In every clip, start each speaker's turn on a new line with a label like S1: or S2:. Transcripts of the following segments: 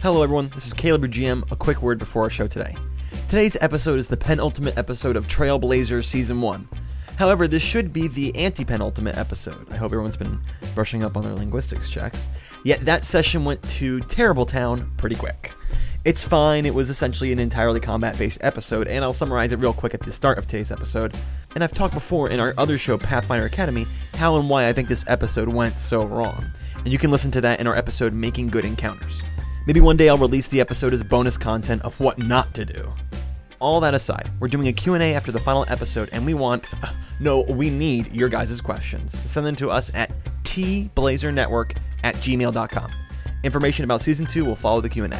S1: Hello, everyone. This is Caleb, your GM. A quick word before our show today. Today's episode is the penultimate episode of Trailblazers Season 1. However, this should be the anti penultimate episode. I hope everyone's been brushing up on their linguistics checks. Yet that session went to Terrible Town pretty quick. It's fine, it was essentially an entirely combat based episode, and I'll summarize it real quick at the start of today's episode. And I've talked before in our other show, Pathfinder Academy, how and why I think this episode went so wrong. And you can listen to that in our episode, Making Good Encounters. Maybe one day I'll release the episode as bonus content of what not to do. All that aside, we're doing a Q&A after the final episode and we want no, we need your guys' questions. Send them to us at tblazernetwork at gmail.com. Information about season 2 will follow the Q&A.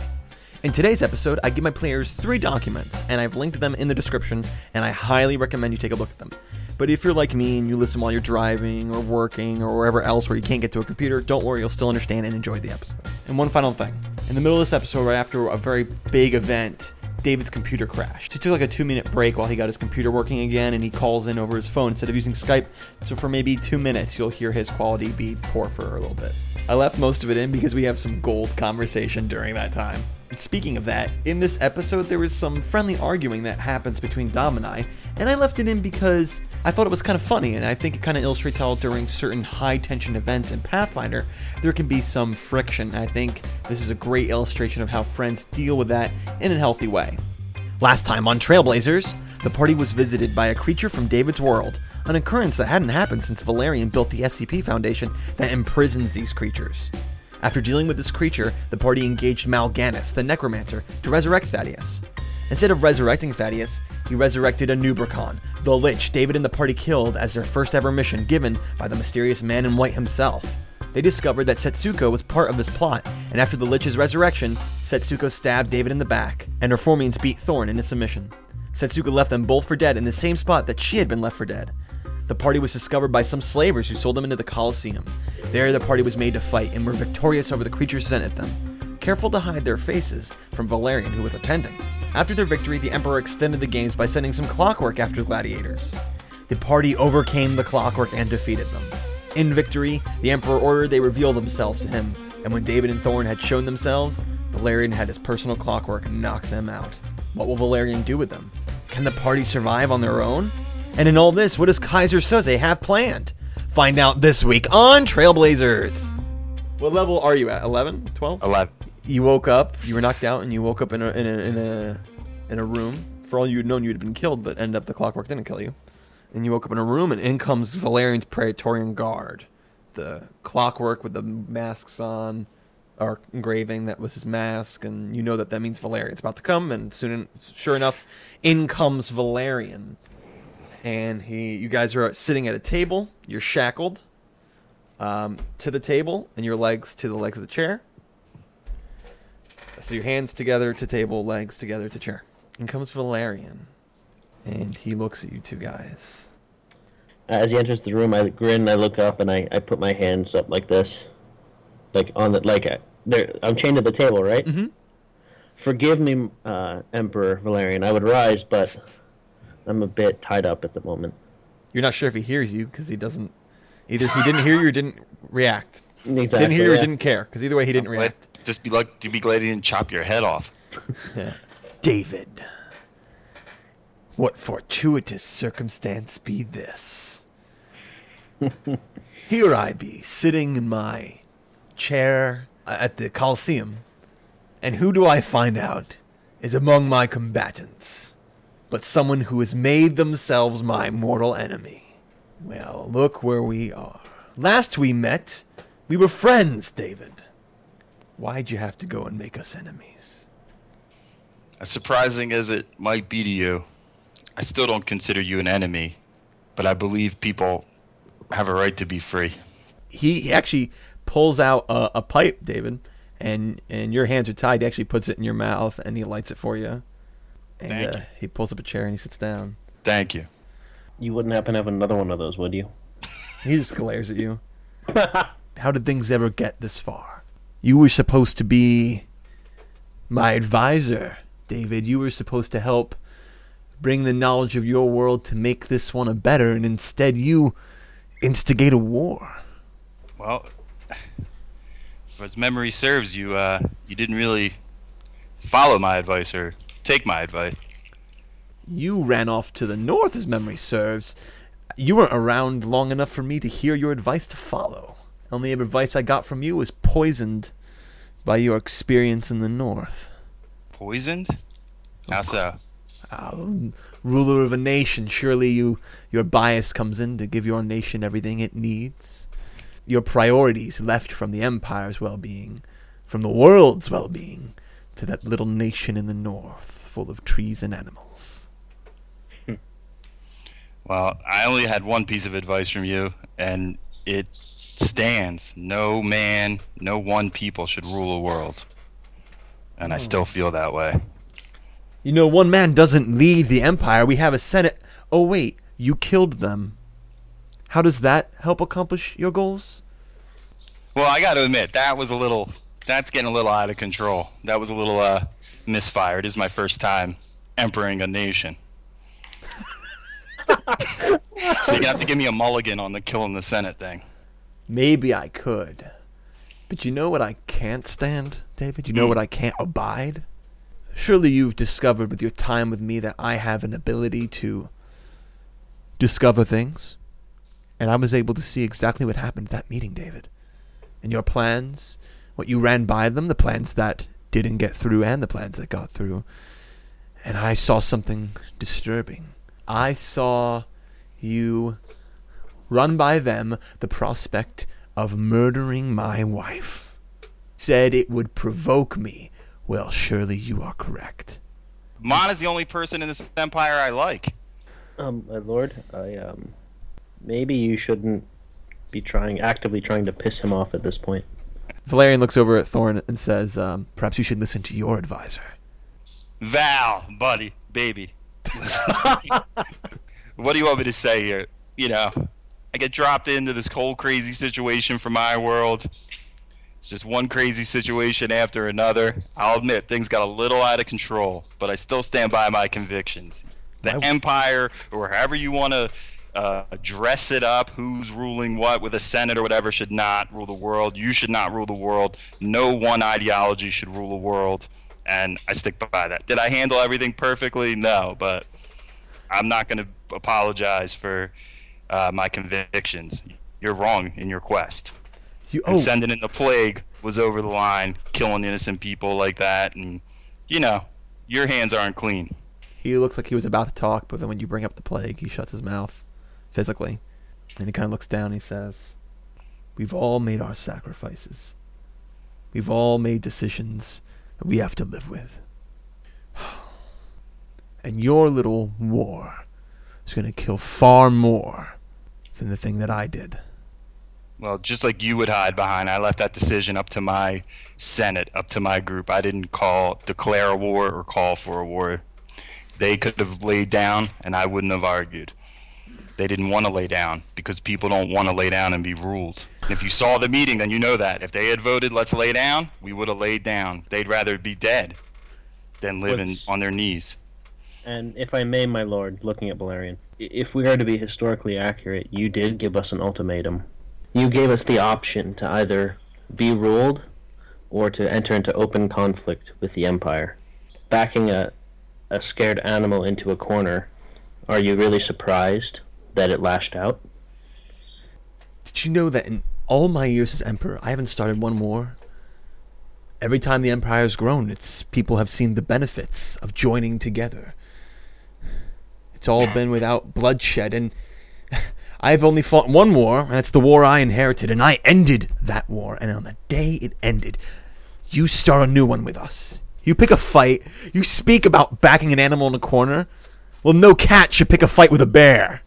S1: In today's episode, I give my players three documents, and I've linked them in the description, and I highly recommend you take a look at them. But if you're like me and you listen while you're driving or working or wherever else where you can't get to a computer, don't worry, you'll still understand and enjoy the episode. And one final thing. In the middle of this episode, right after a very big event, David's computer crashed. He took like a two minute break while he got his computer working again and he calls in over his phone instead of using Skype. So for maybe two minutes, you'll hear his quality be poor for a little bit. I left most of it in because we have some gold conversation during that time. And speaking of that, in this episode, there was some friendly arguing that happens between Dom and I, and I left it in because I thought it was kind of funny, and I think it kind of illustrates how during certain high tension events in Pathfinder, there can be some friction. I think this is a great illustration of how friends deal with that in a healthy way. Last time on Trailblazers, the party was visited by a creature from David's world, an occurrence that hadn't happened since Valerian built the SCP Foundation that imprisons these creatures. After dealing with this creature, the party engaged Mal'Ganis, the necromancer, to resurrect Thaddeus. Instead of resurrecting Thaddeus, he resurrected a Nubricon, the lich David and the party killed as their first ever mission given by the mysterious man in white himself. They discovered that Setsuko was part of this plot, and after the Lich's resurrection, Setsuko stabbed David in the back, and her Formians beat Thorn into submission. Setsuko left them both for dead in the same spot that she had been left for dead. The party was discovered by some slavers who sold them into the Colosseum. There, the party was made to fight and were victorious over the creatures sent at them, careful to hide their faces from Valerian, who was attending. After their victory, the Emperor extended the games by sending some clockwork after the gladiators. The party overcame the clockwork and defeated them. In victory, the Emperor ordered they reveal themselves to him, and when David and Thorn had shown themselves, Valerian had his personal clockwork knock them out. What will Valerian do with them? Can the party survive on their own? And in all this, what does Kaiser Soze have planned? Find out this week on Trailblazers! What level are you at? 11? 12?
S2: 11.
S3: Uh,
S1: you woke up, you were knocked out, and you woke up in a in a in a, in a room. For all you'd known, you'd been killed, but ended up the clockwork didn't kill you. And you woke up in a room, and in comes Valerian's Praetorian Guard, the clockwork with the masks on, or engraving that was his mask, and you know that that means Valerian's about to come. And soon, sure enough, in comes Valerian, and he, you guys are sitting at a table. You're shackled um, to the table, and your legs to the legs of the chair. So your hands together to table, legs together to chair. And comes Valerian. And he looks at you two guys.
S3: As he enters the room, I grin, I look up, and I, I put my hands up like this, like on the like I, there. I'm chained to the table, right?
S1: Mhm.
S3: Forgive me, uh, Emperor Valerian. I would rise, but I'm a bit tied up at the moment.
S1: You're not sure if he hears you because he doesn't. Either he didn't hear you or didn't react.
S3: Exactly.
S1: didn't hear you or
S3: yeah.
S1: didn't care because either way he didn't
S2: Like,
S1: react.
S2: just be like, be glad he didn't chop your head off.
S1: David, what fortuitous circumstance be this? Here I be, sitting in my chair uh, at the Coliseum, and who do I find out is among my combatants but someone who has made themselves my mortal enemy? Well, look where we are. Last we met, we were friends, David. Why'd you have to go and make us enemies?
S2: As surprising as it might be to you, I still don't consider you an enemy, but I believe people have a right to be free.
S1: he actually pulls out a, a pipe, David, and and your hands are tied. He actually puts it in your mouth and he lights it for you. And
S2: Thank
S1: uh,
S2: you.
S1: he pulls up a chair and he sits down.
S2: Thank you.
S3: You wouldn't happen to have another one of those, would you?
S1: He just glares at you. How did things ever get this far? You were supposed to be my advisor, David. You were supposed to help bring the knowledge of your world to make this one a better, and instead you instigate a war.
S2: Well, if his memory serves you, uh, you didn't really follow my advice or take my advice.
S1: You ran off to the north, as memory serves. You weren't around long enough for me to hear your advice to follow. Only advice I got from you was poisoned by your experience in the north.
S2: Poisoned? How so?
S1: Oh, ruler of a nation, surely you your bias comes in to give your nation everything it needs. Your priorities left from the empire's well-being, from the world's well-being, to that little nation in the north, full of trees and animals.
S2: Well, I only had one piece of advice from you, and it stands. No man, no one people should rule a world. And I still feel that way.
S1: You know, one man doesn't lead the empire. We have a senate. Oh wait, you killed them. How does that help accomplish your goals?
S2: Well, I got to admit, that was a little. That's getting a little out of control. That was a little uh, misfire. It is my first time emperoring a nation. so you're gonna have to give me a mulligan on the killing the Senate thing.
S1: Maybe I could. But you know what I can't stand, David? You know what I can't abide? Surely you've discovered with your time with me that I have an ability to discover things. And I was able to see exactly what happened at that meeting, David. And your plans, what you ran by them, the plans that didn't get through and the plans that got through. And I saw something disturbing. I saw you run by them the prospect of murdering my wife. Said it would provoke me. Well, surely you are correct.
S2: Mon is the only person in this empire I like.
S3: Um, my lord, I um, maybe you shouldn't be trying actively trying to piss him off at this point.
S1: Valerian looks over at Thorn and says, um, Perhaps you should listen to your advisor.
S2: Val, buddy, baby. Listen to me. what do you want me to say here? You know, I get dropped into this whole crazy situation from my world. It's just one crazy situation after another. I'll admit things got a little out of control, but I still stand by my convictions. The
S1: I-
S2: empire, or however you want to uh, dress it up, who's ruling what with a senate or whatever, should not rule the world. You should not rule the world. No one ideology should rule the world, and I stick by that. Did I handle everything perfectly? No, but I'm not going to apologize for uh, my convictions. You're wrong in your quest
S1: You,
S2: and
S1: oh,
S2: sending in the plague was over the line, killing innocent people like that, and you know, your hands aren't clean.
S1: he looks like he was about to talk, but then when you bring up the plague, he shuts his mouth physically. And he kind of looks down and he says, We've all made our sacrifices. We've all made decisions that we have to live with. And your little war is going to kill far more than the thing that I did.
S2: Well, just like you would hide behind, I left that decision up to my senate, up to my group. I didn't call declare a war or call for a war. They could have laid down, and I wouldn't have argued. They didn't want to lay down because people don't want to lay down and be ruled. If you saw the meeting, then you know that. If they had voted, let's lay down, we would have laid down. They'd rather be dead than living
S3: What's-
S2: on their knees.
S3: And if I may, my lord, looking at Valerian, i- if we are to be historically accurate, you did give us an ultimatum. You gave us the option to either be ruled or to enter into open conflict with the Empire. Backing a, a scared animal into a corner, are you really surprised that it lashed out?
S1: Did you know that in all my years as emperor, I haven't started one war? Every time the empire's grown, its people have seen the benefits of joining together. It's all been without bloodshed, and I've only fought one war, and that's the war I inherited, and I ended that war, and on the day it ended, you start a new one with us. You pick a fight, you speak about backing an animal in a corner. Well, no cat should pick a fight with a bear.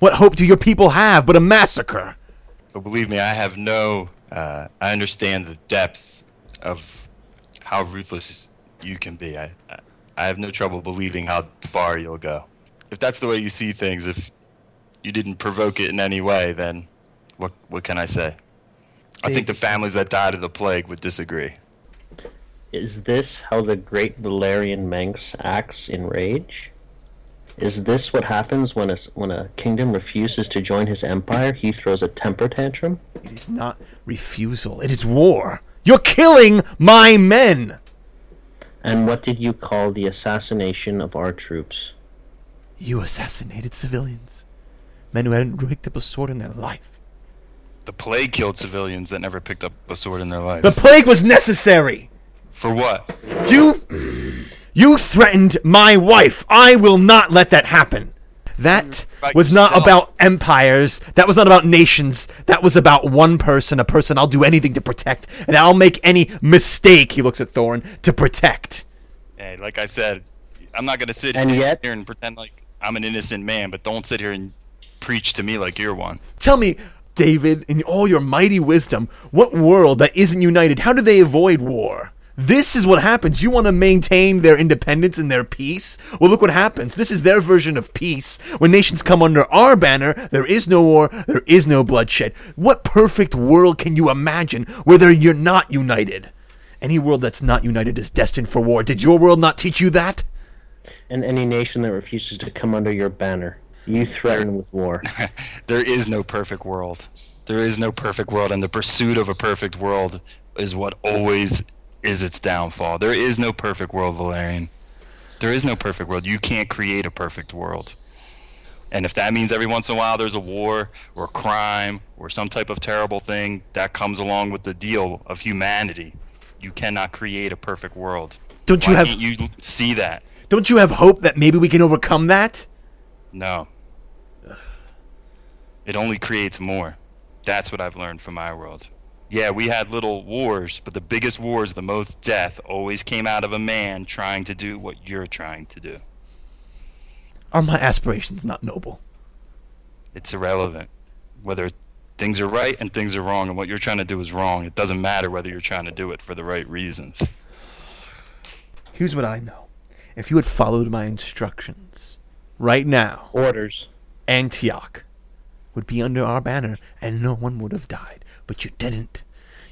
S1: What hope do your people have but a massacre?
S2: But believe me, I have no. Uh, I understand the depths of how ruthless you can be. I, I, I have no trouble believing how far you'll go. If that's the way you see things, if you didn't provoke it in any way, then what what can I say? I think the families that died of the plague would disagree.
S3: Is this how the great Valerian Manx acts in rage? Is this what happens when a, s- when a kingdom refuses to join his empire? He throws a temper tantrum?
S1: It is not refusal, it is war. You're killing my men!
S3: And what did you call the assassination of our troops?
S1: You assassinated civilians. Men who hadn't picked up a sword in their life.
S2: The plague killed civilians that never picked up a sword in their life.
S1: The plague was necessary!
S2: For what?
S1: You. You threatened my wife! I will not let that happen! That
S2: Right,
S1: was not
S2: yourself.
S1: about empires. That was not about nations. That was about one person, a person I'll do anything to protect, and I'll make any mistake, he looks at Thorn, to protect.
S2: Hey, like I said, I'm not gonna sit
S3: And
S2: here,
S3: yet-
S2: here and pretend like I'm an innocent man, but don't sit here and preach to me like you're one.
S1: Tell me, David, in all your mighty wisdom, what world that isn't united, how do they avoid war? This is what happens. You want to maintain their independence and their peace? Well, look what happens. This is their version of peace. When nations come under our banner, there is no war, there is no bloodshed. What perfect world can you imagine where they're, you're not united? Any world that's not united is destined for war. Did your world not teach you that?
S3: And any nation that refuses to come under your banner. You threaten with war.
S2: There is no perfect world. There is no perfect world, and the pursuit of a perfect world is what always is its downfall. There is no perfect world, Valerian. There is no perfect world. You can't create a perfect world. And if that means every once in a while there's a war or crime or some type of terrible thing that comes along with the deal of humanity, you cannot create a perfect world.
S1: Don't you
S2: Why
S1: have-
S2: can't you see that?
S1: Don't you have hope that maybe we can overcome that?
S2: No. It only creates more. That's what I've learned from my world. Yeah, we had little wars, but the biggest wars, the most death, always came out of a man trying to do what you're trying to do.
S1: Are my aspirations not noble?
S2: It's irrelevant. Whether things are right and things are wrong, and what you're trying to do is wrong, it doesn't matter whether you're trying to do it for the right reasons.
S1: Here's what I know. If you had followed my instructions, right now,
S3: Orders.
S1: Antioch would be under our banner and no one would have died. But you didn't.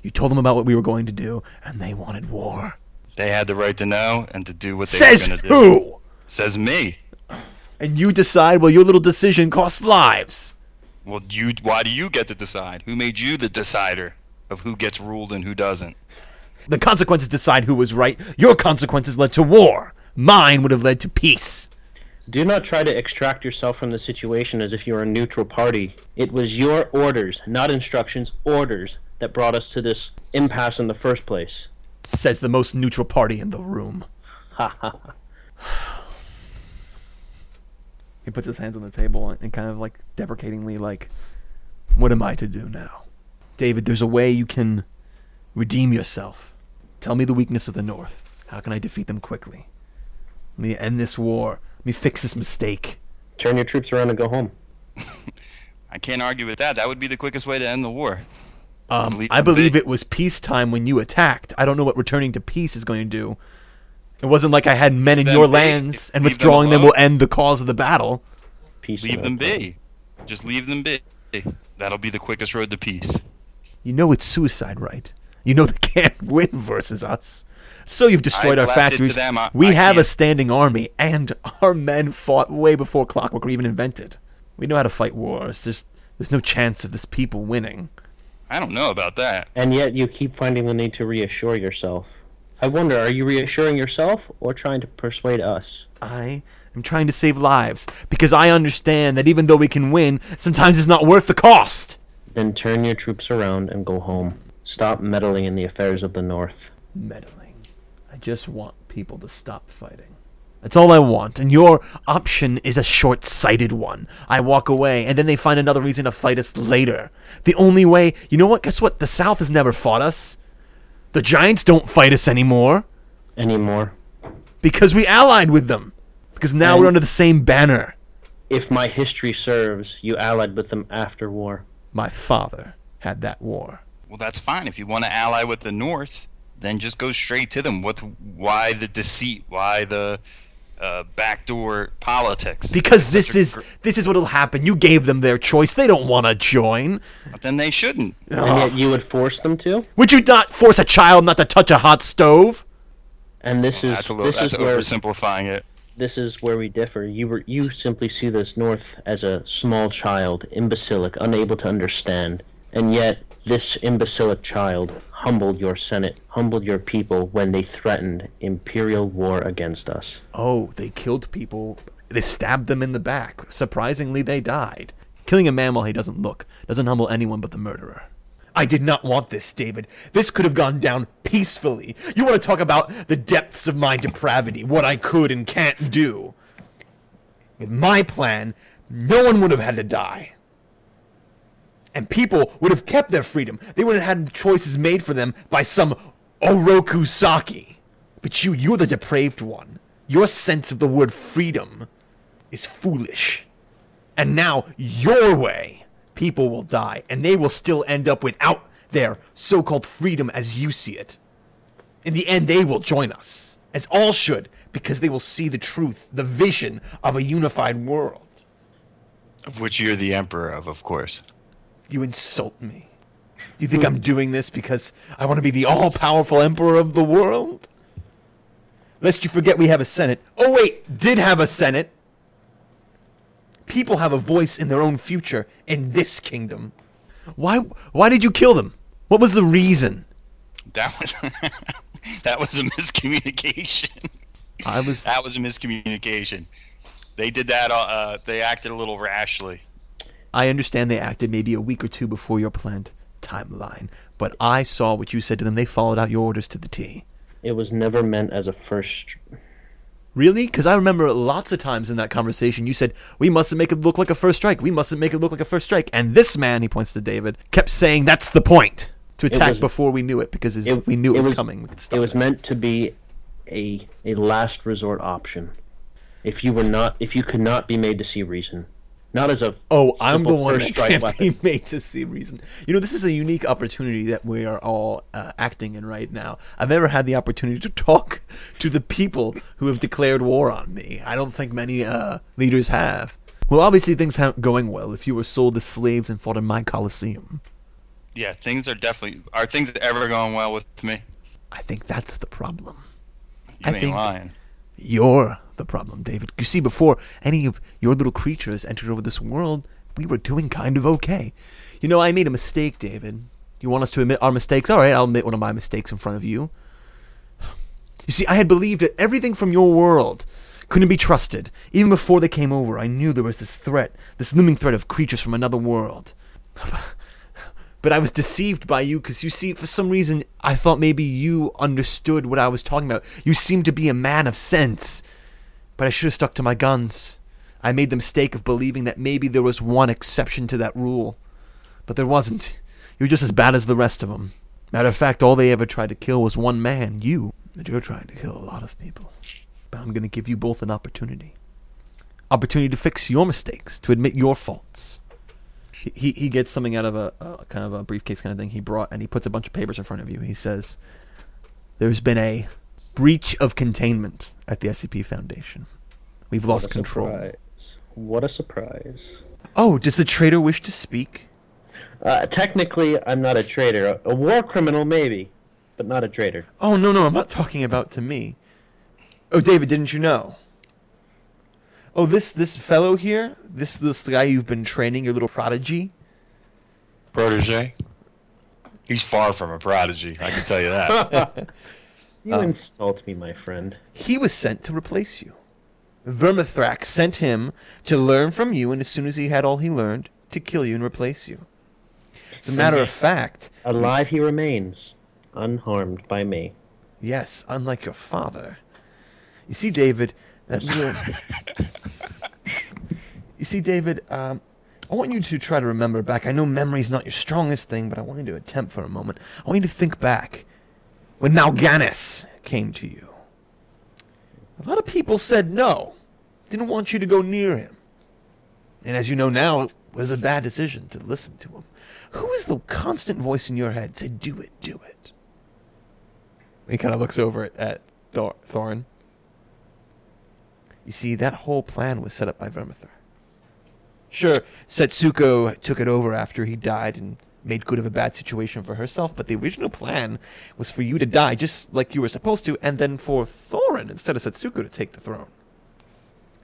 S1: You told them about what we were going to do and they wanted war.
S2: They had the right to know and to do what they
S1: Says
S2: were going to do.
S1: who?
S2: Says me.
S1: And you decide, well, your little decision costs lives.
S2: Well, you. Why do you get to decide? Who made you the decider of who gets ruled and who doesn't?
S1: The consequences decide who was right. Your consequences led to war. Mine would have led to peace.
S3: Do not try to extract yourself from the situation as if you were a neutral party. It was your orders, not instructions, orders that brought us to this impasse in the first place.
S1: Says the most neutral party in the room.
S3: Ha ha. ha.
S1: He puts his hands on the table and kind of like deprecatingly like, "What am I to do now?" David, there's a way you can redeem yourself. Tell me the weakness of the North. How can I defeat them quickly? Let me end this war. Let me fix this mistake.
S3: Turn your troops around and go home.
S2: I can't argue with that. That would be the quickest way to end the war.
S1: Um,
S2: Leave
S1: I
S2: them
S1: believe
S2: be.
S1: it was peacetime when you attacked. I don't know what returning to peace is going to do. It wasn't like I had men in
S2: Then
S1: your
S2: leave-
S1: lands, and
S2: leave them
S1: withdrawing them will
S2: alone.
S1: end the cause of the battle.
S3: Peace.
S2: Leave
S3: out.
S2: them be. Just leave them be. That'll be the quickest road to peace.
S1: You know it's suicide, right? You know they can't win versus us. So you've destroyed
S2: I
S1: our
S2: left it to
S1: factories.
S2: them. I-
S1: we
S2: I
S1: have a
S2: can't-
S1: standing army, and our men fought way before clockwork were even invented. We know how to fight wars. There's there's no chance of this people winning.
S2: I don't know about that.
S3: And yet you keep finding the need to reassure yourself. I wonder, are you reassuring yourself or trying to persuade us?
S1: I am trying to save lives because I understand that even though we can win, sometimes it's not worth the cost.
S3: Then turn your troops around and go home. Stop meddling in the affairs of the North.
S1: meddling. I just want people to stop fighting. That's all I want, and your option is a short sighted one. I walk away, and then they find another reason to fight us later. The only way, you know what? Guess what? The South has never fought us. The Giants don't fight us anymore
S3: Anymore.
S1: because we allied with them. Because now
S3: And-
S1: we're under the same banner.
S3: If my history serves, you allied with them after war.
S1: My father had that war.
S2: Well, that's fine. If you want to ally with the North, then just go straight to them. What? Why the deceit? Why the uh, backdoor politics?
S1: Because this
S2: a
S1: is
S2: gr-
S1: this is what'll happen. You gave them their choice. They don't want to join.
S2: But then they shouldn't.
S3: And yet you would force them to?
S1: Would you not force a child not to touch a hot stove?
S3: And this is
S2: That's a little.
S3: this
S2: That's
S3: is where
S2: oversimplifying it.
S3: this is where we differ. You were you simply see this North as a small child, imbecilic, unable to understand, and yet This imbecilic child humbled your senate, humbled your people when they threatened imperial war against us.
S1: Oh, they killed people. They stabbed them in the back. Surprisingly, they died. Killing a man while he doesn't look doesn't humble anyone but the murderer. I did not want this, David. This could have gone down peacefully. You want to talk about the depths of my depravity, what I could and can't do. With my plan, no one would have had to die. And people would have kept their freedom. They would have had choices made for them by some Oroku Saki. But you, you're the depraved one. Your sense of the word freedom is foolish. And now, your way, people will die, and they will still end up without their so called freedom as you see it. In the end, they will join us, as all should, because they will see the truth, the vision of a unified world.
S2: of which you're the emperor of, of course.
S1: You insult me. You think I'm doing this because I want to be the all powerful emperor of the world? Lest you forget we have a senate. Oh, wait, did have a senate. People have a voice in their own future in this kingdom. Why, why did you kill them? What was the reason?
S2: That was that was a miscommunication.
S1: I was.
S2: That was a miscommunication. They did that. Uh, they acted a little rashly.
S1: I understand they acted maybe a week or two before your planned timeline, but I saw what you said to them. They followed out your orders to the T.
S3: It was never meant as a first.
S1: Really? Because I remember lots of times in that conversation you said, We mustn't make it look like a first strike. We mustn't make it look like a first strike. And this man, he points to David, kept saying, That's the point. To attack
S3: was-
S1: before we knew it, because as- if we knew it, was, coming, we could stop
S3: It was meant to be a a last resort option. If you were not, if you could not be made to see reason, not as a
S1: Oh, I'm the
S3: simple
S1: one
S3: first
S1: that
S3: strike
S1: can't
S3: weapon.
S1: be made to see reason. You know, this is a unique opportunity that we are all uh, acting in right now. I've never had the opportunity to talk to the people who have declared war on me. I don't think many uh, leaders have. Well, obviously things aren't going well if you were sold as slaves and fought in my coliseum.
S2: Yeah, things are definitely. Are things ever going well with me?
S1: I think that's the problem.
S2: You
S1: I
S2: ain't
S1: think-
S2: lying.
S1: You're the problem, David. You see, before any of your little creatures entered over this world, we were doing kind of okay. You know, I made a mistake, David. You want us to admit our mistakes? All right, I'll admit one of my mistakes in front of you. You see, I had believed that everything from your world couldn't be trusted. Even before they came over, I knew there was this threat, this looming threat of creatures from another world. But I was deceived by you because you see, for some reason, I thought maybe you understood what I was talking about. You seemed to be a man of sense. But I should have stuck to my guns. I made the mistake of believing that maybe there was one exception to that rule. But there wasn't. You were just as bad as the rest of them. Matter of fact, all they ever tried to kill was one man, you. But you're trying to kill a lot of people. But I'm going to give you both an opportunity opportunity to fix your mistakes, to admit your faults he he gets something out of a, a kind of a briefcase kind of thing he brought, and he puts a bunch of papers in front of you. He says, "There's been a breach of containment at the SCP Foundation. We've
S3: What a
S1: lost control."
S3: surprise. What a surprise!
S1: Oh, does the traitor wish to speak?
S3: Uh, technically, I'm not a traitor. A, a war criminal, maybe, but not a traitor.
S1: Oh no no, I'm not talking about to me. Oh David, didn't you know? Oh this this fellow here, this this guy you've been training, your little prodigy.
S2: Protege. He's far from a prodigy. I can tell you that.
S3: You
S1: Um,
S3: insult me, my friend.
S1: he was sent to replace you. Vermithrax sent him to learn from you, and as soon as he had all he learned, to kill you and replace you. As a matter of fact,
S3: Alive he remains, unharmed by me.
S1: yes, unlike your father. You see, David, that little. you see, David, um, I want you to try to remember back. I know memory's not your strongest thing, but I want you to attempt for a moment. I want you to think back when Malganis came to you. A lot of people said no, didn't want you to go near him. And as you know now, it was a bad decision to listen to him. Who is the constant voice in your head said, do it, do it? He kind of looks over at, at Thor- Thorin. You see, that whole plan was set up by Vermithrax. Sure, Setsuko took it over after he died and made good of a bad situation for herself, but the original plan was for you to die just like you were supposed to, and then for Thorin instead of Setsuko to take the throne.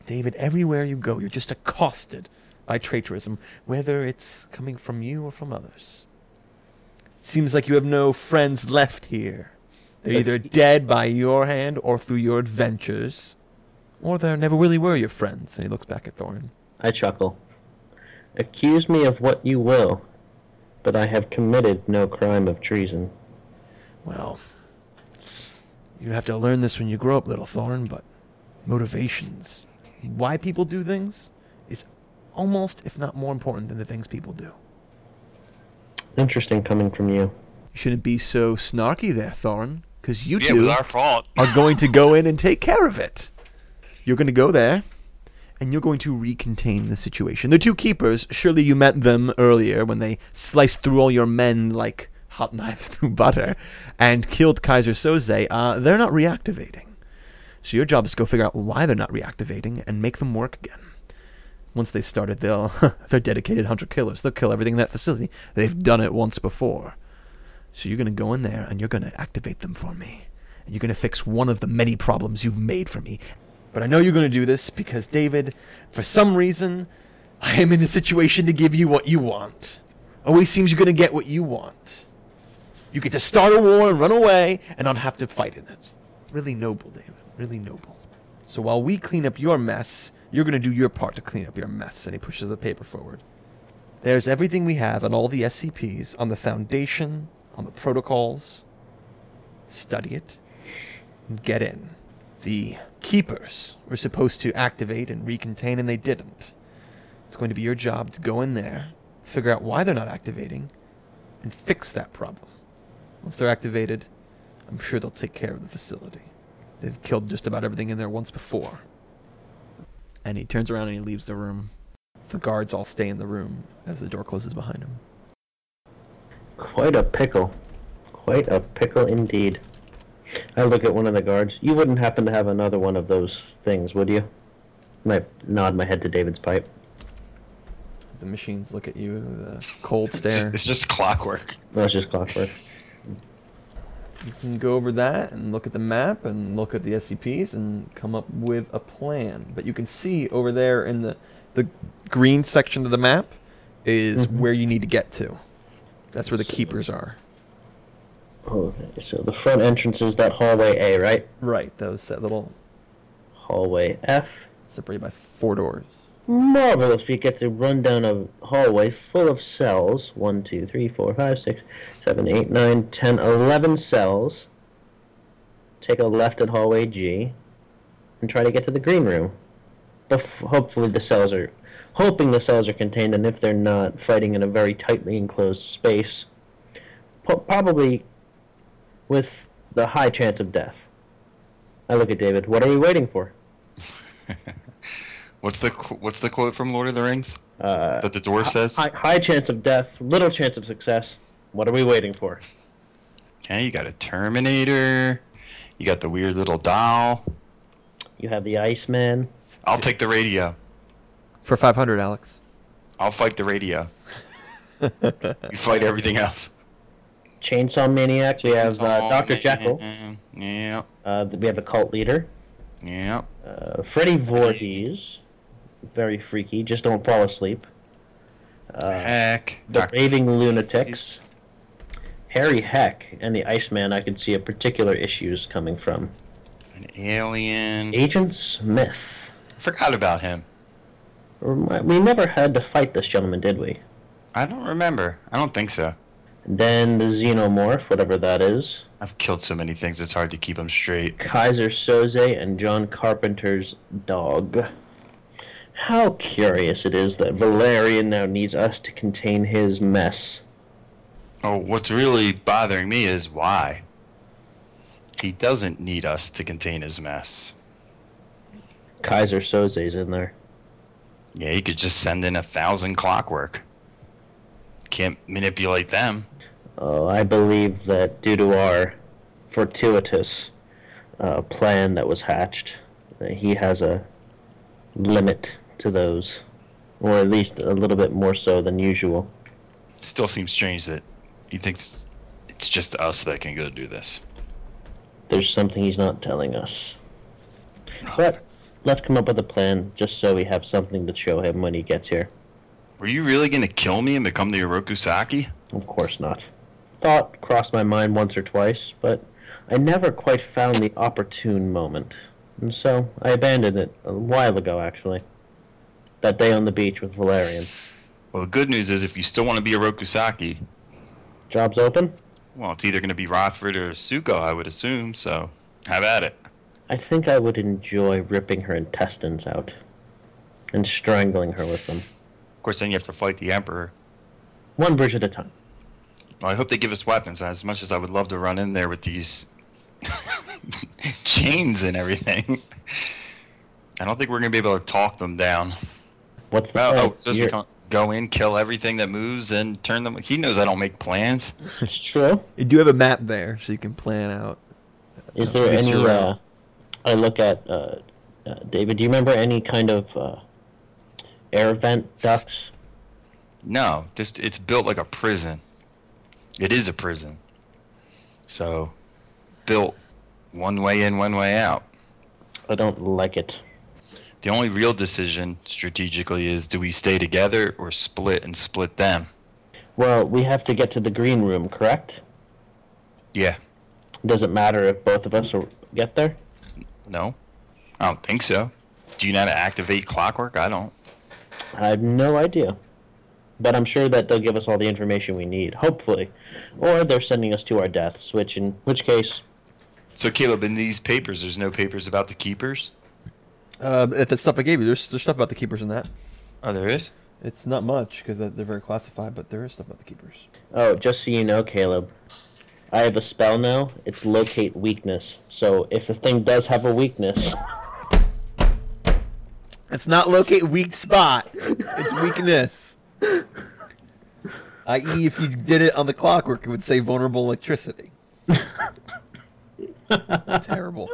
S1: David, everywhere you go, you're just accosted by traitorism, whether it's coming from you or from others. Seems like you have no friends left here. They're either dead by your hand or through your adventures, or they never really were your friends. And he looks back at Thorin.
S3: I chuckle. Accuse me of what you will, but I have committed no crime of treason.
S1: Well, you have to learn this when you grow up, little Thorn, but motivations, why people do things, is almost, if not more important than the things people do.
S3: Interesting coming from you.
S1: You shouldn't be so snarky there, Thorn, because you
S2: Yeah, it
S1: two
S2: was our fault.
S1: are going to go in and take care of it. You're going to go there, and you're going to recontain the situation. The two keepers, surely you met them earlier when they sliced through all your men like hot knives through butter and killed Kaiser Soze. Uh, they're not reactivating. So your job is to go figure out why they're not reactivating and make them work again. Once they started, they'll they're dedicated hunter killers. They'll kill everything in that facility. They've done it once before. So you're gonna go in there and you're gonna activate them for me. And you're gonna fix one of the many problems you've made for me. But I know you're gonna do this because David, for some reason, I am in a situation to give you what you want. Always seems you're gonna get what you want. You get to start a war and run away and not have to fight in it. Really noble, David. Really noble. So while we clean up your mess, you're going to do your part to clean up your mess. And he pushes the paper forward. There's everything we have on all the SCPs, on the foundation, on the protocols. Study it and get in. The keepers were supposed to activate and recontain, and they didn't. It's going to be your job to go in there, figure out why they're not activating, and fix that problem. Once they're activated, I'm sure they'll take care of the facility. They've killed just about everything in there once before. And he turns around and he leaves the room. The guards all stay in the room as the door closes behind him.
S3: Quite a pickle. Quite a pickle indeed. I look at one of the guards. You wouldn't happen to have another one of those things, would you? And I nod my head to David's pipe.
S1: The machines look at you with a cold
S2: It's just,
S1: stare.
S2: it's just clockwork.
S3: That's just clockwork.
S1: You can go over that and look at the map and look at the SCPs and come up with a plan. But you can see over there in the the green section of the map is where you need to get to. That's where the keepers are.
S3: Okay, so the front entrance is that hallway A, right?
S1: Right, those that little
S3: Hallway F.
S1: separated by four doors.
S3: Marvelous. We get to run down a hallway full of cells. One, two, three, four, five, six, seven, eight, nine, ten, eleven cells. Take a left at hallway G, and try to get to the green room. Bef- hopefully the cells are, hoping the cells are contained, and if they're not, fighting in a very tightly enclosed space. Po- probably, with the high chance of death. I look at David. What are we waiting for?
S2: What's the qu- what's the quote from Lord of the Rings uh, that the dwarf says?
S3: High, high chance of death, little chance of success. What are we waiting for?
S2: Okay, you got a Terminator. You got the weird little doll.
S3: You have the Iceman.
S2: I'll take the radio.
S1: For 500, Alex.
S2: I'll fight the radio. you fight everything else.
S3: Chainsaw Maniac. We have uh,
S2: Oh,
S3: Dr.
S2: man.
S3: Jekyll.
S2: Yeah,
S3: Uh, th- we have a cult leader.
S2: yeah.
S3: Uh, Freddy Voorhees. Very freaky. Just don't fall asleep.
S2: Heck.
S3: The
S2: Doc-
S3: Raving Lunatics. Harry Heck and the Iceman, I could see a particular issues coming from.
S2: An alien.
S3: Agent Smith.
S2: Forgot about him.
S3: Remi- We never had to fight this gentleman, did we?
S2: I don't remember. I don't think so.
S3: Then the Xenomorph, whatever that is.
S2: I've killed so many things, it's hard to keep them straight.
S3: Kaiser Soze and John Carpenter's dog. How curious it is that Valerian now needs us to contain his mess.
S2: Oh, what's really bothering me is why. He doesn't need us to contain his mess.
S3: Kaiser Soze's in there.
S2: Yeah, he could just send in a thousand clockwork. Can't manipulate them.
S3: Oh, I believe that due to our fortuitous uh, plan that was hatched, that he has a limit to those, or at least a little bit more so than usual.
S2: Still seems strange that he thinks it's just us that can go do this.
S3: There's something he's not telling us. But let's come up with a plan just so we have something to show him when he gets here.
S2: Were you really gonna kill me and become the Oroku Saki?
S3: Of course not. thought crossed my mind once or twice, but I never quite found the opportune moment. And so I abandoned it a while ago, actually. That day on the beach with Valerian.
S2: Well, the good news is if you still want to be a Rokusaki,
S3: Job's open?
S2: well, it's either going to be Rockford or Suko, I would assume. So have at it.
S3: I think I would enjoy ripping her intestines out and strangling her with them,
S2: Of course, then you have to fight the Emperor.
S3: one bridge at a time.
S2: Well, I hope they give us weapons. As much as I would love to run in there with these chains and everything, I don't think we're going to be able to talk them down.
S3: What's the
S2: Well,
S3: plan?
S2: oh, it's just
S3: You're-
S2: become, go in, kill everything that moves, and turn them. He knows I don't make plans.
S3: It's true.
S1: You do have a map there, so you can plan out.
S3: Is there
S1: Mr.
S3: any?
S1: Rao.
S3: Uh, I look at uh, uh, David. Do you remember any kind of uh, air vent ducts?
S2: No, this it's built like a prison. It is a prison. So, built one way in, one way out.
S3: I don't like it.
S2: The only real decision strategically is do we stay together or split and split them?
S3: Well, we have to get to the green room, correct?
S2: Yeah.
S3: Does it matter if both of us are- get there?
S2: No? I don't think so. Do you know how to activate clockwork? I don't.
S3: I have no idea. But I'm sure that they'll give us all the information we need, hopefully. Or they're sending us to our deaths, which in which case,
S2: So, Caleb, in these papers, there's no papers about the keepers?
S1: Uh, at the stuff I gave you, there's, there's stuff about the keepers in that.
S2: Oh, there is?
S1: It's not much because they're very classified, but there is stuff about the keepers.
S3: oh, just so you know, Caleb, I have a spell now. It's locate weakness. So if the thing does have a weakness,
S1: It's not locate weak spot. It's weakness. I.e., if you did it on the clockwork, it would say vulnerable electricity. Terrible.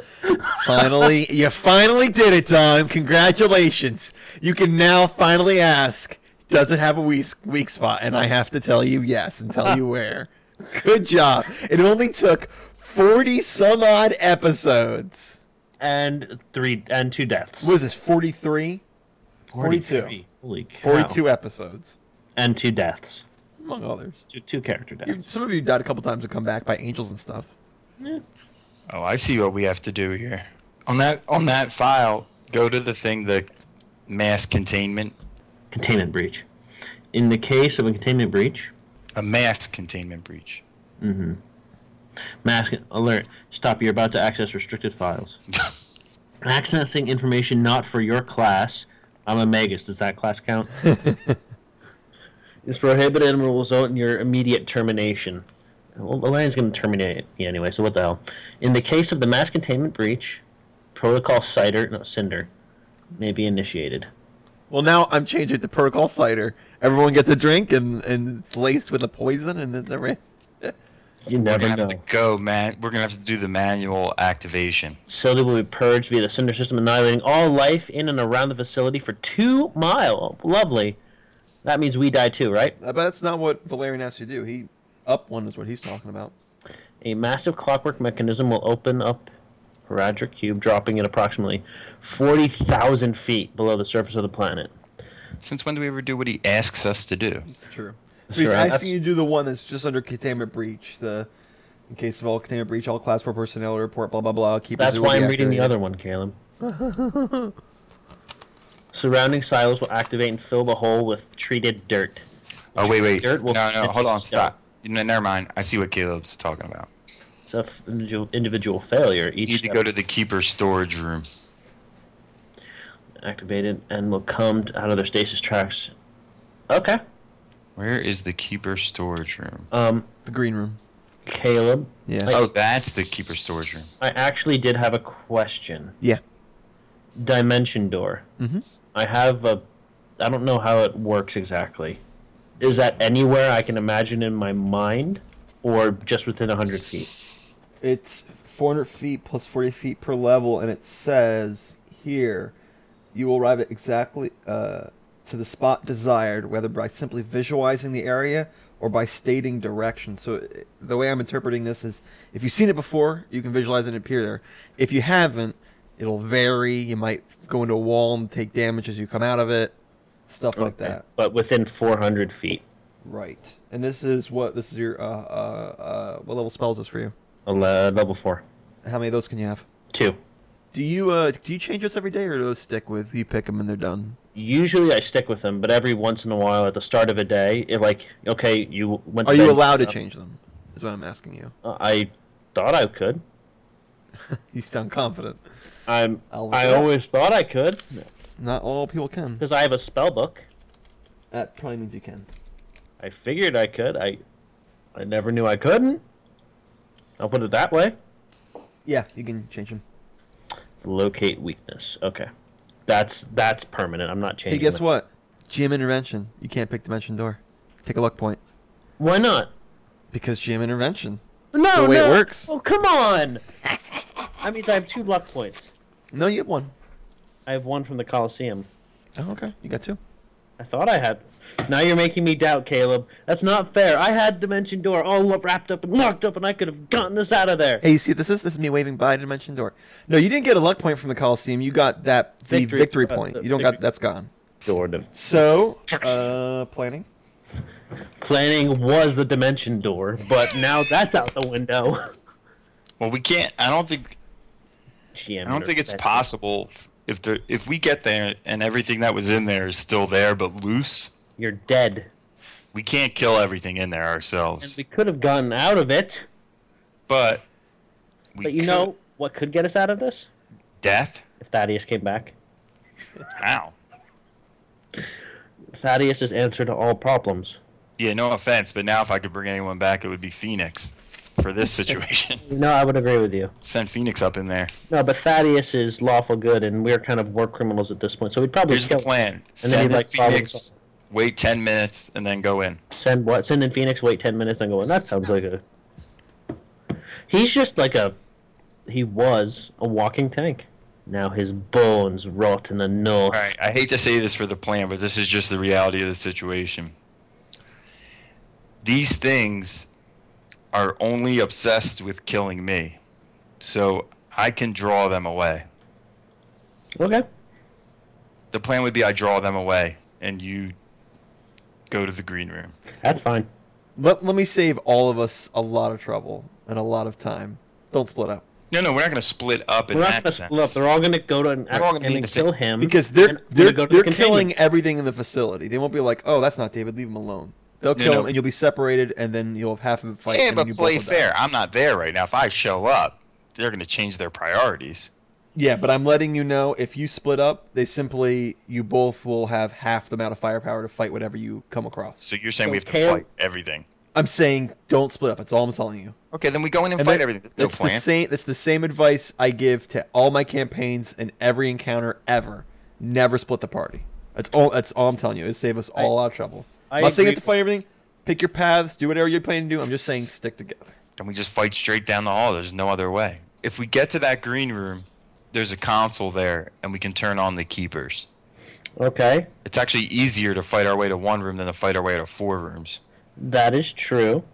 S1: Finally, you finally did it, Tom. Congratulations. You can now finally ask, does it have a weak, weak spot? And I have to tell you yes and tell you where. Good job. It only took 40 some odd episodes.
S4: and three and two deaths.
S1: What is this, 43? 42.
S4: 43. Holy cow.
S1: 42 episodes,
S4: and two deaths.
S1: among others.
S4: Two, two character
S1: You've-
S4: deaths.
S1: Some of you died a couple times and come back by angels and stuff.
S2: Oh, I see what we have to do here. On that on that file, go to the thing the mass containment,
S4: Containment breach. In the case of a containment breach,
S2: a mass containment breach.
S4: mask alert. Stop. You're about to access restricted files. Accessing information not for your class. I'm a magus. Does that class count?
S3: is prohibited and will result in your immediate termination. Well, Valerian's going to terminate me anyway, so what the hell? In the case of the mass containment breach, protocol cider, no, cinder, may be initiated.
S1: Well, now I'm changing it to protocol cider. Everyone gets a drink, and, and it's laced with a poison, and it's a
S3: You
S2: We're
S3: never
S2: gonna have
S3: know.
S2: to go, man. We're gonna have to do the manual activation.
S3: Facility will be purged via the cinder system, annihilating all life in and around the facility for two mile. Lovely. That means we die too, right?
S1: Uh, But that's not what Valerian has to do. He up one is what he's talking about.
S3: A massive clockwork mechanism will open up Horadric Cube, dropping it approximately 40,000 feet below the surface of the planet.
S2: Since when do we ever do what he asks us to do?
S1: It's true.
S3: Sure,
S1: He's
S3: that's-
S1: asking you to do the one that's just under containment breach. The in case of all containment breach, all class four personnel report. Blah blah blah. Keep.
S3: That's why I'm reading the other one, Caleb. Surrounding silos will activate and fill the hole with treated dirt.
S2: Oh wait, wait.
S3: Dirt will
S2: no, no,
S3: fit
S2: hold on,
S3: itself.
S2: stop. No, never mind. I see what Caleb's talking about.
S3: It's a f- individual- individual failure.
S2: You
S3: Each
S2: need to
S3: step
S2: go to the keeper storage room.
S3: activated and will come t- out of their stasis tracks. Okay.
S2: Where is the keeper storage room?
S3: Um,
S1: The green room.
S3: Caleb,
S1: Yeah.
S2: Oh, that's the keeper storage room.
S3: I actually did have a question.
S1: yeah.
S3: Dimension door.
S1: Mhm.
S3: I have a. I don't know how it works exactly. Is that anywhere I can imagine in my mind, or just within hundred feet?
S1: It's 400 feet plus 40 feet per level, and it says here you will arrive at exactly uh, to the spot desired, whether by simply visualizing the area or by stating direction. So it- the way I'm interpreting this is if you've seen it before, you can visualize it and appear there. If you haven't, it'll vary. You might go into a wall and take damage as you come out of it, stuff like
S3: Okay,
S1: that.
S3: But within 400 feet.
S1: Right. And this is what this is your uh, uh, uh, what level spell is this for you?
S3: A le- level four,
S1: How many of those can you have?
S3: two.
S1: Do you uh do you change those every day or do those stick with you pick them and they're done?
S3: Usually I stick with them, but every once in a while, at the start of a day, if like okay, you went.
S1: Are
S3: to
S1: you
S3: bed-
S1: allowed to change them? Is what I'm asking you.
S3: I thought I could.
S1: You sound confident.
S3: I'm.
S1: I'll look
S3: I
S1: it up.
S3: always thought I could
S1: Not all people can.
S3: because I have a spell book.
S1: That probably means you can.
S3: I figured I could. I, I never knew I couldn't. I'll put it that way.
S1: Yeah, you can change them.
S3: Locate weakness. Okay, that's that's permanent. I'm not
S1: Hey,
S3: changing.
S1: guess
S3: it.
S1: what? GM intervention. You can't pick dimension door. Take a luck point
S3: Why not?
S1: because GM intervention.
S3: No,
S1: the way it
S3: no.
S1: works.
S3: Oh come on! I mean, I have two luck points.
S1: No, you have one.
S3: I have one from the Coliseum.
S1: Oh, okay. You got two.
S3: I thought I had. Now you're making me doubt, Caleb. That's not fair. I had Dimension Door all wrapped up and locked up, and I could have gotten this out of there.
S1: Hey, you see, this is this is me waving by dimension door. No, you didn't get a luck point from the Coliseum. You got that the victory,
S3: Victory- uh,
S1: point.
S3: the
S1: you don't got
S3: victory-
S1: that's gone.
S3: Door to...
S1: So, uh, planning.
S3: Planning was the Dimension Door, but now that's out the window.
S2: Well, we can't. I don't think.
S3: GM
S2: I don't think it's
S3: intervention.
S2: possible if there if we get there and everything that was in there is still there but loose.
S3: You're dead.
S2: We can't kill everything in there
S5: And
S2: ourselves.
S3: We could have gotten out of it,
S2: But we
S3: but you
S2: could-
S3: know what could get us out of this?
S2: death.
S3: If Thaddeus came back.
S2: How?
S3: Thaddeus' answer to all problems.
S2: Yeah, no offense, but now if I could bring anyone back, it would be Phoenix for this situation.
S3: No, I would agree with you.
S2: Send Phoenix up in there.
S3: No, but Thaddeus is lawful good, and we're kind of war criminals at this point, so we'd probably
S2: Here's the
S3: kill.
S2: plan:
S3: And then
S2: send
S3: he'd,
S2: in
S3: like, problem
S2: Phoenix,
S3: solve.
S2: wait ten minutes, and then go in.
S3: Send what? Send in Phoenix. Wait ten minutes and go. in. That sounds like a. He's just like a. He was a walking tank. Now his bones rot in the north.
S2: All right, I hate to say this for the plan, but this is just the reality of the situation. These things are only obsessed with killing me, so I can draw them away.
S3: Okay.
S2: The plan would be I draw them away, and you go to the green room.
S3: That's fine.
S1: Let let me save all of us a lot of trouble and a lot of time. Don't split up
S3: Mm-hmm.
S2: No, no, we're not going to split up in
S3: We're not
S2: that
S3: gonna
S2: sense.
S3: split up. They're all gonna go to an
S2: all gonna be
S3: and
S2: in the same-
S3: kill him
S1: because they're
S3: and I'm
S1: they're
S3: gonna go to
S1: they're
S3: the
S1: killing
S3: companion.
S1: everything in the facility. They won't be like, oh, that's not David. Leave him alone. They'll kill
S2: no.
S1: him, and you'll be separated, and then you'll have half of the fight.
S2: yeah,
S1: and
S2: but
S1: then you both
S2: play
S1: will die.
S2: fair. I'm not there right now. If I show up, they're going to change their priorities.
S1: Yeah, but I'm letting you know if you split up, they simply you both will have half the amount of firepower to fight whatever you come across.
S2: So you're saying
S3: So
S2: we have to
S3: Cam-
S2: fight everything.
S1: I'm saying don't split up. That's all I'm telling you.
S2: Okay, then we go in and,
S1: And
S2: fight
S1: that-
S2: everything. There's No
S1: That's the
S2: plan.
S1: same. That's the same advice I give to all my campaigns and every encounter ever. Never split the party. That's all. That's all I'm telling you. It save us all out of trouble. I
S3: I
S1: am not saying you have
S3: agree.
S1: to fight everything. Pick your paths. Do whatever you're planning to do. I'm just saying stick together.
S2: Then we just fight straight down the hall. There's no other way. If we get to that green room, there's a console there, and we can turn on the keepers.
S3: Okay,
S2: It's actually easier to fight our way to one room than to fight our way to four rooms.
S3: that is true.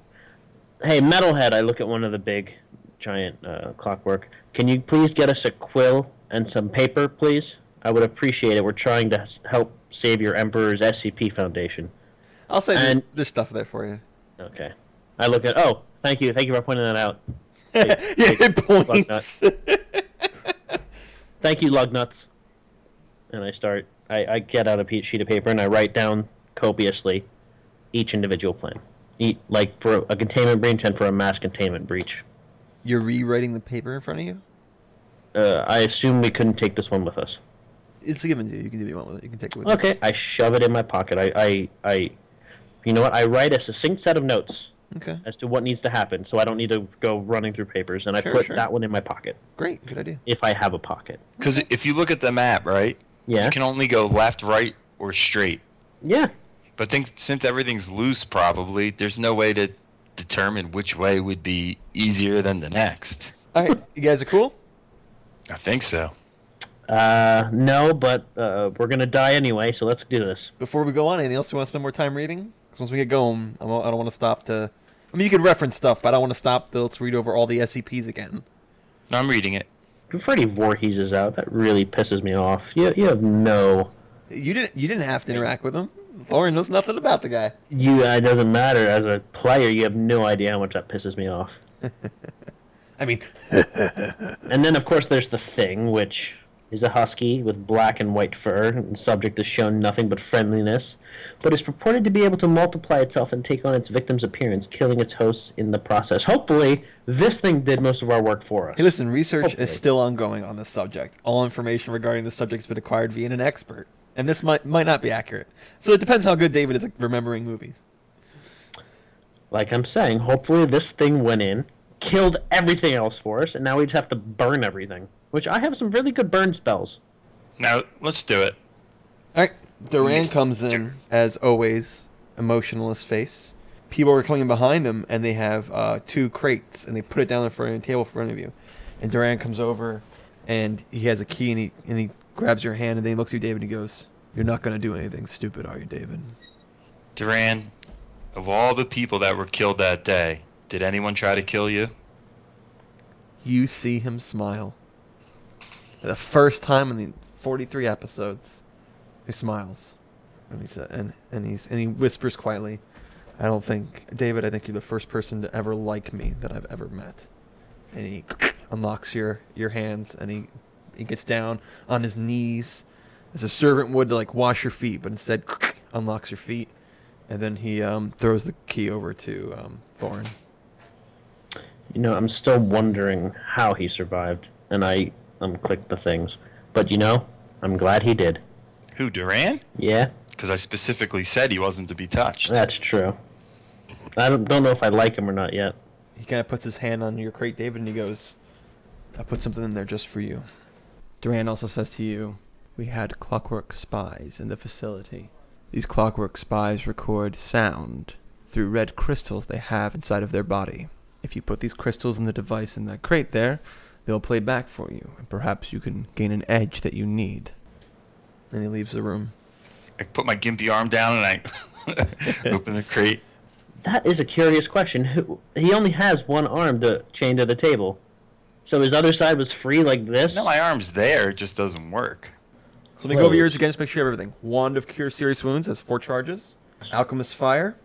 S3: Hey, metalhead! I look at one of the big, giant uh, clockwork. Can you please get us a quill and some paper, please? I would appreciate it. We're trying to s- help save your emperor's SCP foundation.
S1: I'll say
S3: And-
S1: there's stuff there for you.
S3: Okay. I look at. Oh, thank you. Thank you for pointing that out.
S1: yeah, it points.
S3: Thank you, Lugnuts. And I start. I, I get out a pe- sheet of paper and I write down copiously each individual plan. Eat like for a containment breach and for a mass containment breach.
S1: You're rewriting the paper in front of you.
S3: Uh, I assume we couldn't take this one with us.
S1: It's given to you. You can do what you want with it. You can take it with you.
S3: Okay. I shove it in my pocket. I, I, I, you know what? I write a succinct set of notes
S1: Okay.
S3: as to what needs to happen, so I don't need to go running through papers. And I
S1: Sure,
S3: put
S1: sure.
S3: that one in my pocket
S1: Great. Good idea.
S3: if I have a pocket.
S2: Because if you look at the map, right,
S3: Yeah.
S2: you can only go left, right, or straight.
S3: Yeah.
S2: But think since everything's loose, probably there's no way to determine which way would be easier than the next.
S1: All right. You guys are cool.
S2: I think so.
S3: Uh, no, but uh, we're gonna die anyway, so let's do this.
S1: Before we go on, anything else you want to spend more time reading? Because once we get going, I'm, I don't want to stop to. I mean, you could reference stuff, but I don't want to stop. To, let's read over all the SCPs again.
S2: No, I'm reading it.
S3: Freddy Voorhees is out. That really pisses me off. You, you have no.
S1: You didn't. You didn't have to interact with them. Lauren knows nothing about the guy.
S3: You, uh, it doesn't matter. As a player, you have no idea how much that pisses me off.
S1: I mean,
S3: And then, of course, there's the thing, which is a husky with black and white fur, and subject is shown nothing but friendliness, but is purported to be able to multiply itself and take on its victim's appearance, killing its hosts in the process. Hopefully, this thing did most of our work for us.
S1: hey, listen, research
S3: Hopefully.
S1: is still ongoing on this subject. All information regarding the subject has been acquired via an expert, and this might might not be accurate. So it depends how good David is at remembering movies.
S3: Like I'm saying, hopefully this thing went in, killed everything else for us, and now we just have to burn everything. Which I have some really good burn spells.
S2: Now let's do it.
S1: All right. Duran
S2: Mr.
S1: comes in as always, emotionless face. People are coming behind him, and they have uh, two crates, and they put it down in front of the table in front of you. And Duran comes over, and he has a key, and he and he grabs your hand, and then he looks at you, David, and he goes, "You're not gonna do anything stupid, are you, David?"
S2: Duran, of all the people that were killed that day, did anyone try to kill you?
S1: You see him smile. For the first time in the 43 episodes, he smiles, and he sa and and he's and he whispers quietly, "I don't think David. I think you're the first person to ever like me that I've ever met." And he unlocks your your hands, and he he gets down on his knees, as a servant would to like wash your feet, but instead unlocks your feet, and then he um, throws the key over to um, Thorin.
S3: You know, I'm still wondering how he survived, and I unclicked the things. But you know, I'm glad he did.
S2: Who, Duran?
S3: Yeah,
S2: Because I specifically said he wasn't to be touched.
S3: that's true. I don't, don't know if I like him or not yet.
S1: He kind of puts his hand on your crate, David, and he goes, I put something in there just for you. Duran also says to you, We had clockwork spies in the facility. These clockwork spies record sound through red crystals they have inside of their body. If you put these crystals in the device in that crate there, they'll play back for you, and perhaps you can gain an edge that you need. And he leaves the room.
S2: I put my gimpy arm down and I open the crate.
S3: That is a curious question. Who, he only has one arm to, chained to the table, so his other side was free like this.
S2: No, my arm's there. It just doesn't work.
S1: So let me go over yours again, just make sure you have everything. Wand of Cure Serious Wounds has four charges. Alchemist Fire.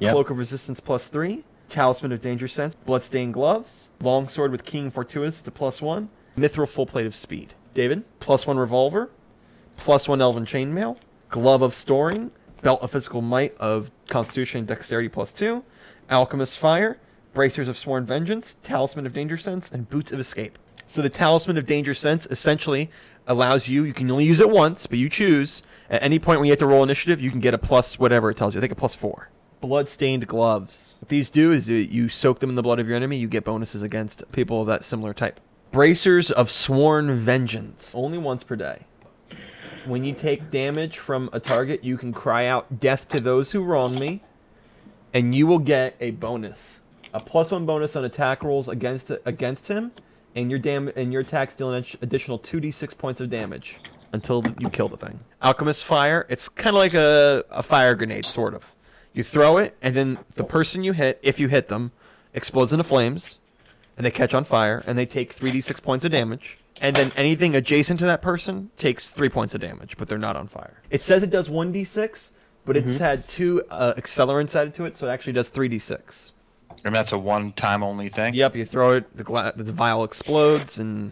S3: Yep.
S1: Cloak of Resistance plus three. Talisman of Danger Sense. Bloodstained Gloves. Longsword with King Fortuitous to plus one. Mithril Full Plate of Speed. David, plus one Revolver. Plus one Elven Chainmail. Glove of Storing. Belt of Physical Might of Constitution and Dexterity plus two. Alchemist Fire. Bracers of Sworn Vengeance. Talisman of Danger Sense. And Boots of Escape. So the Talisman of Danger Sense essentially allows you, you can only use it once, but you choose. At any point when you have to roll initiative, you can get a plus whatever it tells you. I think a plus four. Blood-stained gloves. What these do is you- you soak them in the blood of your enemy, you get bonuses against people of that similar type. Bracers of Sworn Vengeance. Only once per day. When you take damage from a target, you can cry out death to those who wrong me, and you will get a bonus, a plus one bonus on attack rolls against against him, and your dam and your attacks deal an additional two d six points of damage until you kill the thing. Alchemist fire. It's kind of like a a fire grenade, sort of. You throw it, and then the person you hit, if you hit them, explodes into flames and they catch on fire and they take 3d6 points of damage and then anything adjacent to that person takes 3 points of damage but they're not on fire it says it does 1d6 but it's had two uh, accelerants added to it so it actually does 3d6
S2: And that's a one-time only thing.
S1: yep you throw it the, gla- the vial explodes and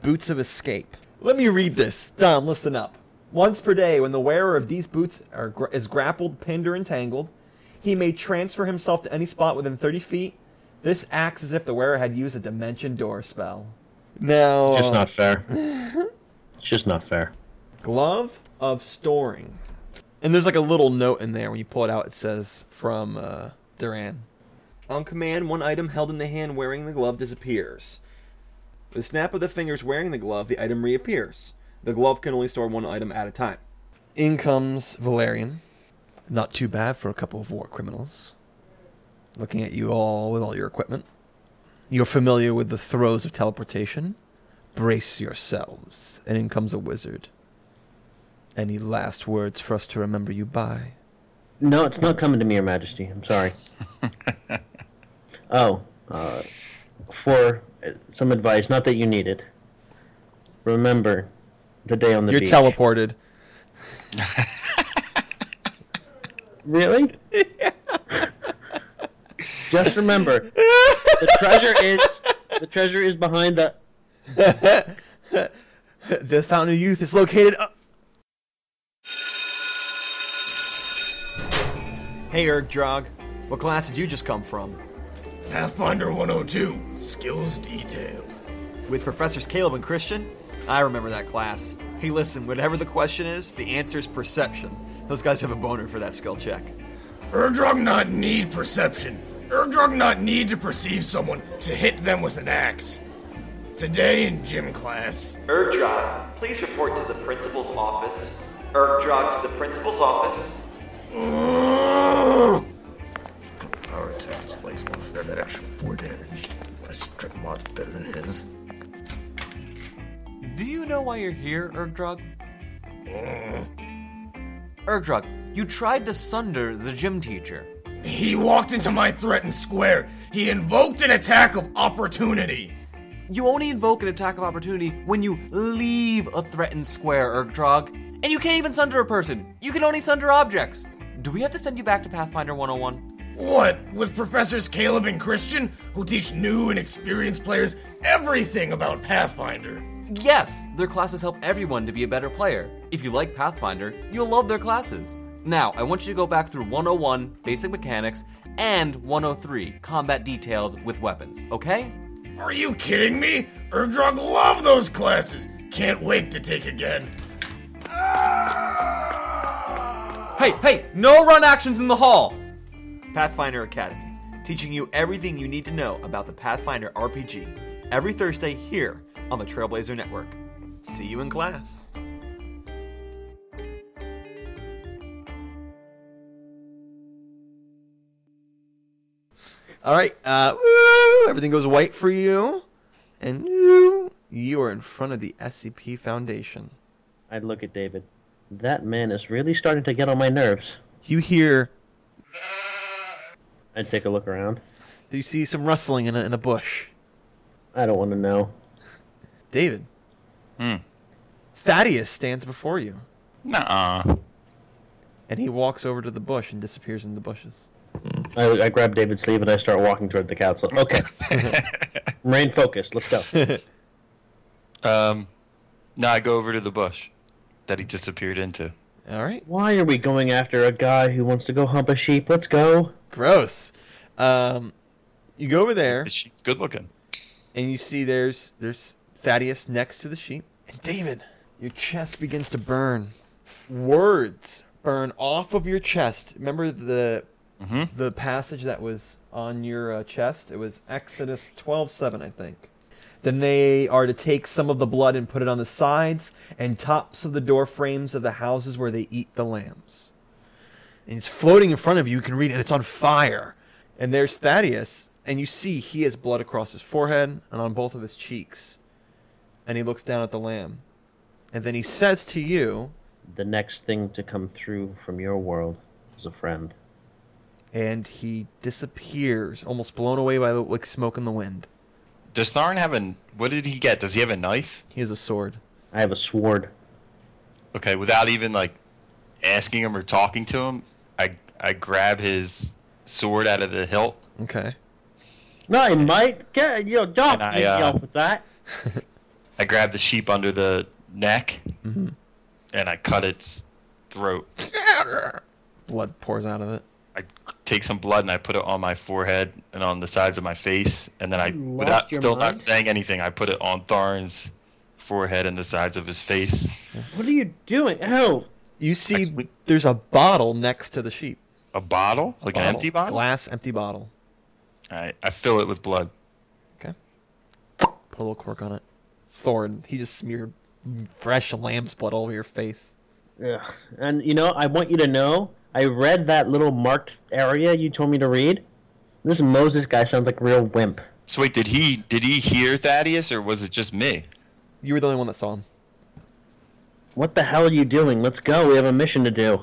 S1: boots of escape let me read this Dom, listen up once per day when the wearer of these boots are gr- is grappled pinned or entangled he may transfer himself to any spot within 30 feet this acts as if the wearer had used a dimension door spell now
S3: It's not fair. it's just not fair.
S1: glove of storing and there's like a little note in there when you pull it out it says from uh, duran on command one item held in the hand wearing the glove disappears with a snap of the fingers wearing the glove the item reappears the glove can only store one item at a time in comes valerian not too bad for a couple of war criminals looking at you all with all your equipment you're familiar with the throes of teleportation brace yourselves and in comes a wizard any last words for us to remember you by?
S3: No, it's not coming to me, Your Majesty. I'm sorry. oh, uh, for uh, some advice, not that you need it. Remember the day on the
S1: You're
S3: beach.
S1: teleported.
S4: Really? Just remember, the treasure is the treasure is behind the.
S1: The Fountain of Youth is located. Up- hey, Erg Drog. What class did you just come from?
S6: Pathfinder 102, Skills Detail.
S1: With Professors Caleb and Christian? I remember that class. Hey, listen, whatever the question is, the answer is perception. Those guys have a boner for that skill check.
S6: Erdrog not need perception. Erdrog not need to perceive someone to hit them with an axe. Today in gym class,
S7: Erdrog, please report to the principal's office. Erdrog to the principal's office.
S6: Ugh. Power attack his legs off. That, that extra four damage. My strip mod's better than his.
S1: Do you know why you're here, Ergdrog? Ergdrog, you tried to sunder the gym teacher.
S6: He walked into my threatened square. He invoked an attack of opportunity.
S1: You only invoke an attack of opportunity when you leave a threatened square, Ergdrog. And you can't even sunder a person. You can only sunder objects. Do we have to send you back to Pathfinder 101?
S6: What, with professors Caleb and Christian, who teach new and experienced players everything about Pathfinder?
S1: Yes, their classes help everyone to be a better player. If you like Pathfinder, you'll love their classes. Now, I want you to go back through 101, Basic Mechanics, and 103, Combat Detailed with Weapons, okay?
S6: Are you kidding me? Erdrog love those classes. Can't wait to take again.
S1: Hey, hey, no run actions in the hall! Pathfinder Academy, teaching you everything you need to know about the Pathfinder RPG every Thursday here on the Trailblazer Network. See you in class. All right, uh, woo, everything goes white for you, and you, you are in front of the SCP Foundation.
S3: I look at David. That man is really starting to get on my nerves.
S1: You hear
S3: I take a look around.
S1: You see some rustling in a, in a bush.
S3: I don't want to know.
S1: David. Thaddeus stands before you,
S2: Nuh-uh.
S1: and he walks over to the bush and disappears in the bushes.
S3: I, I grab David's sleeve and I start walking toward the council. Okay. Remain focused. Let's go.
S2: Um, no, I go over to the bush that he disappeared into.
S1: All right.
S3: Why are we going after a guy who wants to go hump a sheep? Let's go.
S1: Gross. Um, you go over there,
S2: The sheep's good looking.
S1: and you see there's there's Thaddeus next to the sheep. And David, your chest begins to burn. Words burn off of your chest. Remember the the passage that was on your uh, chest? It was Exodus 12:7, I think. Then they are to take some of the blood and put it on the sides and tops of the door frames of the houses where they eat the lambs. And it's floating in front of you. You can read it. And it's on fire. And there's Thaddeus. And you see he has blood across his forehead and on both of his cheeks. And he looks down at the lamb. And then he says to you,
S3: The next thing to come through from your world is a friend.
S1: and he disappears, almost blown away by the like smoke in the wind.
S2: Does Tharn have a... What did he get? Does he have a knife?
S1: He has a sword.
S3: I have a sword.
S2: Okay, without even, like, asking him or talking to him, I, I grab his sword out of the hilt.
S1: Okay.
S3: No, I might get you know, Joff,
S2: And I,
S3: you
S2: uh,
S3: with that.
S2: I grab the sheep under the neck, and I cut its throat.
S1: Blood pours out of it.
S2: I take some blood and I put it on my forehead and on the sides of my face, and then I, without still not saying anything, I put it on Tharn's forehead and the sides of his face.
S3: What are you doing? Oh,
S1: You see
S2: Excellent.
S1: there's a bottle next to the sheep.
S2: A bottle, like an
S1: Bottle.
S2: empty bottle.
S1: Glass empty bottle.
S2: I, I fill it with blood.
S1: Okay. Put a little cork on it. Thorn, he just smeared fresh lamb's blood all over your face.
S3: Ugh. And you know, I want you to know, I read that little marked area you told me to read. This Moses guy sounds like a real wimp.
S2: So wait, did he did he hear Thaddeus or was it just me?
S1: You were the only one that saw him.
S3: What the hell are you doing? Let's go. We have a mission to do.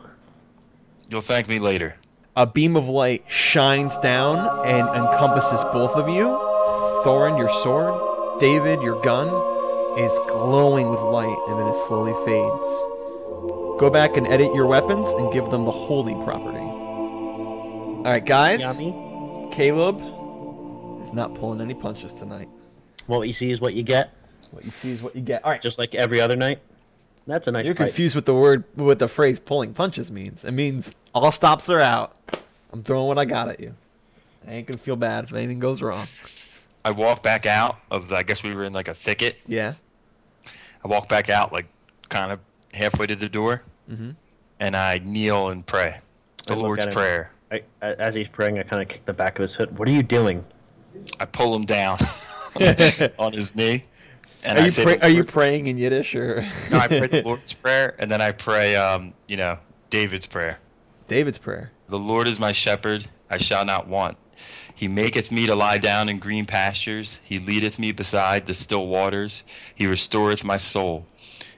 S2: You'll thank me later.
S1: A beam of light shines down and encompasses both of you. Thorin, your sword, David, your gun, is glowing with light and then it slowly fades. Go back and edit your weapons and give them the holy property. All right, guys.
S3: Yummy.
S1: Caleb is not pulling any punches tonight.
S3: What you see is what you get,
S1: What you see is what you get. All right.
S3: just like every other night. That's a nice.
S1: You're
S3: fight.
S1: confused with the word, what the phrase "pulling punches" means. It means all stops are out. I'm throwing what I got at you. I ain't gonna feel bad if anything goes wrong.
S2: I walk back out of. I guess we were in like a thicket.
S1: Yeah.
S2: I walk back out, like kind of halfway to the door, and I kneel and pray
S3: I Mm-hmm.
S2: the
S3: look
S2: Lord's
S3: at him.
S2: Prayer.
S3: I, a- as he's praying, I kind of kick the back of his foot. What are you doing?
S2: I pull him down on his knee, and
S1: Are
S2: I
S1: you
S2: say,
S1: pray
S2: the
S1: are you
S2: Lord-
S1: praying in Yiddish or?
S2: No, I pray the Lord's Prayer, and then I pray, um, you know, David's Prayer.
S1: David's prayer.
S2: The Lord is my shepherd, I shall not want. He maketh me to lie down in green pastures. He leadeth me beside the still waters. He restoreth my soul.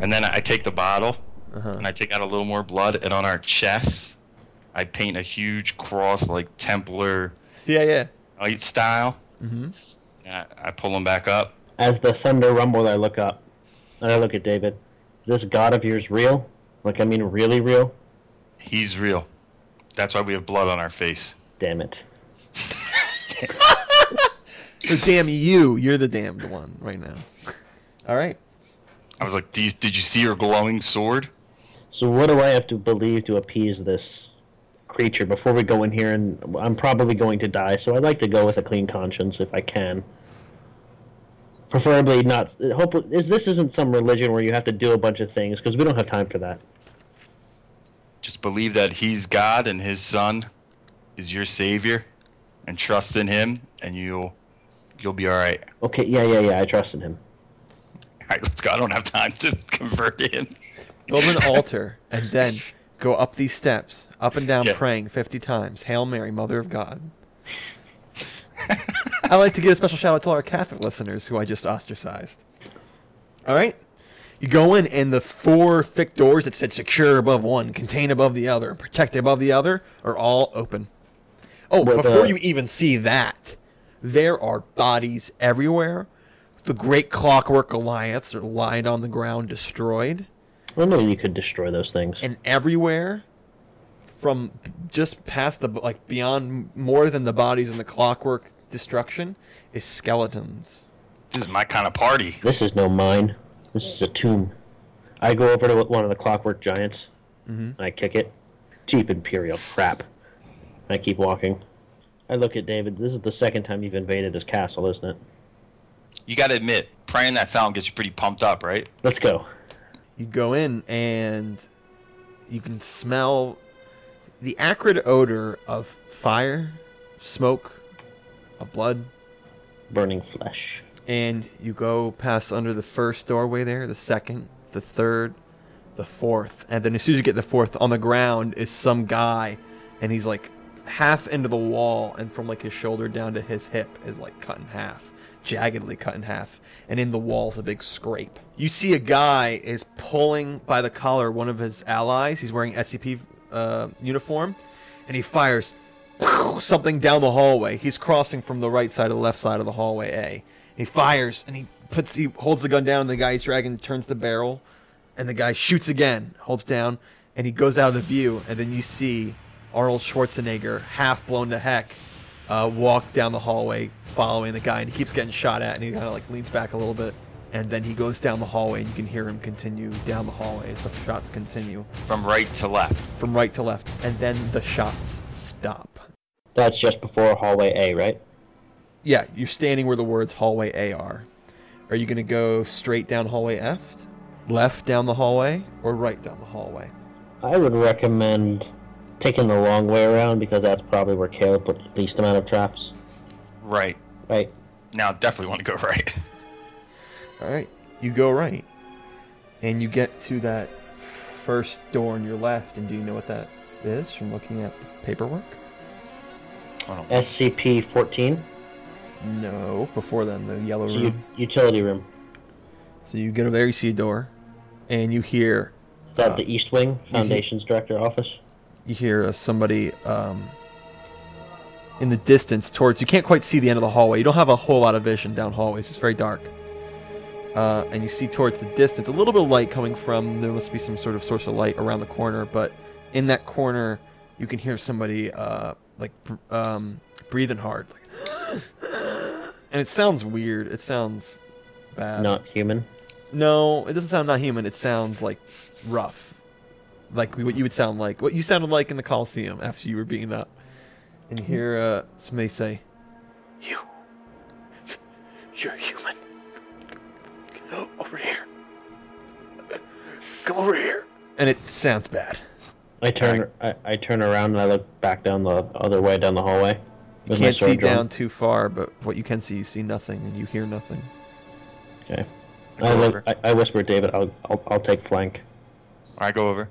S2: And then I take the bottle
S1: Uh-huh.
S2: and I take out a little more blood, and on our chests, I paint a huge cross like Templar
S1: Yeah, yeah.
S2: Knight style. Mm-hmm. And I, I pull them back up.
S3: As the thunder rumbled, I look up, and I look at David. Is this God of yours real? Like, I mean, really real?
S2: He's real. That's why we have blood on our face.
S3: Damn it!
S1: So damn you, you're the damned one right now. All right.
S2: I was like, "Do you- Did you see her glowing sword?
S3: So, what do I have to believe to appease this creature before we go in here? And I'm probably going to die, so I'd like to go with a clean conscience if I can. Preferably not. Hopefully, is this isn't some religion where you have to do a bunch of things because we don't have time for that.
S2: Just believe that he's God and his son is your savior and trust in him and you'll you'll be all right.
S3: Okay, yeah, yeah, yeah. I trust in him.
S2: All right, let's go. I don't have time to convert him.
S1: Build an altar and then go up these steps, up and down,
S2: Yeah.
S1: praying 50 times. Hail Mary, Mother of God. I'd like to give a special shout out to all our Catholic listeners who I just ostracized. All right. You go in, and the four thick doors that said secure above one, contain above the other, and protect above the other are all open. Oh,
S3: But,
S1: before
S3: uh,
S1: you even see that, there are bodies everywhere. The great clockwork Goliaths are lying on the ground, destroyed
S3: I know you could destroy those things.
S1: and everywhere from just past the like beyond more than the bodies and the clockwork destruction is skeletons
S2: This is my kind of party.
S3: This is no mine. This is a tomb. I go over to one of the clockwork giants. And I kick it. Cheap imperial crap. I keep walking. I look at David. This is the second time you've invaded this castle, isn't it?
S2: You got to admit, praying that sound gets you pretty pumped up, right?
S3: Let's go.
S1: you go in and you can smell the acrid odor of fire smoke of blood
S3: Burning flesh.
S1: and you go past under the first doorway there, the second, the third, the fourth, and then as soon as you get the fourth, on the ground is some guy, and he's like half into the wall, and from like his shoulder down to his hip is like cut in half, jaggedly cut in half, and in the wall's a big scrape. You see a guy is pulling by the collar one of his allies. He's wearing SCP uh, uniform, and he fires something down the hallway. He's crossing from the right side to the left side of the hallway A. He fires and he puts he holds the gun down and the guy he's dragging turns the barrel and the guy shoots again, holds down, and he goes out of the view and then you see Arnold Schwarzenegger half blown to heck uh, walk down the hallway following the guy and he keeps getting shot at and he kind of like leans back a little bit and then he goes down the hallway and you can hear him continue down the hallway as the shots continue
S2: From right to left.
S1: from right to left and then the shots stop
S3: That's just before hallway A, right?
S1: Yeah, you're standing where the words hallway A are. Are you going to go straight down hallway F, left down the hallway, or right down the hallway?
S3: I would recommend taking the long way around because that's probably where Caleb put the least amount of traps.
S2: Right.
S3: Right?
S2: Now, definitely want to go right.
S1: All right. you go right, and you get to that first door on your left. And do you know what that is from looking at the paperwork?
S3: SCP 14?
S1: No. Before then, the yellow
S3: It's a
S1: room.
S3: u- utility room.
S1: So you go there, you see a door, and you hear
S3: Is that
S1: Uh,
S3: the East Wing Foundation's director office?
S1: you hear uh, somebody um, in the distance towards you can't quite see the end of the hallway you don't have a whole lot of vision down hallways it's very dark uh, and you see towards the distance a little bit of light coming from there must be some sort of source of light around the corner but in that corner you can hear somebody uh, like br- um, breathing hard like, and it sounds weird it sounds bad
S3: Not human.
S1: no, it doesn't sound not human. It sounds like rough, like what you would sound like. What you sounded like in the Coliseum after you were beaten up. And you hear uh, somebody say,
S8: You. You're human. Over here. Come over here.
S1: and it sounds bad.
S3: I turn I, I turn around and I look back down the other way down the hallway.
S1: You
S3: with my
S1: can't see
S3: sword drawn.
S1: down too far, but what you can see, you see nothing and you hear nothing.
S3: Okay. I, look, I, I whisper, David, I'll, I'll, I'll take flank.
S2: I go over.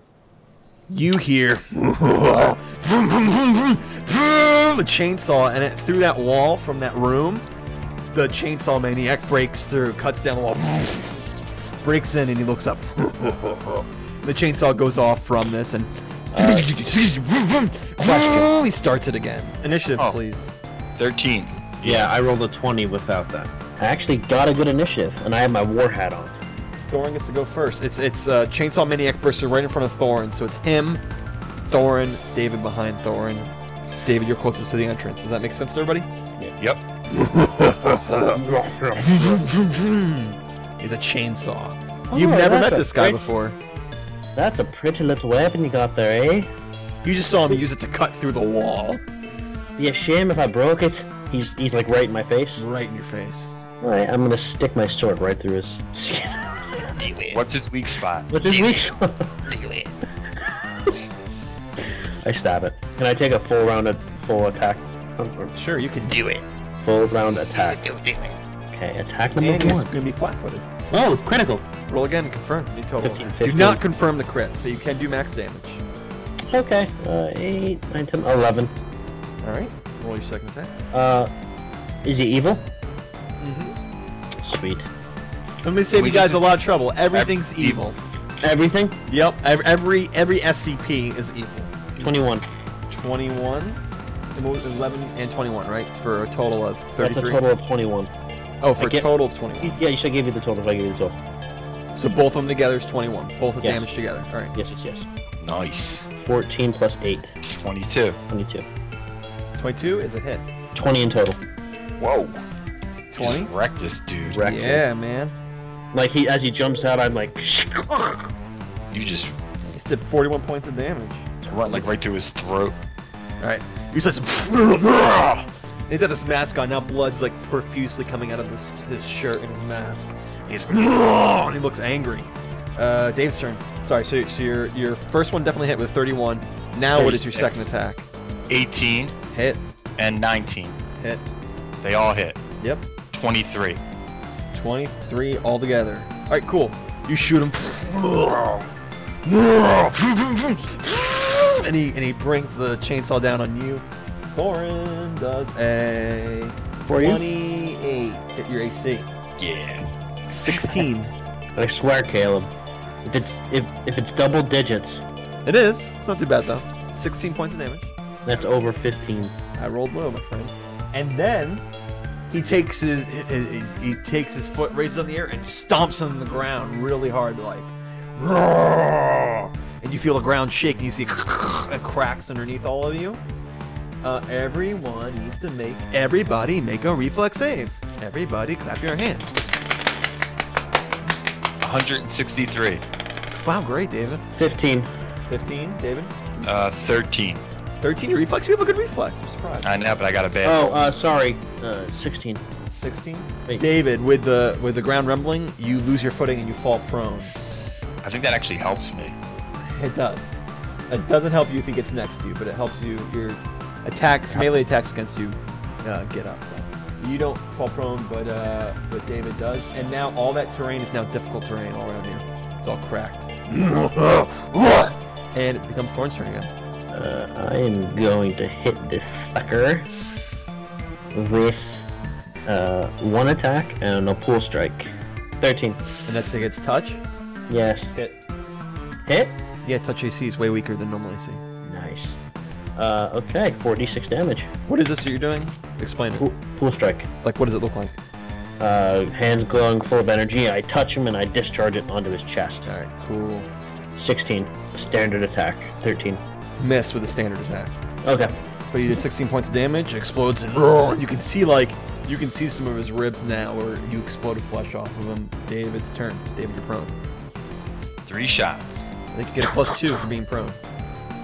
S1: You hear vroom, vroom, vroom, vroom, vroom, the chainsaw, and it through that wall from that room, the chainsaw maniac breaks through, cuts down the wall, breaks in, and he looks up. the chainsaw goes off from this, and vroom, vroom, vroom, he starts it again. Initiative,
S2: Oh.
S1: please.
S2: 13.
S3: Yeah, I rolled a 20 without that. I actually got a good initiative, and I have my war hat on.
S1: Thorin gets to go first. It's it's uh, chainsaw maniac bursts right in front of Thorin, so it's him, Thorin, David behind Thorin. David, you're closest to the entrance. Does that make sense to everybody?
S2: Yep.
S1: is a chainsaw.
S3: Oh,
S1: You've never
S3: that's
S1: met
S3: a
S1: this guy
S3: great-
S1: before.
S3: That's a pretty little weapon you got there, eh?
S1: You just saw him use it to cut through the wall.
S3: Be a shame if I broke it. He's he's like right in my face.
S1: Right in your face.
S3: Alright, I'm gonna stick my sword right through his skin.
S2: What's his weak spot?
S3: With his weak sword. I stab it. Can I take a full round of full attack? Or
S1: Sure, you can do it.
S3: Full round attack. Okay, attack number
S1: And he's
S3: one.
S1: going to be flat-footed.
S3: Oh, critical.
S1: Roll again and confirm. You total.
S3: 15,
S1: Do
S3: 15.
S1: not confirm the crit, so you can do max damage.
S3: Okay. Uh, eight, nine, ten, eleven.
S1: All right. Roll your second attack.
S3: Uh, is he evil? Mm-hmm. Sweet.
S1: Let me save
S2: We
S1: you guys
S2: just-
S1: a lot of trouble. Everything's
S2: Everything's
S1: evil.
S3: Everything?
S1: Yep. ev- Every every SCP is evil.
S3: 21.
S1: 21. And what was it, 11 and 21, right? For a total of 33.
S3: That's a total of 21.
S1: oh, for
S3: I
S1: a
S3: get-
S1: total of 21.
S3: Y- Yeah, you should give you the total if I give you the total.
S1: So both of them together is 21. Both the
S3: Yes.
S1: damage together. All right.
S3: Yes, yes, yes.
S2: Nice.
S3: 14 plus 8.
S2: 22.
S3: 22.
S1: 22 is a hit.
S3: 20 in total.
S2: Whoa.
S1: 20?
S2: Just wreck this dude.
S3: Wreck.
S1: Yeah, man.
S3: Like, he as he jumps out, I'm like,
S2: You just
S1: He did 41 points of damage.
S2: went like right through his throat.
S1: All right. He says, and he's got this mask on. Now blood's like profusely coming out of this his shirt and his mask. He's and he looks angry. Uh, Dave's turn. Sorry. So, so your your first one definitely hit with 31. Now what is your second
S2: 36.
S1: attack?
S2: 18
S1: Hit.
S2: and 19.
S1: Hit.
S2: They all hit.
S1: Yep.
S2: 23.
S1: 23 altogether. All right. Cool. You shoot him. And he and he brings the chainsaw down on you. Thorin does a
S3: For you?
S1: 28. Hit your AC.
S2: Yeah.
S1: 16.
S3: I swear, Caleb. If it's if, if it's double digits,
S1: it is. It's not too bad though. 16 points of damage.
S3: that's over 15.
S1: I rolled low, my friend. And then he takes his, his, his- he takes his foot, raises up in the air, and stomps on the ground really hard, like. "Roar!" And you feel the ground shake, and you see cracks underneath all of you. Uh, everyone needs to make everybody make a reflex save. Everybody, clap your hands.
S2: 163.
S1: Wow, great, David.
S3: 15.
S1: 15, David.
S2: Uh, 13.
S1: 13, your reflex. You have a good reflex. I'm surprised.
S2: I know, but I got a bad.
S3: Oh, uh, sorry. Uh, 16.
S1: 16.
S3: Wait.
S1: David, with the with the ground rumbling, you lose your footing and you fall prone.
S2: I think that actually helps me.
S1: It does. It doesn't help you if he gets next to you, but it helps you. Your attacks, melee attacks against you, uh, get up. You don't fall prone, but uh, but David does. And now all that terrain is now difficult terrain all around here. It's all cracked. and it becomes Thorn's turn again.
S3: Uh, I am going to hit this sucker with uh, one attack and a pull strike. 13.
S1: And that's against touch.
S3: Yes.
S1: Hit.
S3: Hit?
S1: Yeah, touch AC is way weaker than normal AC.
S3: Nice. Uh, okay, 46 damage.
S1: What is this that you're doing? Explain it.
S3: Pull, pull strike.
S1: Like, what does it look like?
S3: Uh, hands glowing full of energy. I touch him and I discharge it onto his chest.
S1: All right, cool.
S3: 16. Standard attack. 13.
S1: Miss with a standard attack.
S3: Okay.
S1: But you did 16 points of damage, explodes, and roar. You can see, like, you can see some of his ribs now, or you explode a flesh off of him. David's turn. David, you're prone.
S2: Three shots.
S1: I think you get a plus two for being prone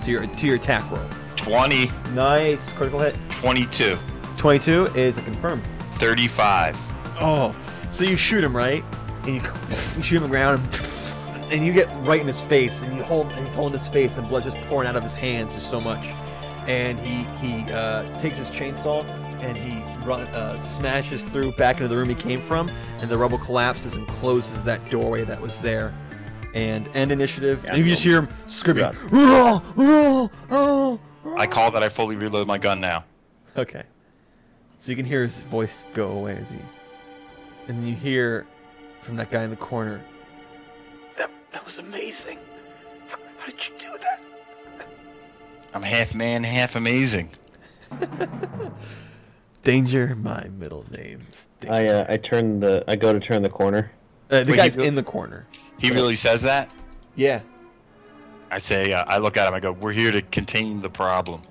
S1: to your to your attack roll.
S2: 20,
S1: Nice, critical hit.
S2: 22,
S1: 22 is a confirm.
S2: 35.
S1: Oh, so you shoot him right, and you, you shoot him in the ground, and, and you get right in his face, and you hold, and he's holding his face, and blood's just pouring out of his hands. There's so much, and he he uh, takes his chainsaw and he run, uh, smashes through back into the room he came from, and the rubble collapses and closes that doorway that was there. And end initiative. and you just hear him screaming. "Roar, roar, oh, roar, roar."
S2: I call that I fully reload my gun now.
S1: Okay. So you can hear his voice go away as he. And you hear from that guy in the corner,
S9: That, that was amazing. How, how did you do that?
S2: I'm half man, half amazing.
S1: Danger, my middle name's Danger.
S3: I, uh, I turn the, I go to turn the corner.
S1: Uh, the
S2: wait,
S1: guy's
S2: he's-
S1: in the corner.
S2: He really says that?
S1: Yeah.
S2: I say, uh, I look at him, I go, we're here to contain the problem.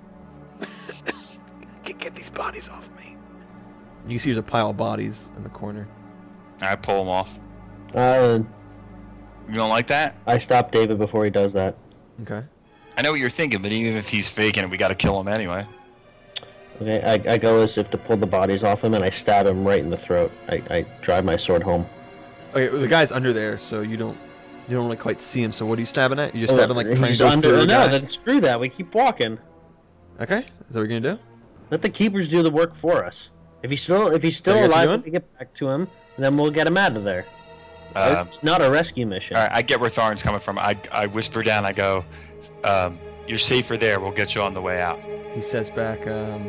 S9: Get, get these bodies off me.
S1: You can see there's a pile of bodies in the corner.
S2: I pull him off.
S3: Uh,
S2: You don't like that?
S3: I stop David before he does that.
S1: Okay.
S2: I know what you're thinking, but even if he's faking it, we gotta kill him anyway.
S3: Okay, I, I go as if to pull the bodies off him and I stab him right in the throat. I, I drive my sword home.
S1: Okay, well, the guy's under there, so you don't you don't really quite see him. So what are you stabbing at? You just stabbing like
S3: Oh, He's
S1: trying to go
S3: under-
S1: through the guy?
S3: No, then screw that. We keep walking.
S1: Okay. Is that what you're gonna do?
S3: Let the keepers do the work for us. If he's still if he's still
S1: Is that what you're
S3: alive,
S1: doing?
S3: when we get back to him, then we'll get him out of there.
S2: Um,
S3: it's not a rescue mission.
S2: all right, I get where Tharn's coming from. I, I whisper down, I go, um, you're safer there. We'll get you on the way out.
S1: He says back, um,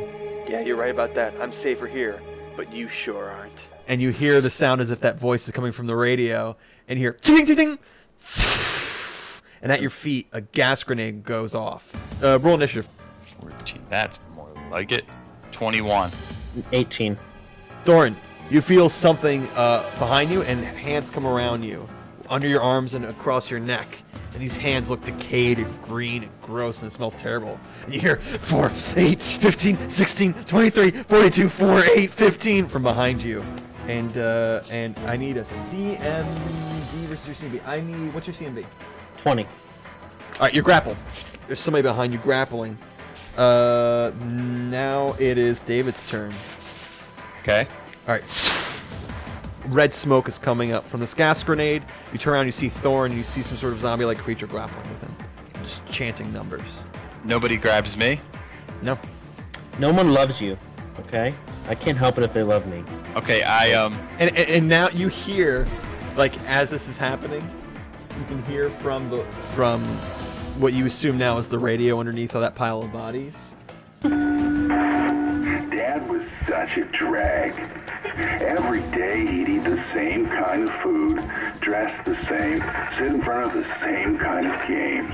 S7: Yeah, you're right about that. I'm safer here, but you sure aren't.
S1: and you hear the sound as if that voice is coming from the radio, and you hear ding ding ding, and at your feet a gas grenade goes off. Uh, roll initiative.
S2: 14, that's more like it. 21.
S3: Eighteen.
S1: Thorin, you feel something uh, behind you, and hands come around you, under your arms and across your neck. And these hands look decayed and green and gross and it smells terrible. And you hear 4, 8, 15, 16, 23, 42, 4, 8, 15 from behind you. And uh, and I need a CMD versus your CMB. I need, what's your CMB?
S3: Twenty.
S1: All right, you're grappled. There's somebody behind you grappling. Uh, now it is David's turn.
S2: Okay.
S1: All right. Red smoke is coming up from this gas grenade. You turn around, you see Thorn, you see some sort of zombie-like creature grappling with him, just chanting numbers.
S2: Nobody grabs me.
S1: No.
S3: No one loves you. Okay? I can't help it if they love me.
S2: Okay, I, um,
S1: And, and and now you hear, like as this is happening, you can hear from the from what you assume now is the radio underneath all that pile of bodies.
S10: Dad was such a drag. Every day he'd eat the same kind of food, dress the same, sit in front of the same kind of games.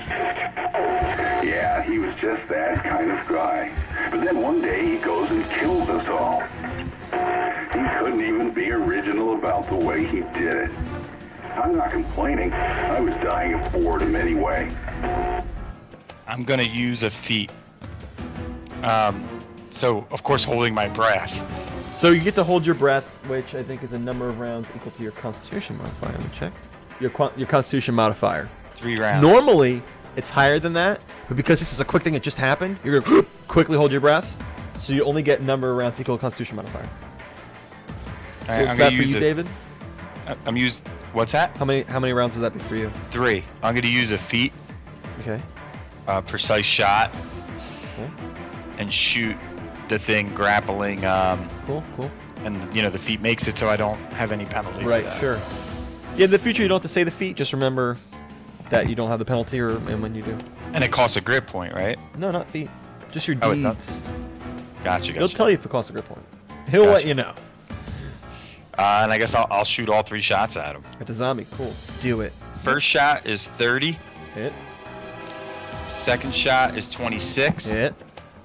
S10: Yeah, he was just that kind of guy. But then one day he goes and kills us all. He couldn't even be original about the way he did it. I'm not complaining. I was dying of boredom anyway.
S2: I'm gonna use a feat. Um, so of course holding my breath.
S1: So you get to hold your breath, which I think is a number of rounds equal to your Constitution modifier. Let me check. Your con- your Constitution modifier.
S2: Three rounds.
S1: Normally, it's higher than that, but because this is a quick thing that just happened, you're gonna quickly hold your breath, so you only get number of rounds equal to Constitution modifier.
S2: All
S1: So
S2: right,
S1: is that
S2: I'm gonna
S1: for
S2: use
S1: you,
S2: a-
S1: David?
S2: I- I'm use. What's that?
S1: How many how many rounds would that be for you?
S2: Three. I'm gonna use a feat,
S1: Okay.
S2: uh, precise shot,
S1: Okay.
S2: and shoot the thing grappling um,
S1: Cool. Cool.
S2: and you know the feat makes it so I don't have any penalty.
S1: Right,
S2: for that.
S1: sure. Yeah, in the future you don't have to say the feet. Just remember that you don't have the penalty, or and when you do.
S2: And it costs a grid point, right?
S1: No, not feet. Just your
S2: Oh, it
S1: deeds.
S2: does. Gotcha. gotcha.
S1: He'll tell you if it costs a grip point. He'll let
S2: Gotcha.
S1: you know.
S2: Uh, and I guess I'll, I'll shoot all three shots at him.
S1: It's a zombie. Cool. Do it.
S2: First shot is 30.
S1: Hit.
S2: Second shot is 26.
S1: Hit.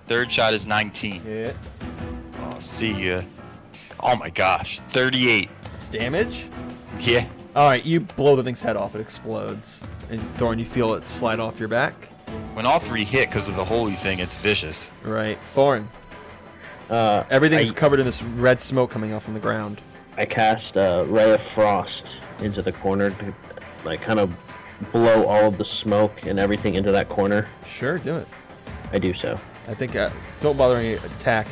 S2: Third shot is 19.
S1: Hit.
S2: Oh, see ya. Oh my gosh, 38.
S1: Damage.
S2: Yeah.
S1: All right, you blow the thing's head off. It explodes, and Thorn, you feel it slide off your back.
S2: When all three hit because of the holy thing, it's vicious.
S1: Right, Thorn.
S3: Uh,
S1: Everything
S3: I-
S1: is covered in this red smoke coming off from the ground.
S3: I cast a ray of frost into the corner to like kind of blow all of the smoke and everything into that corner.
S1: Sure, do it.
S3: I do so.
S1: I think uh, don't bother any attack.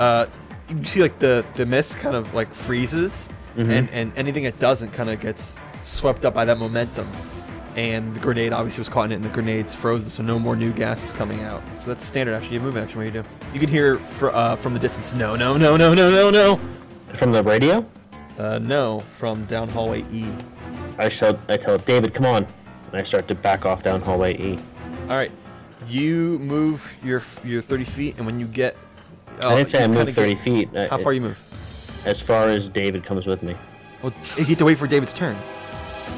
S1: Uh, you see, like the the mist kind of like freezes, and and anything that doesn't kind of gets swept up by that momentum. And the grenade obviously was caught in it, and the grenade's frozen, so no more new gas is coming out. So that's standard action. You have movement action. What do you do? You can hear fr- uh, from the distance, no, no, no, no, no, no, no.
S3: From the radio,
S1: Uh, no, from down hallway E.
S3: I tell I tell David, "Come on," and I start to back off down hallway E.
S1: All right, you move your your 30 feet, and when you get, uh,
S3: I didn't say
S1: you
S3: I
S1: kinda
S3: moved 30
S1: get-
S3: feet. I-
S1: How far you move?
S3: As far as David comes with me,
S1: Well, you get to wait for David's turn.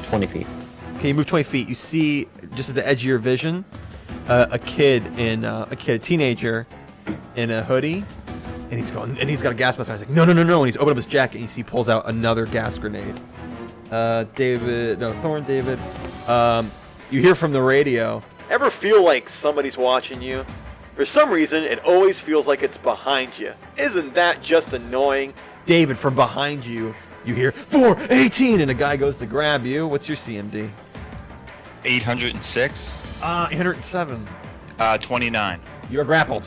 S3: 20 feet.
S1: Okay, you move 20 feet. You see, just at the edge of your vision, uh, a kid in uh, a kid, a teenager, in a hoodie, and he's going, and he's got a gas mask. on. He's like, no, no, no, no. And he's opened up his jacket, and you see, he pulls out another gas grenade. Uh, David, no, Thorn, David. Um, you hear from the radio. Ever feel like somebody's watching you? For some reason, it always feels like it's behind you. Isn't that just annoying? David, from behind you, you hear 418, and a guy goes to grab you. What's your CMD?
S2: 806,
S1: Ah, 807.
S2: uh, 29.
S1: You are grappled.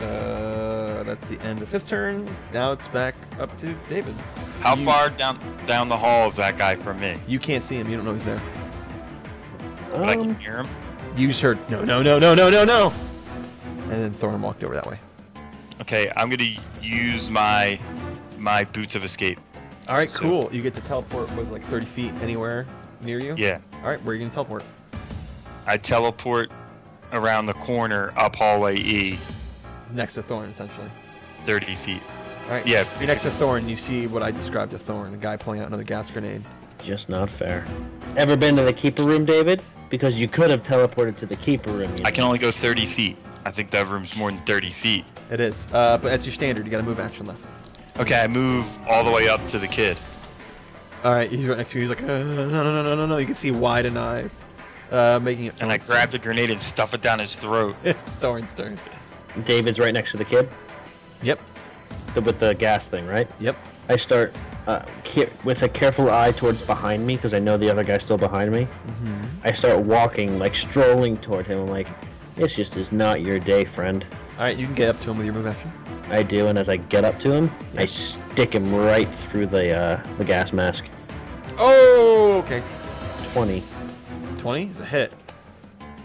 S1: Uh, that's the end of his turn. Now it's back up to David.
S2: How far down down the hall is that guy from me?
S1: You can't see him. You don't know he's there.
S2: But I can
S1: Um,
S2: hear him.
S1: You just heard no, no, no, no, no, no, no. And then Thorn walked over that way.
S2: Okay, I'm gonna use my my boots of escape.
S1: All right,
S2: So-
S1: cool. You get to teleport. Was like 30 feet anywhere near you.
S2: Yeah,
S1: All right, where are you gonna teleport?
S2: I teleport around the corner up hallway E,
S1: Next to Thorn, essentially.
S2: 30 feet.
S1: All right.
S2: Yeah,
S1: You're next to
S2: basically.
S1: Thorn. You see what I described to Thorn, a guy pulling out another gas grenade.
S3: Just not fair. Ever been to the keeper room, David? Because you could have teleported to the keeper room. You
S2: I can only go 30 feet. I think that room's more than 30 feet.
S1: It is. Uh, but that's your standard. You got to move action left.
S2: Okay, I move all the way up to the kid.
S1: All right, he's right next to you. He's like, uh, no, no, no, no, no, no. You can see widened eyes, uh, making it.
S2: And I
S1: Thorn's
S2: grab the grenade and stuff it down his throat.
S1: turn. Thorn's turn.
S3: know. David's right next to the kid
S1: Yep,
S3: the- with the gas thing, right?
S1: yep.
S3: I start uh, care- with a careful eye towards behind me because I know the other guy's still behind me.
S1: Mm-hmm.
S3: I start walking, like strolling toward him. I'm like, this just is not your day, friend.
S1: All right, you can get up to him with your move action.
S3: I do, and as I get up to him, I stick him right through the uh, the gas mask.
S1: Oh, okay.
S3: 20,
S1: Twenty is a hit.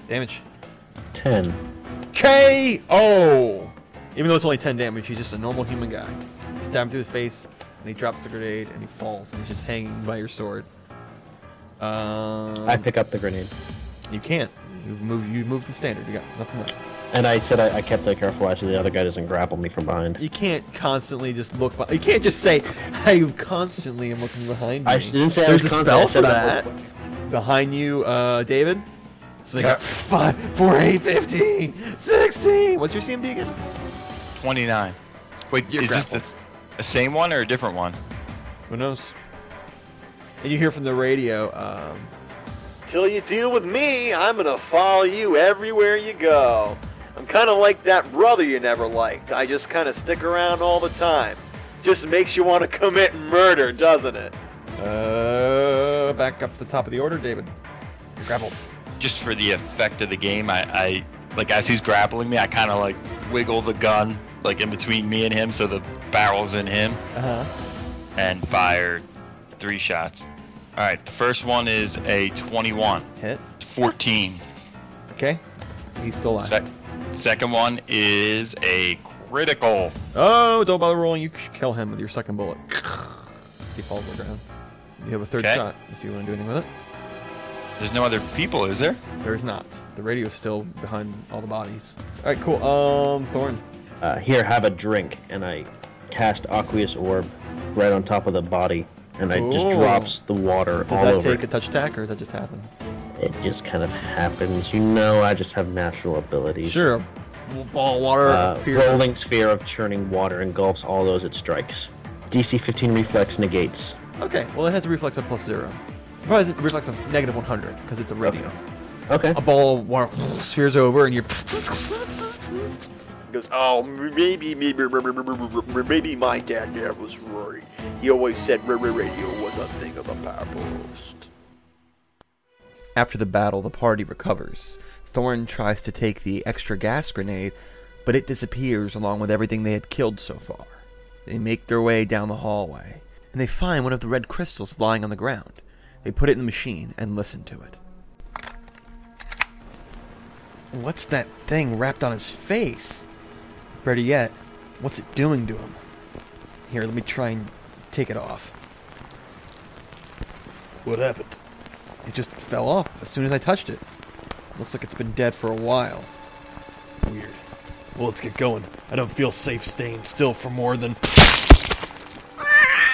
S1: Damage.
S3: 10.
S1: K.O. Even though it's only ten damage, he's just a normal human guy. Stab him through the face, and he drops the grenade, and he falls, and he's just hanging by your sword. Um,
S3: I pick up the grenade.
S1: You can't. You moved. You moved the standard. You got nothing left.
S3: And I said I, I kept a careful eye so the other guy doesn't grapple me from behind.
S1: You can't constantly just look. By- you can't just say, "I constantly am looking behind me."
S3: I didn't say I
S1: There's
S3: was
S1: a spell
S3: constant,
S1: for
S3: I said
S1: that.
S3: I
S1: Behind you, uh, David. So they got five, four, eight, 15, 16. What's your CMD again?
S2: 29. Wait,
S1: You're
S2: is
S1: grappled.
S2: this the, the same one or a different one?
S1: Who knows? And you hear from the radio. Um,
S11: Till you deal with me, I'm gonna follow you everywhere you go. I'm kinda like that brother you never liked. I just kinda stick around all the time. Just makes you wanna commit murder, doesn't it?
S1: uh, back up to the top of the order, David. You're grappled.
S2: Just for the effect of the game, I, I like as he's grappling me, I kind of like wiggle the gun like in between me and him, so the barrel's in him,
S1: Uh huh.
S2: and fire three shots. All right, the first one is a 21,
S1: Hit.
S2: 14.
S1: Okay. He's still alive.
S2: Sec- second one is a critical.
S1: Oh, don't bother rolling. You c- kill him with your second bullet. He falls to the ground. You have a third
S2: Okay.
S1: shot if you want to do anything with it.
S2: There's no other people, is there?
S1: There is not. The radio's still behind all the bodies. All right, cool. Um, Thorn.
S3: Uh, here, have a drink, and I cast Aqueous Orb right on top of the body, and it just
S1: Cool.
S3: drops the water
S1: Does
S3: all
S1: that
S3: over.
S1: take a touch attack or does that just happen?
S3: It just kind of happens. You know, I just have natural abilities.
S1: Sure. Ball of water.
S3: Uh,
S1: appears.
S3: rolling sphere of churning water engulfs all those it strikes. DC 15 reflex negates.
S1: Okay, well, it has a reflex of plus zero. It probably has a reflex of negative 100 because it's a radio.
S3: Okay.
S1: A ball of water spheres over and you're.
S11: He goes, oh, maybe, maybe, maybe my dad there was right. He always said r- r- radio was a thing of the past.
S1: After the battle, the party recovers. Thorn tries to take the extra gas grenade, but it disappears along with everything they had killed so far. They make their way down the hallway, and they find one of the red crystals lying on the ground. They put it in the machine and listen to it. What's that thing wrapped on his face? Better yet, what's it doing to him? Here, let me try and take it off. What happened? It just fell off as soon as I touched it. Looks like it's been dead for a while.
S12: Weird. Well, let's get going. I don't feel safe staying still for more than.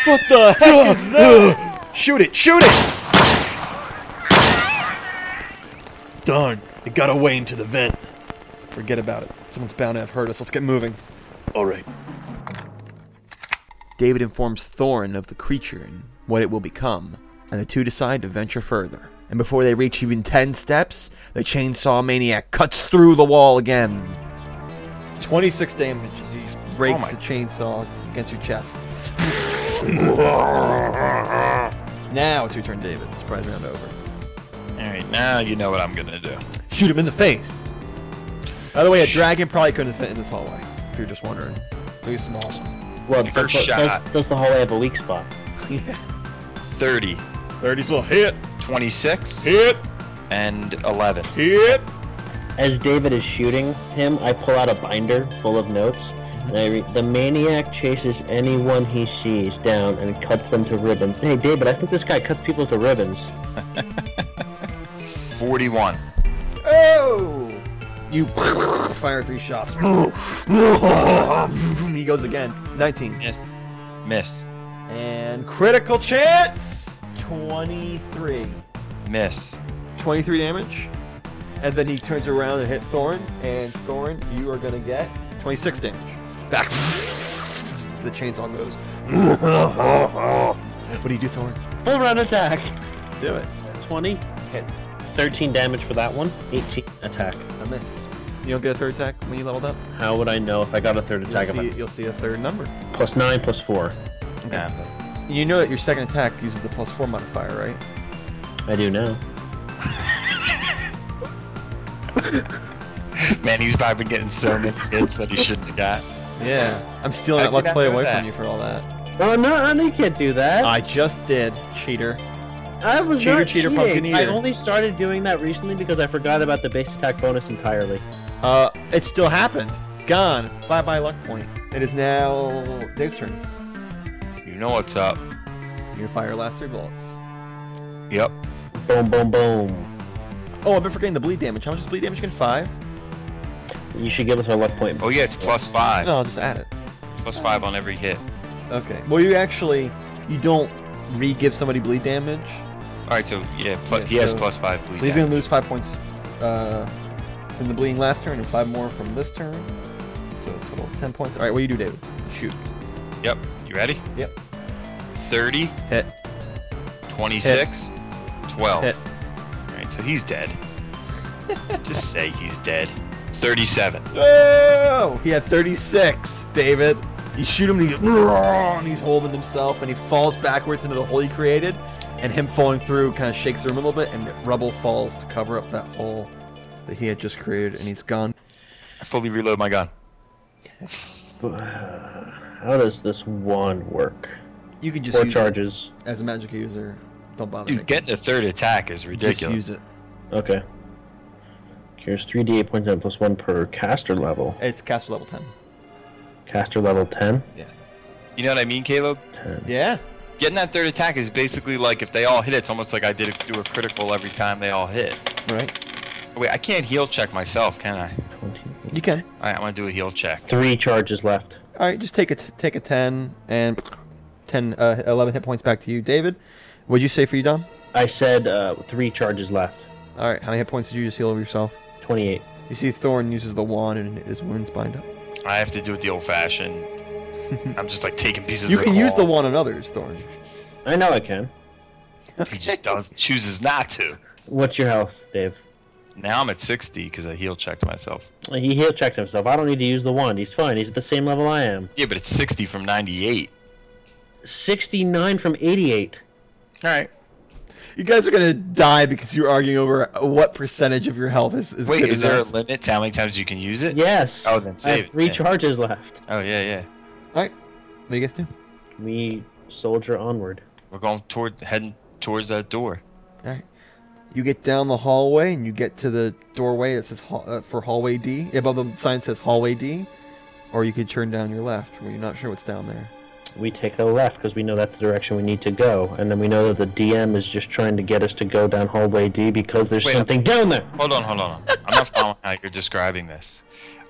S1: What the heck is that?
S12: Shoot it! Shoot it! Darn, it got away into the vent.
S1: Forget about it. Someone's bound to have heard us. Let's get moving.
S12: Alright,
S1: David informs Thorn of the creature and what it will become, and the two decide to venture further. And before they reach even 10 steps, the chainsaw maniac cuts through the wall again. 26 damage as he rakes the chainsaw against your chest. now it's your turn, David. Surprise round over.
S2: All right, now you know what I'm gonna do.
S1: Shoot him in the face. By the way, a dragon probably couldn't fit in this hallway, if you're just wondering. Really small.
S3: Well,
S2: First
S3: does, the- does,
S2: shot.
S3: does the hallway have a weak spot?
S2: 30,
S12: 30's will hit,
S2: 26,
S12: hit,
S2: and 11.
S12: hit.
S3: As David is shooting him, I pull out a binder full of notes. And I read, the maniac chases anyone he sees down and cuts them to ribbons. Hey, David, I think this guy cuts people to ribbons.
S2: 41.
S1: Oh! You fire three shots. he goes again. 19.
S2: Miss. Miss.
S1: And critical chance! 23.
S2: Miss.
S1: 23 damage. And then he turns around and hit Thorn. And Thorn, you are going to get 26 damage. Back. The chainsaw goes. what do you do, Thorn?
S3: Full round attack.
S1: Do it.
S3: 20.
S1: Hits.
S3: 13 damage for that one. 18 attack.
S1: A miss. You don't get a third attack when you leveled up?
S3: How would I know if I got a third
S1: You'll
S3: attack?
S1: see,
S3: If
S1: you'll see a third number.
S3: I, plus 9, plus 4.
S2: Yeah.
S1: You know that your second attack uses the plus four modifier, right?
S3: I do now.
S2: Man, he's probably getting so many hits that he shouldn't have got.
S1: Yeah. I'm stealing
S2: I
S1: that luck
S2: did not
S1: play
S2: know
S1: away
S2: that.
S1: from you for all that.
S3: Oh, no, no, you can't do that.
S1: I just did, cheater.
S3: I was
S1: Cheater,
S3: not
S1: cheater,
S3: cheating.
S1: pumpkin
S3: I
S1: eater.
S3: only started doing that recently because I forgot about the base attack bonus entirely.
S1: Uh, it still happened. Gone. Bye bye luck point. It is now Dave's turn.
S2: You know what's up.
S1: You fire your last three bullets.
S2: Yep.
S3: Boom, boom, boom.
S1: Oh, I've been forgetting the bleed damage. How much is bleed damage again? Five?
S3: You should give us our luck point.
S2: Oh yeah, it's plus five.
S1: No, I'll just add it.
S2: Plus five on every hit.
S1: Okay. Well, you actually, you don't re-give somebody bleed damage.
S2: All right, so yeah, plus,
S1: Yeah,
S2: he has
S1: so-
S2: plus five. Bleed
S1: So he's
S2: damage.
S1: gonna lose five points uh, from the bleeding last turn and five more from this turn. So a total of ten points. All right, what do you do, David? Shoot.
S2: Yep. You ready?
S1: Yep.
S2: 30,
S1: Hit.
S2: 26, 12.
S1: Hit.
S2: All right, so he's dead. Just say he's dead. 37.
S1: Oh! He had 36, David. You shoot him and he's, and he's holding himself and he falls backwards into the hole he created. And him falling through kind of shakes the room a little bit and rubble falls to cover up that hole that he had just created and he's gone.
S2: I fully reload my gun.
S3: How does this one work?
S1: You can just
S3: Four
S1: use
S3: charges.
S1: it as a magic user. Don't bother.
S2: Dude,
S1: making-
S2: getting a third attack is
S1: just
S2: ridiculous.
S1: use it.
S3: Okay. Here's 3d8 points and plus 1 per caster level.
S1: It's caster level 10.
S3: Caster level 10.
S2: You know what I mean, Caleb?
S1: Yeah.
S2: Getting that third attack is basically like if they all hit, it's almost like I did do a critical every time they all hit.
S1: Right.
S2: Wait, I can't heal check myself, can I?
S3: 20.
S1: You can.
S2: All right, I'm gonna do a heal check.
S3: Three charges left.
S1: All right, just take a t- take a ten and ten uh, eleven hit points back to you, David. What'd you say for you, Dom?
S3: I said uh, three charges left.
S1: All right, how many hit points did you just heal over yourself?
S3: 28.
S1: You see, Thorn uses the wand and his wounds bind up.
S2: I have to do it the old-fashioned. I'm just like taking pieces.
S1: You
S2: of
S1: can use the
S2: claw.
S1: wand on others, Thorn.
S3: I know I can.
S2: He just does chooses not to.
S3: What's your health, Dave?
S2: Now I'm at 60 because I heal checked myself.
S3: He heal checked himself. I don't need to use the wand. He's fine. He's at the same level I am.
S2: Yeah, but it's 60 from 98.
S3: 69 from 88.
S2: All right.
S1: You guys are gonna die because you're arguing over what percentage of your health is. is
S2: Wait,
S1: good
S2: is there a
S1: enough.
S2: limit to how many times you can use it?
S3: Yes.
S2: Oh, then
S3: I
S2: save
S3: have
S2: it,
S3: three
S2: yeah.
S3: charges left.
S2: Oh yeah, yeah.
S1: All right, what do you guys do?
S3: We soldier onward.
S2: We're going toward heading towards that door.
S1: All right, you get down the hallway and you get to the doorway that says hall- uh, for hallway D. Above the sign says hallway D, or you could turn down your left. Where you're not sure what's down there.
S3: We take the left because we know that's the direction we need to go. And then we know that the DM is just trying to get us to go down hallway D because there's
S2: Wait,
S3: something down there.
S2: Hold on, hold on. I'm not following how you're describing this.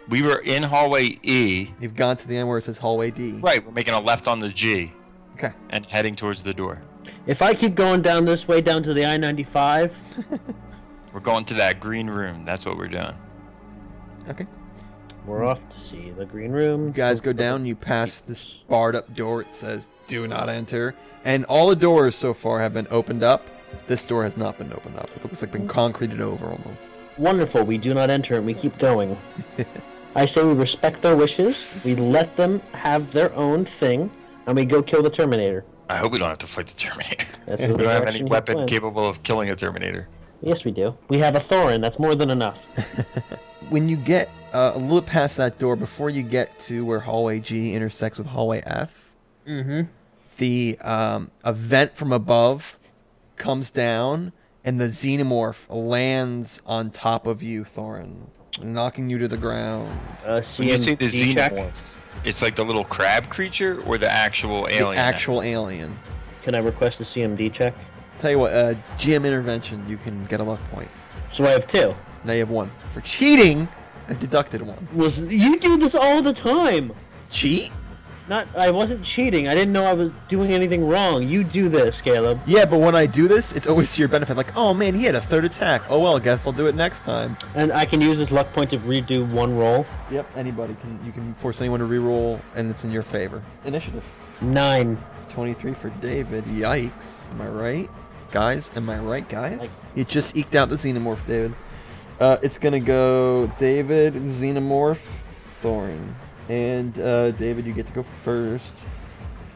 S2: We were in hallway E.
S1: You've gone to the end where it says hallway D.
S2: Right, we're making a left on the G
S1: Okay.
S2: and heading towards the door.
S3: If I keep going down this way down to the I 95,
S2: We're going to that green room. That's what we're doing.
S1: Okay.
S3: we're off to see the green room.
S1: You guys go down, you pass this barred up door. It says, do not enter. And all the doors so far have been opened up. This door has not been opened up. It looks like been concreted over almost.
S3: Wonderful. We do not enter and we keep going. I say we respect their wishes, we let them have their own thing, and we go kill the Terminator.
S2: I hope we don't have to fight the Terminator.
S3: That's
S2: we
S3: the
S2: don't have
S3: direction
S2: any
S3: we're
S2: weapon
S3: going.
S2: capable of killing a Terminator.
S3: Yes, we do. We have a Thorin. That's more than enough.
S1: When you get uh, a little past that door, before you get to where hallway G intersects with hallway F, mm-hmm. the um, a vent from above comes down and the xenomorph lands on top of you, Thorin, knocking you to the ground.
S3: Uh,
S2: When you say the
S3: CMD check.
S2: xenomorph, it's like the little crab creature or the actual alien?
S1: The actual alien.
S3: Can I request a CMD check?
S1: Tell you what, uh, GM intervention, you can get a luck point.
S3: So I have two.
S1: Now you have one. For cheating, I deducted one.
S3: Was you do this all the time?
S1: Cheat?
S3: Not. I wasn't cheating. I didn't know I was doing anything wrong. You do this, Caleb.
S1: Yeah, but when I do this, it's always to your benefit. Like, oh man, he had a third attack. Oh well, guess I'll do it next time.
S3: And I can use this luck point to redo one roll.
S1: Yep, anybody can. You can force anyone to reroll, and it's in your favor. Initiative.
S3: Nine.
S1: 23 for David. Yikes. Am I right? Guys, am I right, guys?
S3: Like-
S1: you just eked out the xenomorph, David. Uh, it's going to go David, xenomorph, Thorin. And uh, David, you get to go first.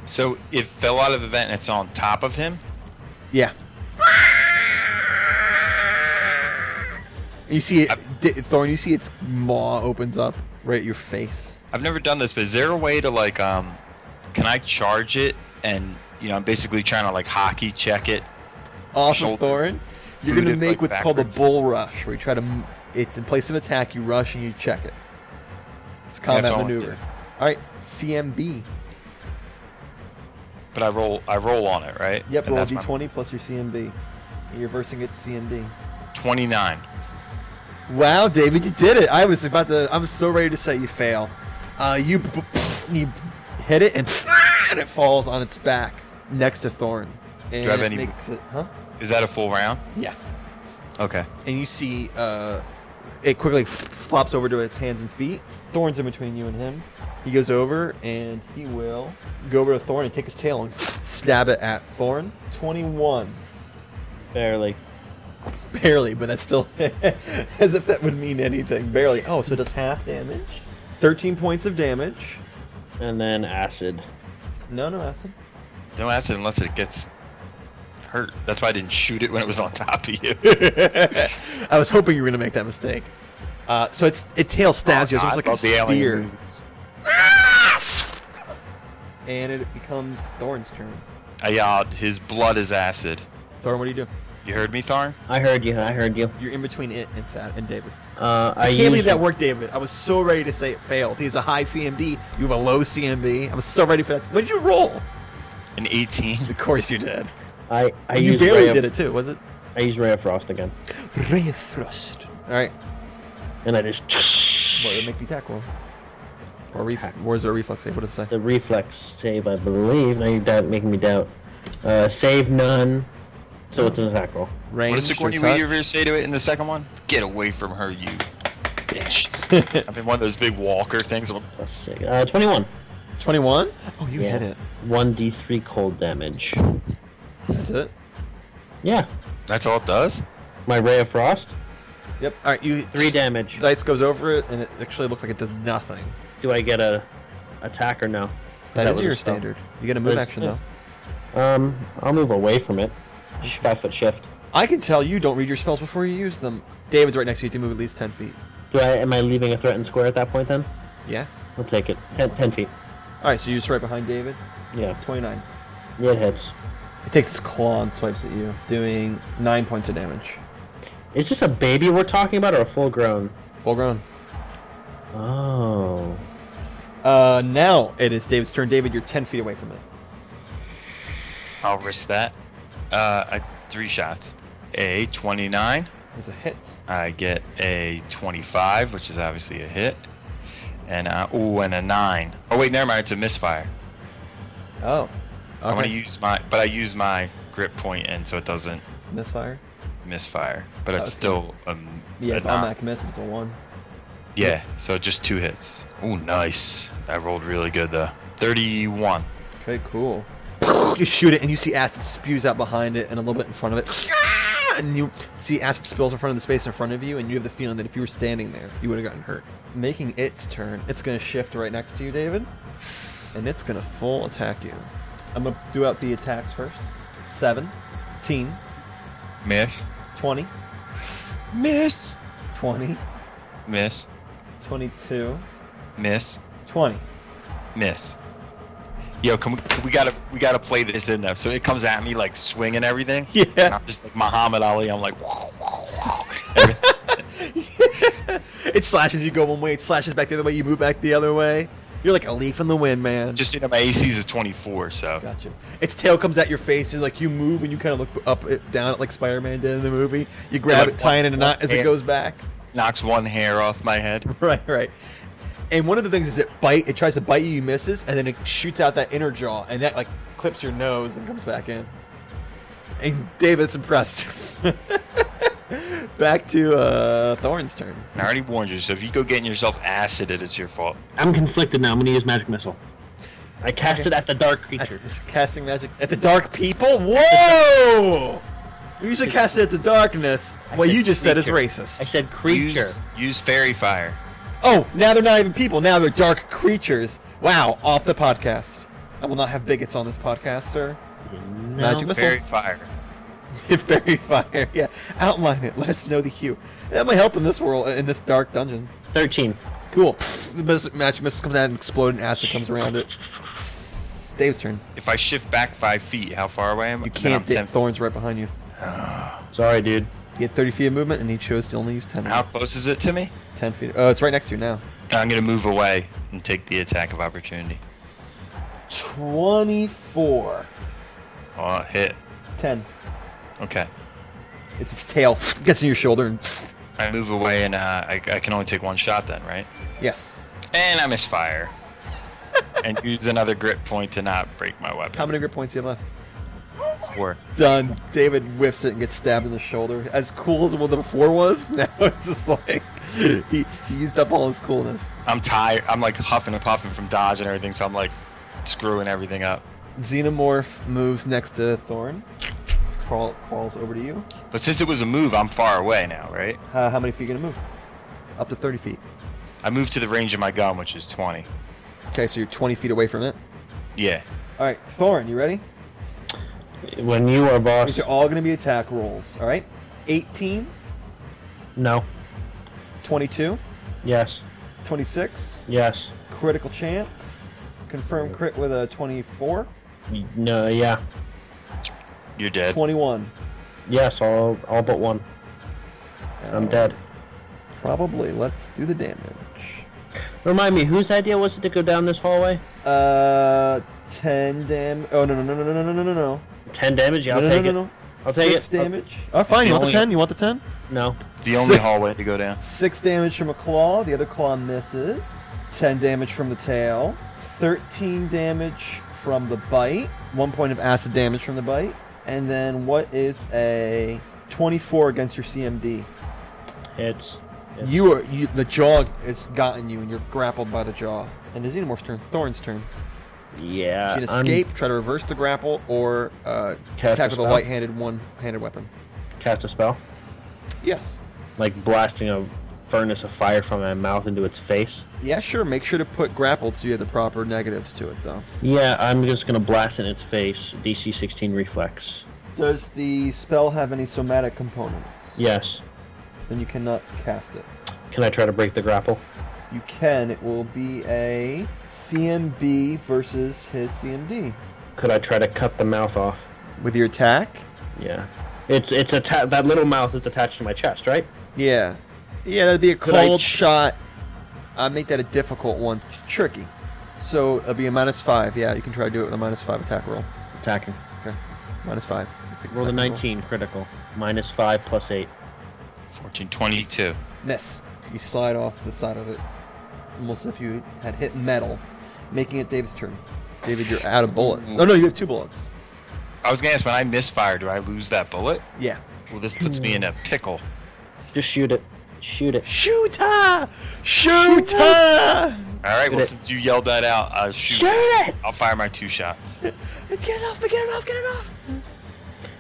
S2: So it fell out of the vent and it's on top of him?
S1: Yeah. You see it, D- Thorin, you see its maw opens up right at your face.
S2: I've never done this, but is there a way to like um can I charge it and you know, I'm basically trying to like hockey check it.
S1: Off of
S2: Shoulder.
S1: Thorin, you're going to
S2: Booted,
S1: make
S2: like,
S1: what's called
S2: backwards.
S1: a bull rush, where you try to, m- it's in place of attack, you rush and you check it. It's a combat
S2: all I
S1: maneuver.
S2: did.
S1: All right, CMB.
S2: But I roll I roll on it, right?
S1: Yep,
S2: and
S1: roll
S2: that's my-
S1: d20 plus your CMB. You're versing its CMB.
S2: 29.
S1: Wow, David, you did it! I was about to. I was so ready to say you fail. Uh, you, b- b- and you hit it and, and it falls on its back next to Thorn. And
S2: I have
S1: it
S2: any-
S1: Makes it, huh?
S2: Is that a full round?
S1: Yeah.
S2: Okay.
S1: And you see, uh, it quickly flops over to its hands and feet. Thorn's in between you and him. He goes over and he will go over to Thorn and take his tail and stab it at Thorn. Twenty-one.
S3: Barely.
S1: Barely, but that's still as if that would mean anything. Barely. Oh, so it does half damage. 13 points of damage.
S3: And then acid.
S1: No, no acid.
S2: No acid unless it gets hurt. That's why I didn't shoot it when it was on top of you.
S1: I was hoping you were going to make that mistake. Uh, so its its tail stabs you. It's almost like a
S2: Love the alien
S1: spear.
S2: movies.
S1: And it becomes Thorn's turn.
S2: I yelled, Uh, his blood is acid.
S1: Thorn, what do you do?
S2: You heard me, Thar?
S3: I heard you. I heard you.
S1: You're in between it and Thad and David.
S3: Uh,
S1: I,
S3: I
S1: can't believe
S3: used-
S1: that worked, David. I was so ready to say it failed. He's a high CMD. You have a low CMB. I was so ready for that. What did you roll?
S2: An 18.
S1: Of course you did.
S3: I, I
S1: you
S3: used
S1: barely
S3: Ray of-
S1: did it too, was it?
S3: I used Ray of Frost again,
S1: Ray of Frost. All right.
S3: and I just.
S1: What would make me tackle? Or ref- or is there a reflex save? What does it
S3: It's
S1: say?
S3: a reflex save, I believe. Now you're doubt, making me doubt. Uh, save none, so it's an attack roll.
S1: Range.
S2: What does Sigourney
S1: or touch?
S2: Weaver say to it in the second one? Get away from her, you bitch. I'm in one of those big walker things. I'm-
S3: Plus six. Uh, 21.
S1: 21? Oh, you
S3: Yeah.
S1: hit it.
S3: 1d3 cold damage.
S1: That's it.
S3: Yeah.
S2: That's all it does?
S3: My Ray of Frost,
S1: Yep. All right. You
S3: 3 damage.
S1: Dice goes over it, and it actually looks like it does nothing.
S3: Do I get a attack or no?
S1: that is
S3: was a
S1: your
S3: spell.
S1: standard. You get a move
S3: That's-
S1: action though.
S3: Um, I'll move away from it. Sh- Five foot shift.
S1: I can tell you don't read your spells before you use them. David's right next to you. You can move at least ten feet.
S3: Do I? Am I leaving a threatened square at that point? Then
S1: Yeah.
S3: I'll take it. Ten, 10 feet.
S1: All right. So you're just right behind David.
S3: Yeah.
S1: Twenty-nine.
S3: It hits.
S1: It takes its claw and swipes at you, doing nine points of damage.
S3: Is this a baby we're talking about or a full grown?
S1: Full grown.
S3: Oh.
S1: Uh, now it is David's turn. David, you're ten feet away from it.
S2: I'll risk that. Uh, I, three shots. A 29.
S1: It's a hit.
S2: I get a 25, which is obviously a hit. And uh, ooh, and a nine. Oh wait, never mind. It's a misfire.
S1: Oh.
S2: I want to
S1: Okay.
S2: use my, but I use my grip point, and so it doesn't
S1: Misfire.
S2: misfire. But it's
S1: Okay.
S2: still um,
S1: Yeah,
S2: a
S1: it's
S2: nine.
S1: automatic miss. It's a one.
S2: Yeah, so just two hits. Ooh, nice. I rolled really good though. 31.
S1: Okay, cool. You shoot it, and you see acid spews out behind it and a little bit in front of it. And you see acid spills in front of the space in front of you, and you have the feeling that if you were standing there, you would have gotten hurt. Making its turn, it's going to shift right next to you, David, and it's going to full attack you. I'm going to do out the attacks first 17,
S2: Miss.
S1: 20,
S2: Miss.
S1: 20,
S2: Miss.
S1: 22,
S2: Miss.
S1: 20.
S2: Miss. Yo, can we, can we gotta we gotta play this in though. So it comes at me like swinging everything.
S1: Yeah.
S2: And I'm just like Muhammad Ali. I'm like.
S1: It slashes, you go one way, it slashes back the other way, you move back the other way. You're like a leaf in the wind, man.
S2: just you know my AC's a 24, so
S1: Gotcha. Its tail comes at your face, and like you move, and you kind of look up, it, down, like Spider-Man did in the movie. You grab
S2: Like
S1: it, tie it in a
S2: one-
S1: knot as it
S2: hand.
S1: goes back.
S2: knocks one hair off my head.
S1: Right, right. And one of the things is it bite. It tries to bite you, you misses, and then it shoots out that inner jaw, and that like clips your nose and comes back in. And David's impressed. back to uh, Thorn's turn.
S2: And I already warned you. So if you go getting yourself acided, it's your fault.
S3: I'm conflicted now. I'm gonna use magic missile. I cast it at the dark creature.
S1: Casting magic at the dark people. Whoa! We usually cast it at the darkness. What
S3: said
S1: you just said is
S3: creature.
S1: racist.
S3: I said creature.
S2: Use, use fairy fire.
S1: Oh, now they're not even people. Now they're dark creatures. Wow, off the podcast. I will not have bigots on this podcast, sir. Magic missile.
S2: Fairy fire.
S1: Fairy fire. Yeah. Outline it. Let us know the hue. That might help in this world, uh, in this dark dungeon.
S3: Thirteen.
S1: Cool. The mis- magic missile comes out and explodes, and acid comes around it. Dave's turn.
S2: If I shift back five feet, how far away am I?
S1: You
S2: Then I'm
S1: can't. Dave.
S2: 10
S1: Thorn's right behind you.
S3: Sorry, dude.
S1: You get 30 feet of movement, and he chose to only use 10.
S2: How close is it to me?
S1: 10 feet. Oh, it's right next to you now.
S2: I'm gonna move away and take the attack of opportunity.
S1: 24.
S2: Oh, hit.
S1: 10.
S2: Okay.
S1: It's its tail. Gets in your shoulder, and
S2: I move away and uh, I, I can only take one shot then, right?
S1: yes.
S2: And I misfire. and use another grip point to not break my weapon.
S1: How many grip points do you have left?
S2: Four.
S1: done. David whiffs it and gets stabbed in the shoulder. As cool as what the before was, now it's just like he, he used up all his coolness.
S2: I'm tired. I'm like huffing and puffing from dodge and everything, so I'm like screwing everything up.
S1: Xenomorph moves next to Thorn, crawl, crawls over to you.
S2: But since it was a move, I'm far away now, right?
S1: Uh, how many feet are you going to move? Up to 30 feet.
S2: I moved to the range of my gun, which is 20.
S1: Okay, so you're 20 feet away from it.
S2: Yeah.
S1: All right, Thorn, you ready?
S3: When you are boss.
S1: These are all going to be attack rolls, all right? 18,
S3: No.
S1: 22,
S3: Yes.
S1: 26,
S3: Yes.
S1: critical chance, confirm crit with a 24,
S3: Y- No. Yeah.
S2: You're dead.
S1: 21.
S3: Yes, all all but one.
S1: Oh.
S3: I'm dead.
S1: Probably. Let's do the damage.
S3: Remind me, whose idea was it to go down this hallway?
S1: Uh, ten dam. Oh no no no no no no no no no.
S3: Ten damage. Yeah,
S1: no,
S3: I'll
S1: no,
S3: take
S1: no,
S3: it.
S1: no, no.
S3: I'll take
S1: Six
S3: it. I'll-
S1: damage. Oh, fine. You want the
S3: only-
S1: ten? You want the ten?
S3: No.
S2: The only
S1: Sick.
S2: hallway to go down.
S1: Six damage from a claw. The other claw misses. Ten damage from the tail. Thirteen damage from the bite. One point of acid damage from the bite. And then what is a twenty-four against your CMD?
S3: Hits. Hits.
S1: You are you, the jaw has gotten you, and you're grappled by the jaw. And the xenomorph's turn. Thorn's turn.
S3: Yeah.
S1: You can
S3: Uh, I'm-
S1: escape, try to reverse the grapple, or uh,
S3: Cast a
S1: attack with a
S3: spell?
S1: light-handed one-handed weapon.
S3: Cast a spell.
S1: Yes.
S3: Like blasting a furnace of fire from my mouth into its face.
S1: Yeah, sure. Make sure to put grappled so you have the proper negatives to it, though.
S3: Yeah, I'm just gonna blast it in its face. DC 16 reflex.
S1: Does the spell have any somatic components?
S3: Yes.
S1: Then you cannot cast it.
S3: Can I try to break the grapple?
S1: You can. It will be a CMB versus his CMD.
S3: Could I try to cut the mouth off?
S1: With your attack?
S3: Yeah. It's it's atta- that little mouth is attached to my chest, right?
S1: Yeah. Yeah, that'd be a
S3: I
S1: cold
S3: ch-
S1: shot. I make that a difficult one. It's tricky. So it'll be a minus five. Yeah, you can try to do it with a minus five attack roll.
S3: Attacking.
S1: Okay. Minus five. Take the
S3: Roll a
S1: second
S3: 19 critical. Minus 5 plus 8.
S2: 1422.
S1: Miss. You slide off the side of it, almost if you had hit metal, making it David's turn. David, you're out of bullets. Oh no, you have two bullets.
S2: I was gonna ask when I misfire, do I lose that bullet?
S1: Yeah.
S2: Well, this puts me in a
S1: Hmm.
S2: pickle.
S3: Just shoot it. Shoot it.
S1: Shoot her! Shoot her!
S2: All right. Well,
S3: it.
S2: since you yelled that out, I'll shoot.
S3: Shoot it!
S2: I'll fire my two shots.
S1: Get it off! Get it off! Get it off!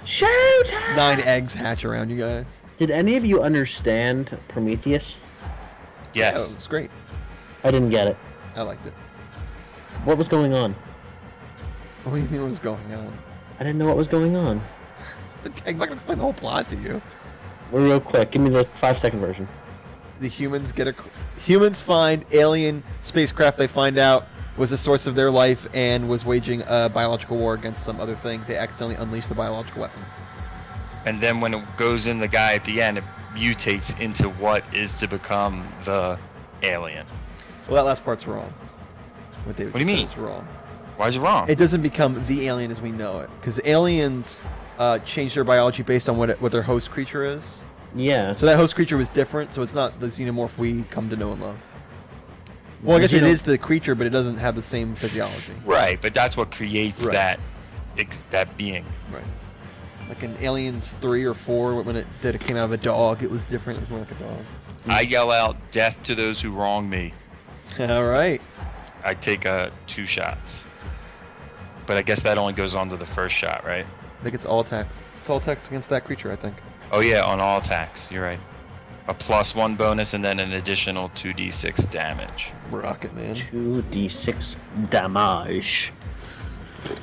S3: Shoot! it!
S1: Nine eggs hatch around you guys.
S3: Did any of you understand Prometheus?
S2: Yes.
S1: Oh, it was great.
S3: I didn't get it.
S1: I liked it.
S3: What was going on?
S1: What do you mean? What was going on?
S3: I didn't know what was going on.
S1: I'm not gonna explain the whole plot to you.
S3: Real quick, give me the five second version.
S1: The humans get a humans find alien spacecraft. They find out was the source of their life and was waging a biological war against some other thing. They accidentally unleashed the biological weapons.
S2: And then when it goes in the guy at the end, it mutates into what is to become the alien.
S1: Well, that last part's wrong. What, David
S2: What do you
S1: just
S2: mean?
S1: said is wrong.
S2: Why is it wrong?
S1: It doesn't become the alien as we know it because aliens uh, change their biology based on what it, what their host creature is.
S3: Yeah.
S1: So that host creature was different. So it's not the xenomorph we come to know and love. Well, I guess it
S3: Xeno-
S1: is the creature, but it doesn't have the same physiology.
S2: right, but that's what creates
S1: Right.
S2: that ex- that being.
S1: Right. Like in Aliens three or four, when it did it came out of a dog, it was different. It was more like a
S2: I yell out, "Death to those who wrong me."
S1: dog. All right.
S2: I take uh, two shots. But I guess that only goes on to the first shot, right?
S1: I think it's all attacks. It's all attacks against that creature, I think.
S2: Oh yeah, on all attacks. You're right. A plus one bonus and then an additional two d six damage.
S1: Rocket man.
S3: 2d6 damage.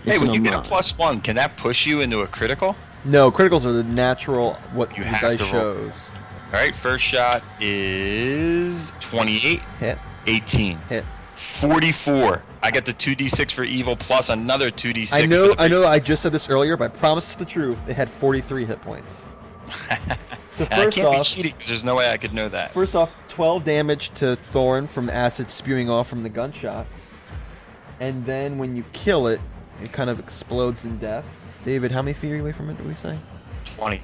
S2: hey,
S3: It's
S2: when
S3: an
S2: you get a
S3: homage.
S2: plus one, can that push you into a critical?
S1: No, criticals are the natural what
S2: You
S1: the
S2: have
S1: dice
S2: to roll.
S1: shows.
S2: All right, first shot is 28,
S1: Hit,
S2: 18,
S1: hit.
S2: 44. I got the 2d6 for evil plus another 2d6.
S1: I
S2: for
S1: know,
S2: the
S1: I know. I just said this earlier, but I promise the truth. It had 43 hit points. so
S2: And I
S1: first
S2: can't
S1: off,
S2: be cheating 'cause there's no way I could know that.
S1: First off, 12 damage to Thorn from acid spewing off from the gunshots. And then when you kill it, it kind of explodes in death. David, how many feet are you away from it, do we say?
S2: 20.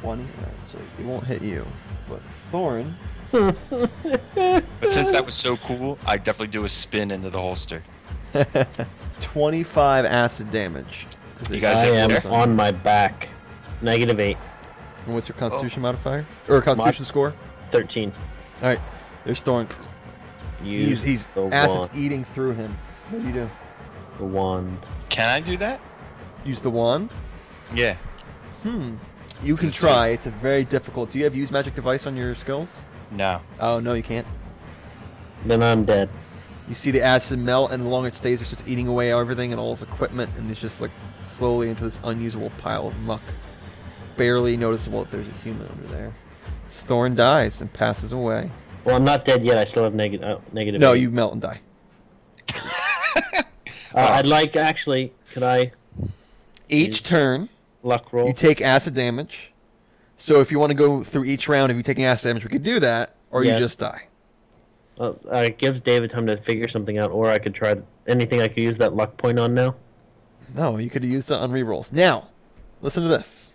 S1: 20? Alright, so it won't hit you. But Thorn,
S2: But since that was so cool, I definitely do a spin into the holster.
S1: 25 acid damage. Is
S2: You
S1: it-
S2: guys
S3: I
S2: have
S3: am
S2: There.
S3: on my back. Negative 8.
S1: And what's your constitution modifier? Or constitution score?
S3: 13.
S1: Alright, there's Thorn.
S3: You
S1: He's, he's
S3: the
S1: acid's
S3: wand.
S1: eating through him. What do you do?
S3: The wand.
S2: Can I do that?
S1: Use the wand?
S2: Yeah.
S1: Hmm. You can
S2: It's a-
S1: try. It's a very difficult. Do you have use magic device on your skills?
S2: No.
S1: Oh no, you can't.
S3: Then I'm dead.
S1: You see the acid melt, and the longer it stays, it's just eating away everything and all his equipment, and it's just like slowly into this unusable pile of muck. Barely noticeable that there's a human under there. Thorn dies and passes away.
S3: Well, I'm not dead yet. I still have neg- uh, negative.
S1: No,
S3: eight.
S1: you melt and die.
S3: Uh, I'd like actually. Could I?
S1: Each
S3: Yes.
S1: turn,
S3: Luck roll.
S1: You take acid damage. So if you want to go through each round, if you're taking acid damage, we could do that, or
S3: Yes.
S1: you just die.
S3: Uh, uh, it gives David time to figure something out, or I could try anything I could use that luck point on now.
S1: No, you could have used it on rerolls. Now, listen to this.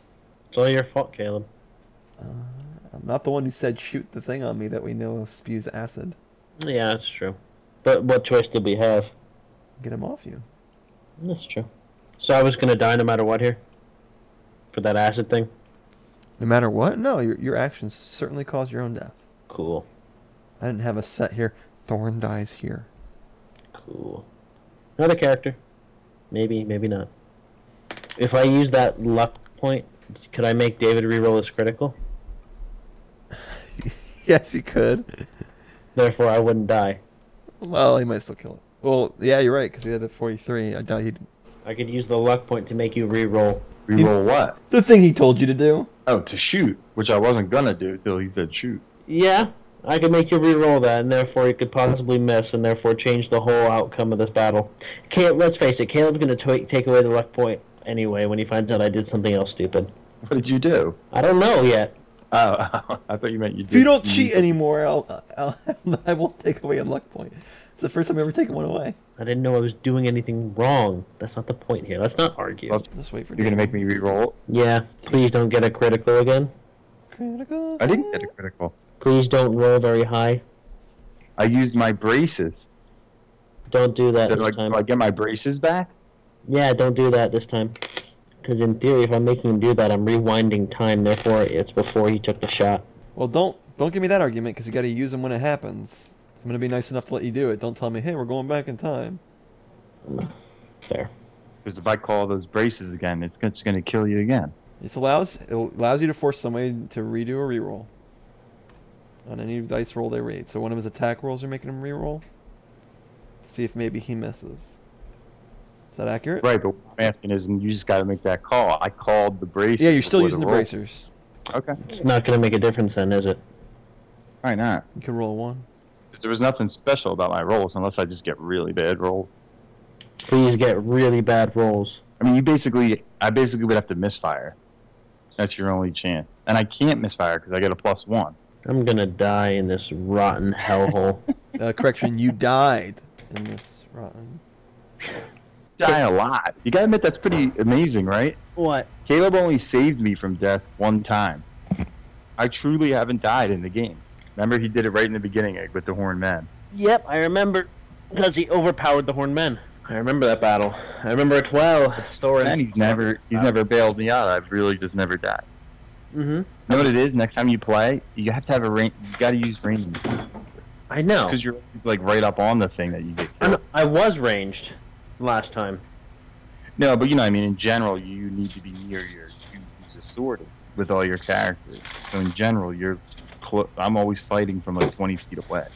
S3: It's all your fault, Caleb.
S1: I'm not the one who said shoot the thing on me that we know spews acid.
S3: Yeah, that's true. But what choice did we have?
S1: Get him off you.
S3: That's true. So I was gonna die no matter what here. For that acid thing.
S1: No matter what? No, your, your actions certainly cause your own death.
S3: Cool.
S1: I didn't have a set here. Thorn dies here.
S3: Cool. Another character. Maybe, maybe not. If I use that luck point, could I make David reroll his critical?
S1: Yes, he could.
S3: Therefore, I wouldn't die.
S1: Well, he might still kill it. Well, yeah, you're right, because he had the 43. I doubt he'd.
S3: I could use the luck point to make you reroll. Reroll
S2: what?
S1: The thing he told you to do.
S2: Oh, to shoot, which I wasn't gonna do till he said shoot.
S3: Yeah, I could make you reroll that, and therefore you could possibly miss, and therefore change the whole outcome of this battle. Caleb, let's face it, Caleb's going to take away the luck point anyway when he finds out I did something else stupid.
S2: What did you do?
S3: I don't know yet.
S2: Oh, I thought you meant you.
S1: If you don't cheat anymore, I'll, I'll I won't take away a luck point. It's the first time I've ever taken one away.
S3: I didn't know I was doing anything wrong. That's not the point here. Let's not argue.
S1: Let's wait for
S2: You're gonna make me re-roll.
S3: Yeah, please don't get a critical again.
S1: Critical.
S2: I didn't get a critical.
S3: Please don't roll very high.
S2: I used my braces.
S3: Don't do that
S2: Did
S3: this
S2: I,
S3: time.
S2: do I get my braces back?
S3: Yeah, don't do that this time. Because in theory, if I'm making him do that, I'm rewinding time. Therefore, it's before he took the shot.
S1: Well, don't don't give me that argument because you got to use them when it happens. I'm gonna be nice enough to let you do it. Don't tell me, hey, we're going back in time.
S3: There.
S2: Because if I call those braces again, it's just gonna kill you again.
S1: It allows it allows you to force somebody to redo a reroll on any dice roll they read. So one of his attack rolls are making him reroll. See if maybe he misses. Is that accurate?
S2: Right, but what I'm asking is, you just got to make that call. I called the braces.
S1: Yeah, you're still
S2: before
S1: using the
S2: roll.
S1: bracers.
S2: Okay,
S3: It's not going to make a difference then, is it?
S2: why not?
S1: You can roll a one.
S2: There was nothing special about my rolls, unless I just get really bad rolls.
S3: Please get really bad rolls.
S2: I mean, you basically, I basically would have to misfire. That's your only chance, and I can't misfire because I get a plus one.
S3: I'm going to die in this rotten hellhole.
S1: Uh, correction, you died in this rotten.
S2: Die a lot. You gotta admit that's pretty amazing, right?
S3: what?
S2: Caleb only saved me from death one time. I truly haven't died in the game. Remember, he did it right in the beginning like, with the horn man.
S3: Yep, I remember. Because he overpowered the Horned Men. I remember that battle. I remember it well. Thorin.
S2: And he's never, he's never bailed me out. I've really just never died.
S3: hmm
S2: You know what it is? Next time you play, you have to have a range. You got to use range
S3: I know.
S2: because you're like right up on the thing that you get.
S3: I
S2: Killed.
S3: know. I was ranged last time.
S2: No, but you know, what I mean, in general, you need to be near your. You use a sword with all your characters. So in general, you're. Cl- I'm always fighting from like 20 feet away.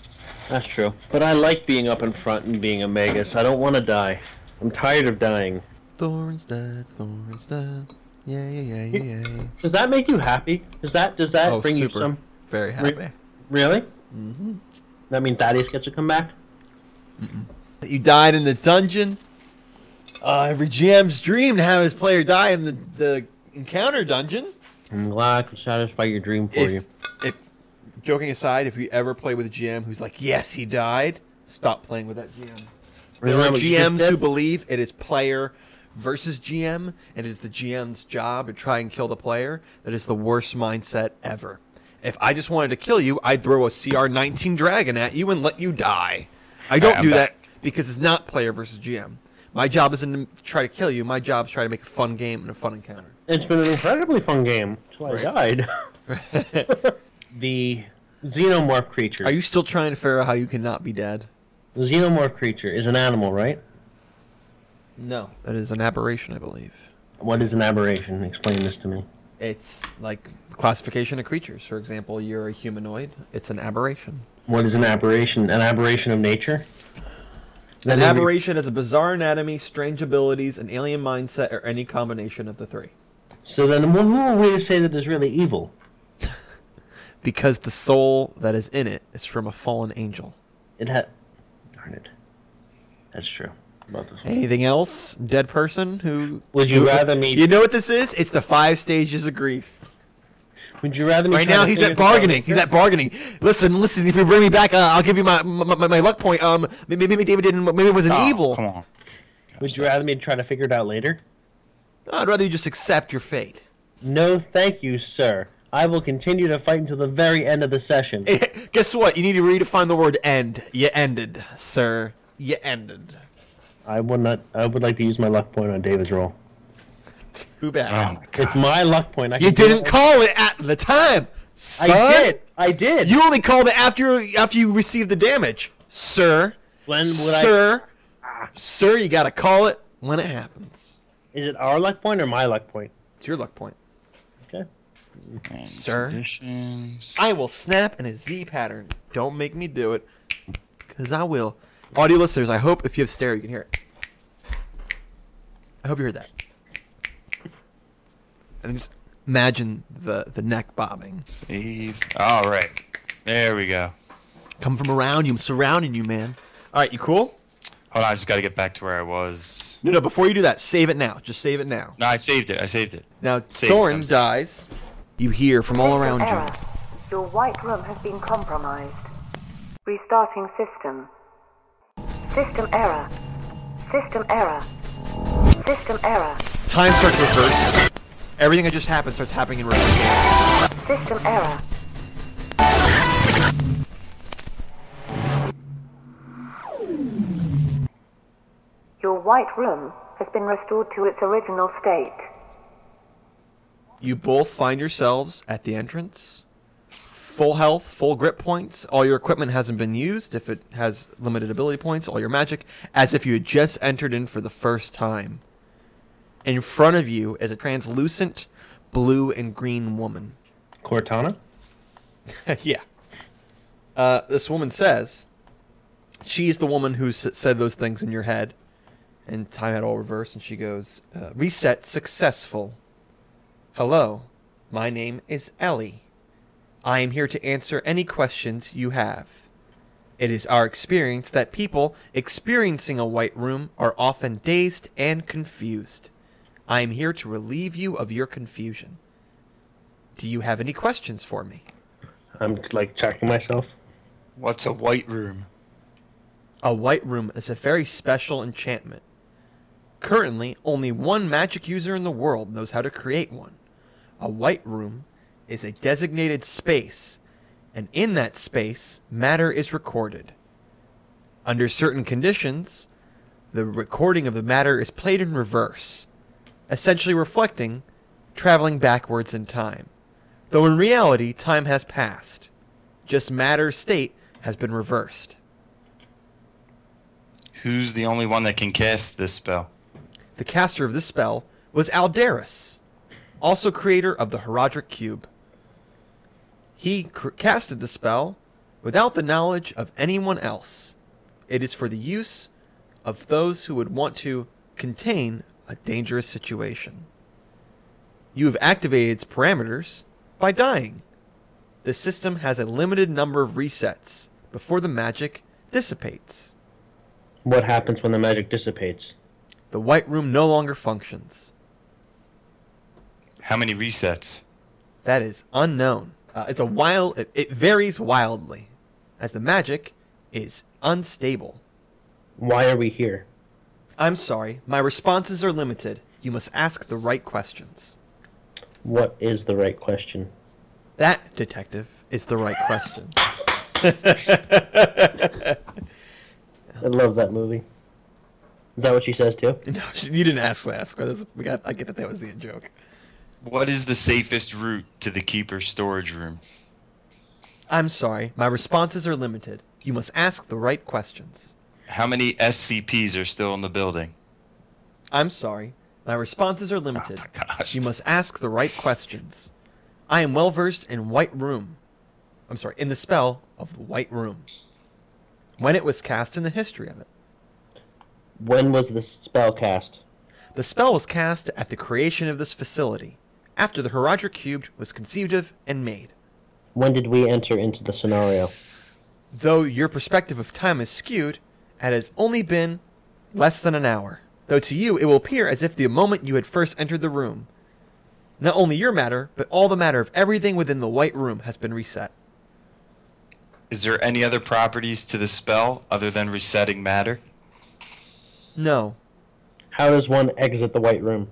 S3: That's true. But I like being up in front and being a magus. I don't want to die. I'm tired of dying.
S1: Thorns dead, thorns dead. Yeah, yeah, yeah, yeah, yeah.
S3: Does that make you happy? Does that does that
S1: Oh,
S3: bring you
S1: super.
S3: some?
S1: Very
S3: Re-
S1: happy.
S3: Really? Mm-hmm. That mean Thaddeus gets to come back?
S1: You died in the dungeon. Uh, every GM's dream to have his player die in the, the encounter dungeon.
S3: I'm glad I could satisfy your dream for
S1: if,
S3: you.
S1: if joking aside, if you ever play with a GM who's like, "Yes, he died," stop playing with that GM. There
S3: Isn't
S1: are
S3: that what you just
S1: GMs who
S3: did?
S1: believe it is player versus GM, and it is the GM's job to try and kill the player. That is the worst mindset ever. If I just wanted to kill you, I'd throw a CR19 dragon at you and let you die. I don't
S13: I'm
S1: do
S13: back.
S1: that because it's not player versus GM. My job isn't to try to kill you. My job is try to make a fun game and a fun encounter.
S3: It's been an incredibly fun game till I died. the xenomorph creature.
S1: Are you still trying to figure out how you cannot be dead?
S3: The xenomorph creature is an animal, right?
S1: No. That is an aberration, I believe.
S3: What is an aberration? Explain this to me.
S1: It's like classification of creatures. For example, you're a humanoid. It's an aberration.
S3: What is an aberration? An aberration of nature?
S1: An
S3: Then we-
S1: aberration is a bizarre anatomy, strange abilities, an alien mindset, or any combination of the three.
S3: So then, what who are we to say that is really evil?
S1: Because the soul that is in it is from a fallen angel.
S3: It had. Darn it. That's true. about this.
S1: Anything else? Dead person who?
S3: Would you rather me-
S1: You know what this is? It's the five stages of grief.
S3: Would you rather me
S1: Right
S3: try
S1: now
S3: to
S1: he's
S3: figure
S1: at
S3: this out
S1: bargaining. He's
S3: later?
S1: at bargaining. Listen, listen. If you bring me back, uh, I'll give you my my, my- my luck point. Um, maybe, maybe David didn't. Maybe it was an Oh,
S3: Oh,
S1: evil.
S2: Come on.
S3: Would you rather me try to figure it out later?
S1: I'd rather you just accept your fate.
S3: No, thank you, sir. I will continue to fight until the very end of the session.
S1: Guess what? You need to redefine the word "end." You ended, sir. You ended.
S3: I would not. I would like to use my luck point on David's roll.
S1: Too bad.
S3: It's my luck point. I
S1: you
S3: can do
S1: didn't
S3: it.
S1: call it at the time, son.
S3: did. I did.
S1: You only called it after after you received the damage, sir.
S3: When would I-
S1: sir, sir, you gotta call it when it happens.
S3: Is it our luck point or my luck point?
S1: It's your luck point,
S3: Okay.
S1: sir. I will snap in a Z pattern. Don't make me do it, because I will. Audio listeners, I hope if you have stereo, you can hear it. I hope you heard that. And just imagine the, the neck bobbing.
S2: Eve. All right. There we go.
S1: Come from around you, I'm surrounding you, man. All right, you cool?
S2: Hold on, I just got to get back to where I was.
S1: No, no, before you do that, save it now. Just save it now.
S2: No, I saved it. I saved it.
S1: Now,
S2: Save
S1: Thorn
S2: it.
S1: dies. You hear from all around you.
S14: Error. Your white room has been compromised. Restarting system. System error. System error. System error.
S1: Time starts to reverse. Everything that just happened starts happening in reverse.
S14: System error. Your white room has been restored to its original state.
S1: You both find yourselves at the entrance. Full health, full grip points. All your equipment hasn't been used. If it has limited ability points, all your magic, as if you had just entered in for the first time. In front of you is a translucent blue and green woman.
S3: Cortana.
S1: yeah. Uh, this woman says she's the woman who s- said those things in your head, and time had all reversed. And she goes, uh, "Reset successful." Hello, my name is Ellie. I am here to answer any questions you have. It is our experience that people experiencing a white room are often dazed and confused. I am here to relieve you of your confusion. Do you have any questions for me?
S3: I'm like checking myself.
S2: What's a white room?
S1: A white room is a very special enchantment. Currently, only one magic user in the world knows how to create one. A white room is a designated space, and in that space, matter is recorded. Under certain conditions, the recording of the matter is played in reverse, essentially reflecting traveling backwards in time. Though in reality, time has passed, just matter's state has been reversed.
S2: Who's the only one that can cast this spell?
S1: The caster of this spell was Alderus, also creator of the Herodric Cube. He cr- casted the spell without the knowledge of anyone else. It is for the use of those who would want to contain a dangerous situation. You have activated its parameters by dying. The system has a limited number of resets before the magic dissipates.
S3: What happens when the magic dissipates?
S1: The White Room no longer functions.
S2: How many resets?
S1: That is unknown. Uh, it's a wild. It, it varies wildly, as the magic is unstable.
S3: Why are we here?
S1: I'm sorry, my responses are limited. You must ask the right questions.
S3: What is the right question?
S1: That detective is the right question.
S3: I love that movie. Is that what she says too?
S1: No, you didn't ask last. 'cause We got. I get that that was the joke.
S2: What is the safest route to the keeper's storage room?
S1: I'm sorry, my responses are limited. You must ask the right questions.
S2: How many SCPs are still in the building?
S1: I'm sorry. My responses are limited. You must ask the right questions. I am well versed in White Room. I'm sorry, in the spell of the White Room. When it was cast and the history of it.
S3: When was the spell cast?
S1: The spell was cast at the creation of this facility, after the Herodric Cube was conceived of and made.
S3: When did we enter into the scenario?
S1: Though your perspective of time is skewed, it has only been Less than an hour, though to you it will appear as if the moment you had first entered the room. Not only your matter, but all the matter of everything within the white room has been reset.
S2: Is there any other properties to the spell other than resetting matter?
S1: No.
S3: How does one exit the white room?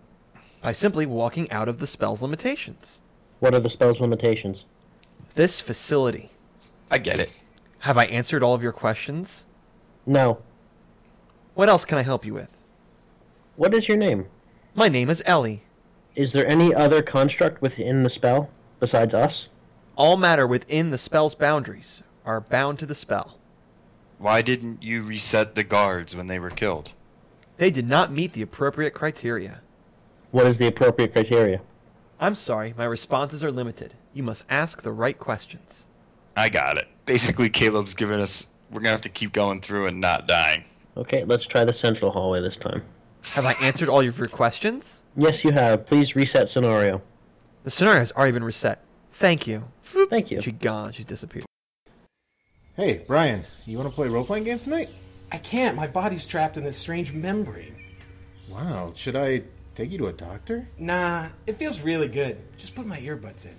S1: By simply walking out of the spell's limitations.
S3: What are the spell's limitations?
S1: This facility.
S2: I get it.
S1: Have I answered all of your questions?
S3: No.
S1: What else can I help you with?
S3: What is your name?
S1: My name is Ellie.
S3: Is there any other construct within the spell besides us?
S1: All matter within the spell's boundaries are bound to the spell.
S2: Why didn't you reset the guards when they were killed?
S1: They did not meet the appropriate criteria.
S3: What is the appropriate criteria?
S1: I'm sorry, my responses are limited. You must ask the right questions.
S2: I got it. Basically, Caleb's giving us. We're gonna have to keep going through and not dying.
S3: Okay, let's try the central hallway this time.
S1: Have I answered all of your questions?
S3: Yes, you have. Please reset scenario.
S1: The scenario has already been reset. Thank you.
S3: Thank you.
S1: She's gone. She's disappeared.
S15: Hey, Brian, you want to play role playing games tonight?
S16: I can't. My body's trapped in this strange membrane.
S15: Wow, should I take you to a doctor?
S16: Nah, it feels really good. Just put my earbuds in.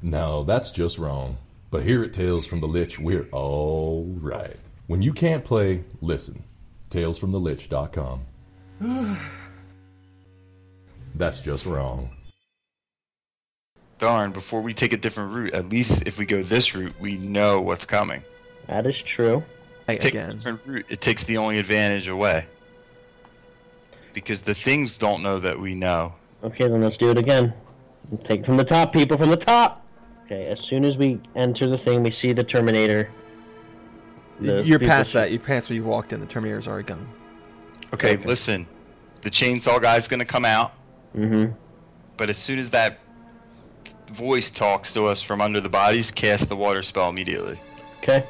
S17: No, that's just wrong. But here at Tales from the Lich, we're all right. When you can't play, listen. TalesFromTheLich.com. That's just wrong.
S2: Darn, before we take a different route, at least if we go this route, we know what's coming.
S3: That is true.
S2: Take a different route. It takes the only advantage away. Because the things don't know that we know.
S3: Okay, then let's do it again. Take from the top, people, from the top! Okay, as soon as we enter the thing, we see the Terminator. The
S1: You're
S3: people
S1: past
S3: sh-
S1: that. You're past where you walked in. The Terminator's already gone.
S2: Okay, listen. The chainsaw guy's gonna come out,
S3: Mm-hmm.
S2: but as soon as that voice talks to us from under the bodies, cast the water spell immediately.
S3: Okay.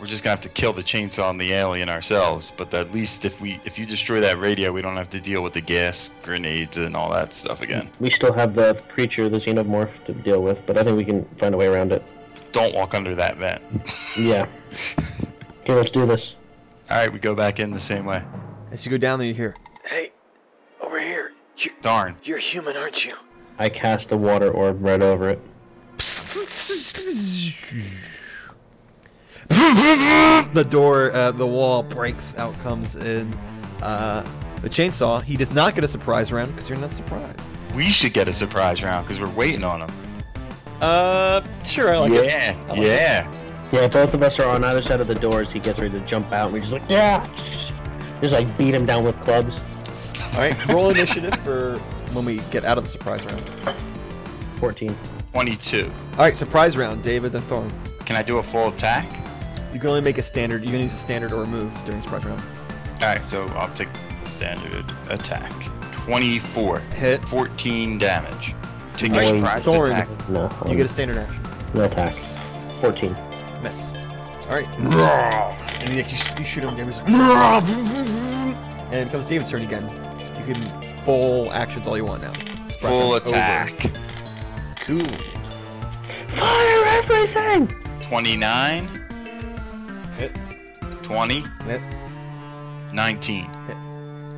S2: We're just gonna have to kill the chainsaw and the alien ourselves, but at least if we if you destroy that radio, we don't have to deal with the gas grenades and all that stuff again.
S3: We still have the creature, the xenomorph, to deal with, but I think we can find a way around it.
S2: Don't walk under that vent.
S3: Yeah. okay, let's do this.
S2: All right, we go back in the same way.
S1: As you go down there, you hear.
S9: Hey, over here. You,
S2: Darn.
S9: You're human, aren't you?
S3: I cast the water orb right over it.
S1: the door, uh, the wall breaks. Out comes in uh, the chainsaw. He does not get a surprise round because you're not surprised.
S2: We should get a surprise round because we're waiting on him.
S1: Uh, sure, I like it.
S2: yeah,
S1: I like
S2: yeah.
S3: Yeah, both of us are on either side of the doors. He gets ready to jump out, and we're just like, yeah! Just like beat him down with clubs.
S1: All right, roll initiative for when we get out of the surprise round.
S3: 14.
S2: 22.
S1: All right, surprise round, David and Thorn.
S2: Can I do a full attack?
S1: You can only make a standard. You can use a standard or a move during surprise round.
S2: All right, so I'll take the standard attack. 24.
S1: Hit.
S2: 14 damage. Take
S1: All
S2: your
S1: right,
S2: surprise
S1: Thorn,
S2: attack.
S3: No.
S1: you get a standard action.
S3: No attack. 14.
S1: Miss. All right.
S3: Roar.
S1: And you, you shoot him. David's like, "Roar." and it comes David's turn again. You can full actions all you want now. Surprise
S2: Full
S1: round's over.
S2: attack.
S1: Cool.
S3: Fire everything!
S2: 29.
S1: Hit.
S2: 20.
S1: Hit.
S2: 19.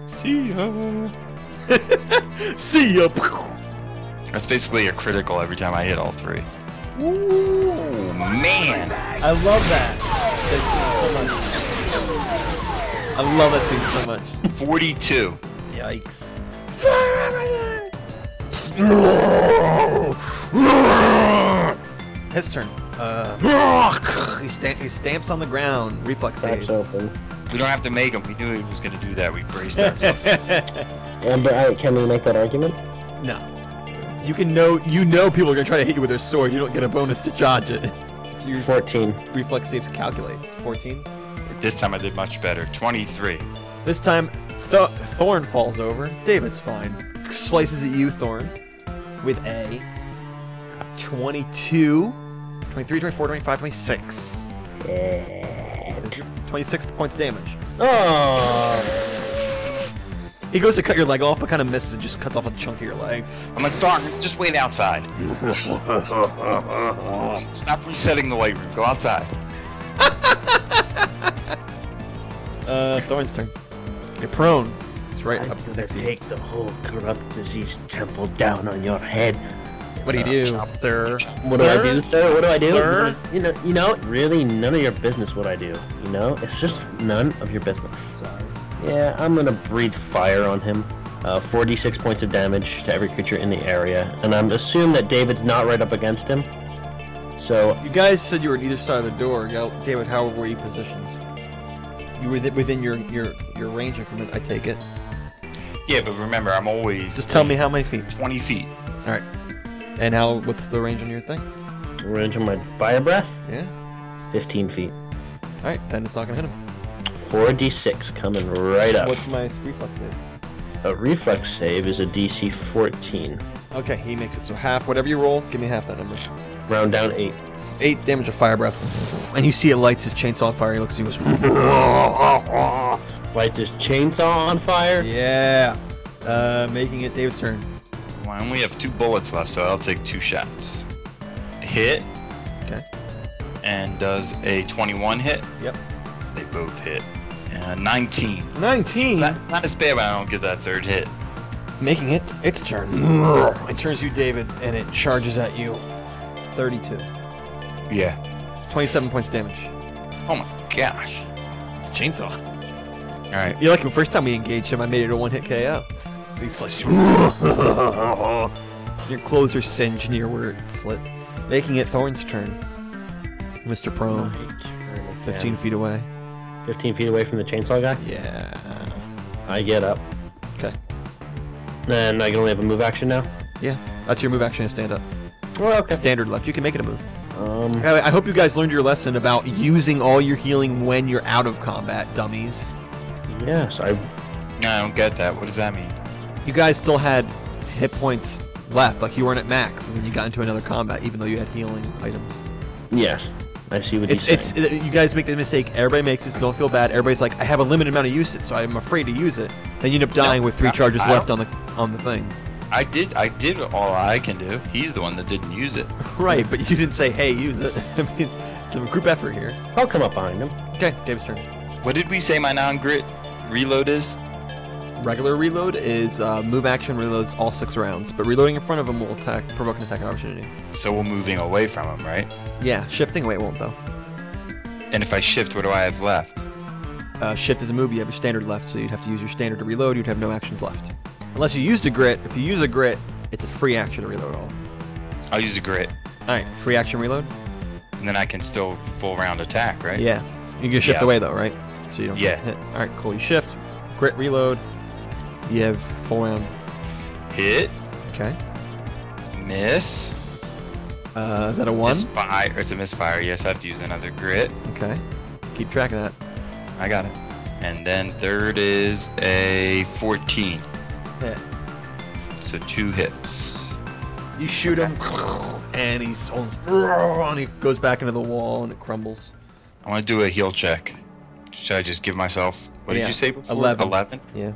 S1: See ya. See ya.
S2: That's basically a critical every time I hit all three. Oh,
S1: Ooh,
S2: man.
S1: I love that. That scene so much. I love that scene so much.
S2: 42.
S1: Yikes. His turn. Uh, he, stamp- he stamps on the ground. Reflex saves.
S2: We don't have to make him. We knew he was going to do that. We braced ourselves.
S3: Amber, I, uh, can we make that argument?
S1: No. You can know you know people are gonna try to hit you with their sword. You don't get a bonus to dodge it. So your
S3: 14.
S1: reflex saves calculates. 14.
S2: this time I did much better. 23.
S1: This time, Th- Thorn falls over. David's fine. Slices at you, Thorn, with a 22, 23, 24, 25, 26. There's your 26 points of damage.
S3: Oh!
S1: He goes to cut your leg off, but kind of misses and just cuts off a chunk of your leg.
S2: I'm like, Darn, just wait outside. Stop resetting the white room. Go outside.
S1: Uh, Thorn's turn. You're prone. It's right
S3: I'm
S1: up
S3: gonna
S1: next to you.
S3: take the whole corrupt disease temple down on your head.
S1: What do you do? There.
S3: What do I do, sir? What do I do?
S1: Sir?
S3: You know, you know, really none of your business what I do. You know, it's just none of your business. Yeah, I'm gonna breathe fire on him. Uh, 46 points of damage to every creature in the area, and I'm assume that David's not right up against him. So
S1: You guys said you were on either side of the door. Now, David, how were you positioned? You were th- within your, your, your range increment, I take it.
S2: Yeah, but remember, I'm always.
S1: Just tell me how many feet.
S2: 20 feet.
S1: All right. And how? What's the range on your thing?
S3: range on my fire breath,
S1: Yeah.
S3: 15 feet.
S1: All right. Then it's not gonna hit him.
S3: 4d6 coming right up.
S1: What's my reflex save?
S3: A reflex save is a DC 14.
S1: Okay, he makes it. So half, whatever you roll, give me half that number.
S3: Round down eight.
S1: eight damage of fire breath, and you see it lights his chainsaw fire. He looks at you. goes,
S3: Lights his chainsaw on fire.
S1: Yeah. Uh, making it David's turn.
S2: Well, I only have two bullets left, so I'll take two shots. Hit.
S1: Okay.
S2: And does a 21 hit?
S1: Yep. Hmm.
S2: They both hit. And 19.
S1: 19.
S2: That's not as bad, but I don't get that third hit.
S1: Making it its turn. It turns you, David, and it charges at you. 32.
S2: Yeah.
S1: 27 points of damage.
S2: Oh my gosh.
S1: Chainsaw.
S2: All right.
S1: You're like the first time we engaged him, I made it a one hit KO. So he slices you. Your clothes are singed near where it slit. Making it Thorn's turn. Mr. Prone.
S3: again.
S1: 15 feet away.
S3: 15 feet away from the chainsaw guy.
S1: Yeah.
S3: I get up.
S1: Okay.
S3: Then I can only have a move action now.
S1: Yeah. That's your move action and stand up.
S3: Well, okay.
S1: Standard left. You can make it a move.
S3: Um,
S1: I I hope you guys learned your lesson about using all your healing when you're out of combat, dummies.
S3: yes, I.
S2: No, I don't get that. What does that mean?
S1: You guys still had hit points left, like you weren't at max, and then you got into another combat, even though you had healing items.
S3: Yes, I see what
S1: It's,
S3: he's
S1: it's
S3: saying.
S1: you guys make the mistake. Everybody makes this. Don't feel bad. Everybody's like, I have a limited amount of usage, so I'm afraid to use it. Then you end up dying with three
S2: I-
S1: charges
S2: I
S1: left on
S2: don't-
S1: the on the thing.
S2: I did. I did all I can do. He's the one that didn't use it.
S1: Right, but you didn't say, hey, use it. I mean, it's a group effort here.
S3: I'll come up behind him.
S1: Okay, David's turn.
S2: What did we say? My non-grit reload is.
S1: Regular reload is uh, move action reloads all six rounds, but reloading in front of him will attack, provoke an attack opportunity.
S2: So we're moving away from him, right?
S1: Yeah, shifting weight won't though.
S2: And if I shift, what do I have left?
S1: Uh, shift is a move. You have your standard left, so you'd have to use your standard to reload. You'd have no actions left, unless you used a grit. If you use a grit, it's a free action to reload all.
S2: I'll use a grit,
S1: All right, free action reload.
S2: and then I can still full round attack, right?
S1: Yeah, you can shift
S2: Yeah.
S1: away though, right? So you don't
S2: Yeah.
S1: get hit. All right, cool. You shift, grit reload. You have full round.
S2: Hit,
S1: Okay.
S2: miss.
S1: Uh, is that a one?
S2: Misfire. It's a misfire. Yes, I have to use another grit.
S1: Okay. Keep track of that.
S2: I got it. And then third is a 14.
S1: Hit.
S2: So two hits.
S1: You shoot him, and he's and he goes back into the wall and it crumbles.
S2: I want to do a heal check. Should I just give myself? What
S1: Yeah,
S2: did you say before?
S1: 11.
S2: 11?
S1: Yeah.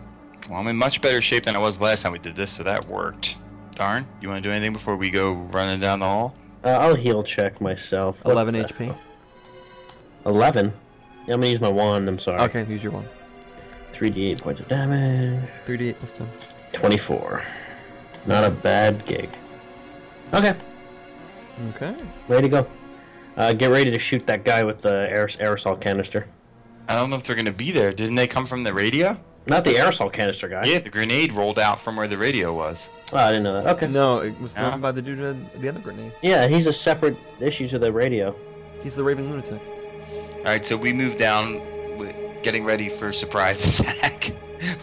S2: Well, I'm in much better shape than I was last time we did this, so that worked. Darn. You want to do anything before we go running down the hall?
S3: Uh, I'll heal check myself. What
S1: 11
S3: the-
S1: HP.
S3: 11? Yeah, I'm gonna use my wand, I'm sorry.
S1: Okay, use your one.
S3: 3d8 points of damage.
S1: 3d8 this time.
S3: 24. Not a bad gig. Okay,
S1: Okay.
S3: ready to go. Uh, get ready to shoot that guy with the aer- aerosol canister.
S2: I don't know if they're going to be there. Didn't they come from the radio?
S3: Not the aerosol canister guy.
S2: Yeah, the grenade rolled out from where the radio was.
S3: Oh, I didn't know that. Okay.
S1: No, it was thrown
S2: Yeah.
S1: by the dude with the other grenade.
S3: Yeah, he's a separate issue to the radio.
S1: He's the raving lunatic.
S2: All right, so we move down, w- getting ready for surprise attack.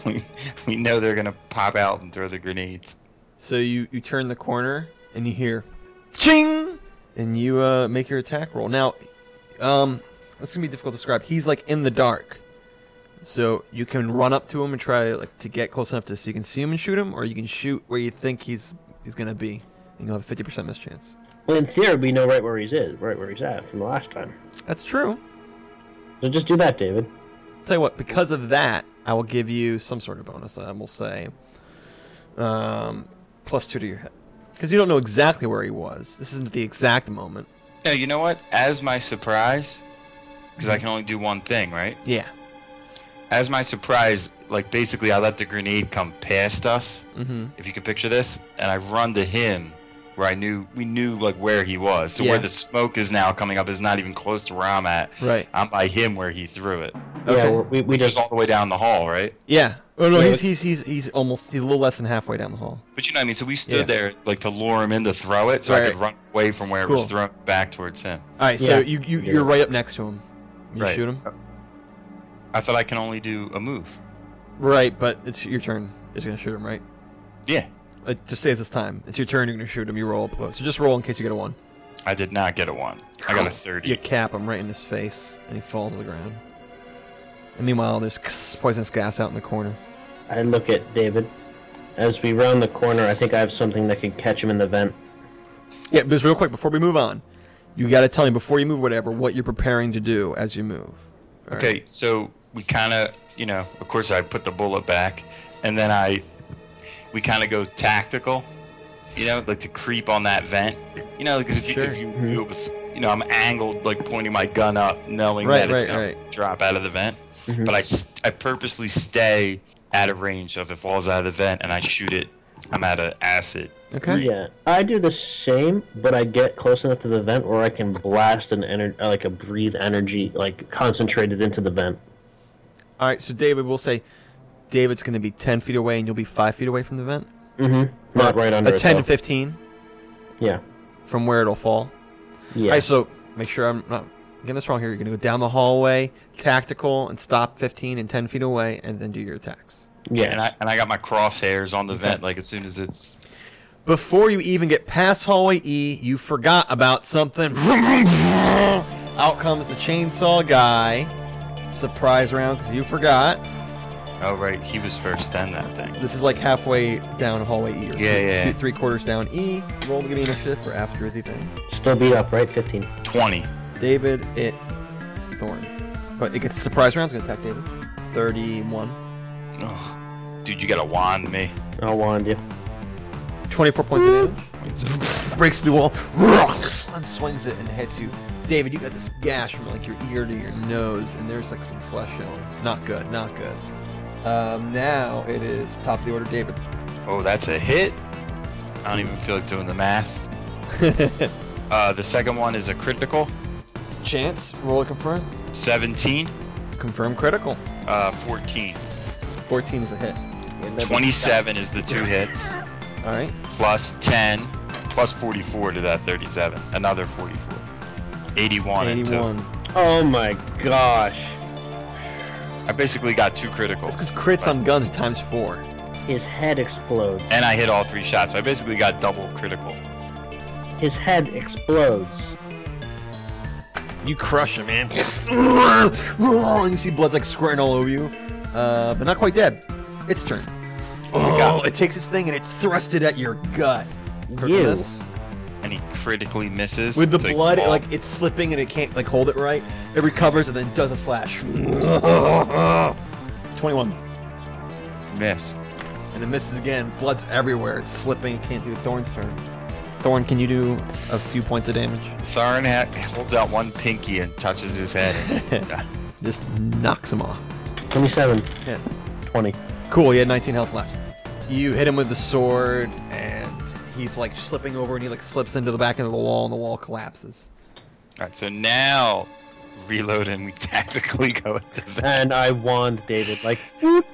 S2: we, we know they're going to pop out and throw the grenades.
S1: So you, you turn the corner and you hear ching and you uh, make your attack roll. Now, um, it's gonna be difficult to describe. He's like in the dark, so you can run up to him and try like to get close enough to so you can see him and shoot him, or you can shoot where you think he's he's gonna be, and you'll have a fifty percent miss chance.
S3: Well, in theory, we know right where he's is, right where he's at from the last time.
S1: That's true.
S3: So just do that, David.
S1: Tell you what, because of that, I will give you some sort of bonus. I will say, um, plus two to your hit, because you don't know exactly where he was. This isn't the exact moment.
S2: No, you know what? As my surprise, because I can only do one thing, right?
S1: Yeah.
S2: As my surprise, like basically, I let the grenade come past us.
S1: Mm-hmm.
S2: If you could picture this, and I run to him, where I knew we knew like where he was. So
S1: Yeah.
S2: where the smoke is now coming up is not even close to where I'm at.
S1: Right.
S2: I'm by him where he threw it.
S1: Okay.
S2: we're- we we just all the way down the hall, right?
S1: Yeah. Oh no,
S2: Yeah,
S1: he's
S2: like-
S1: he's he's he's almost he's a little less than halfway down the hall.
S2: But you know what I mean. So we stood
S1: Yeah.
S2: there like to lure him in to throw it, so I could
S1: Right.
S2: run away from where it
S1: Cool.
S2: was thrown back towards him.
S1: All right, so you, you you're right up next to him. You
S2: Right. Uh,
S1: shoot him.
S2: I thought I can only do a move.
S1: Right, but it's your turn. You're gonna shoot him, right?
S2: Yeah.
S1: It just saves us time. It's your turn. You're gonna shoot him. You roll. So just roll in case you get a one.
S2: I did not get a one. I got a thirty.
S1: You cap him right in his face, and he falls to the ground. And meanwhile, there's poisonous gas out in the corner.
S3: I look at David. As we round the corner, I think I have something that can catch him in the vent.
S1: Yeah, just real quick before we move on, you got to tell me before you move whatever what you're preparing to do as you move. All right.
S2: Okay, so we kind of, you know, of course I put the bullet back, and then I, we kind of go tactical, you know, like to creep on that vent, you know, because if you, if you,
S1: Mm-hmm.
S2: you, was, you know, I'm angled, like pointing my gun up, knowing
S1: Right,
S2: that
S1: right,
S2: it's gonna drop out of the vent,
S1: Mhm.
S2: but I, s- I purposely stay out of range. So if it falls out of the vent and I shoot it, I'm out of acid.
S3: Yeah. I do the same, but I get close enough to the vent where I can blast an energy, like a breathe energy, like concentrated into the vent.
S1: All right. So David, we'll say David's going to be ten feet away, and you'll be five feet away from the vent.
S3: Mm-hmm. Not right under
S1: a
S3: it,
S1: ten to
S3: though.
S1: fifteen.
S3: Yeah.
S1: From where it'll fall.
S3: Yeah.
S1: All right. So make sure I'm not getting this wrong here. You're going to go down the hallway, tactical, and stop fifteen and ten feet away, and then do your attacks.
S3: Yeah.
S2: And I, and I got my crosshairs on the vent, like as soon as it's
S1: Before you even get past hallway E, you forgot about something. Vroom, vroom, vroom. Out comes the chainsaw guy. Surprise round, because you forgot.
S2: Oh, right. He was first then that thing.
S1: This is like halfway down hallway E. Or
S2: Yeah,
S1: two-
S2: yeah.
S1: two- Three quarters down E. Roll to give me initiative for after the thing.
S3: Still beat up, right? 15.
S2: 20.
S1: David, it, Thorn. But it gets surprise rounds, going to attack David. 31.
S2: Ugh. Oh, Dude, you gotta wand me.
S3: I'll wand you.
S1: 24 points of damage. Breaks through the wall. And swings it and hits you. David, you got this gash from like your ear to your nose, and there's like some flesh showing. Not good, not good. Um, now it is top of the order, David.
S2: Oh, that's a hit. I don't even feel like doing the math. uh, the second one is a critical.
S1: Chance, roll a confirm.
S2: 17,
S1: Confirm critical.
S2: uh, 14.
S1: 14 is a hit. And that-
S2: 27 is the two hits.
S1: All right.
S2: Plus 10, plus 44 to that 37. Another 44. 81. and two.
S1: 81.
S3: Oh my gosh.
S2: I basically got two criticals.
S1: Because crits on guns times four.
S3: His head explodes.
S2: And I hit all three shots. I basically got double critical.
S3: His head explodes.
S1: You crush him, man. and you see blood's like squirting all over you, uh, but not quite dead. Its turn.
S2: Oh my God.
S1: It takes its thing and it thrusts it at your gut. Perkinus.
S2: And he critically misses.
S1: With the
S2: so he
S1: blood,
S2: falls.
S1: like it's slipping and it can't like hold it right. It recovers and then does a slash. Twenty-one
S2: miss.
S1: and it misses again. Blood's everywhere. It's slipping. It can't do Thorn's turn. Thorn, can you do a few points of damage?
S2: Tharn ha- holds out one pinky and touches his head.
S1: Just knocks him off.
S3: 27.
S1: Yeah.
S3: 20.
S1: Cool, he had 19 health left. You hit him with the sword, and he's like slipping over, and he like slips into the back end of the wall, and the wall collapses.
S2: All right, so now reload and we tactically go at the vent.
S3: And I wand David, like, whoop.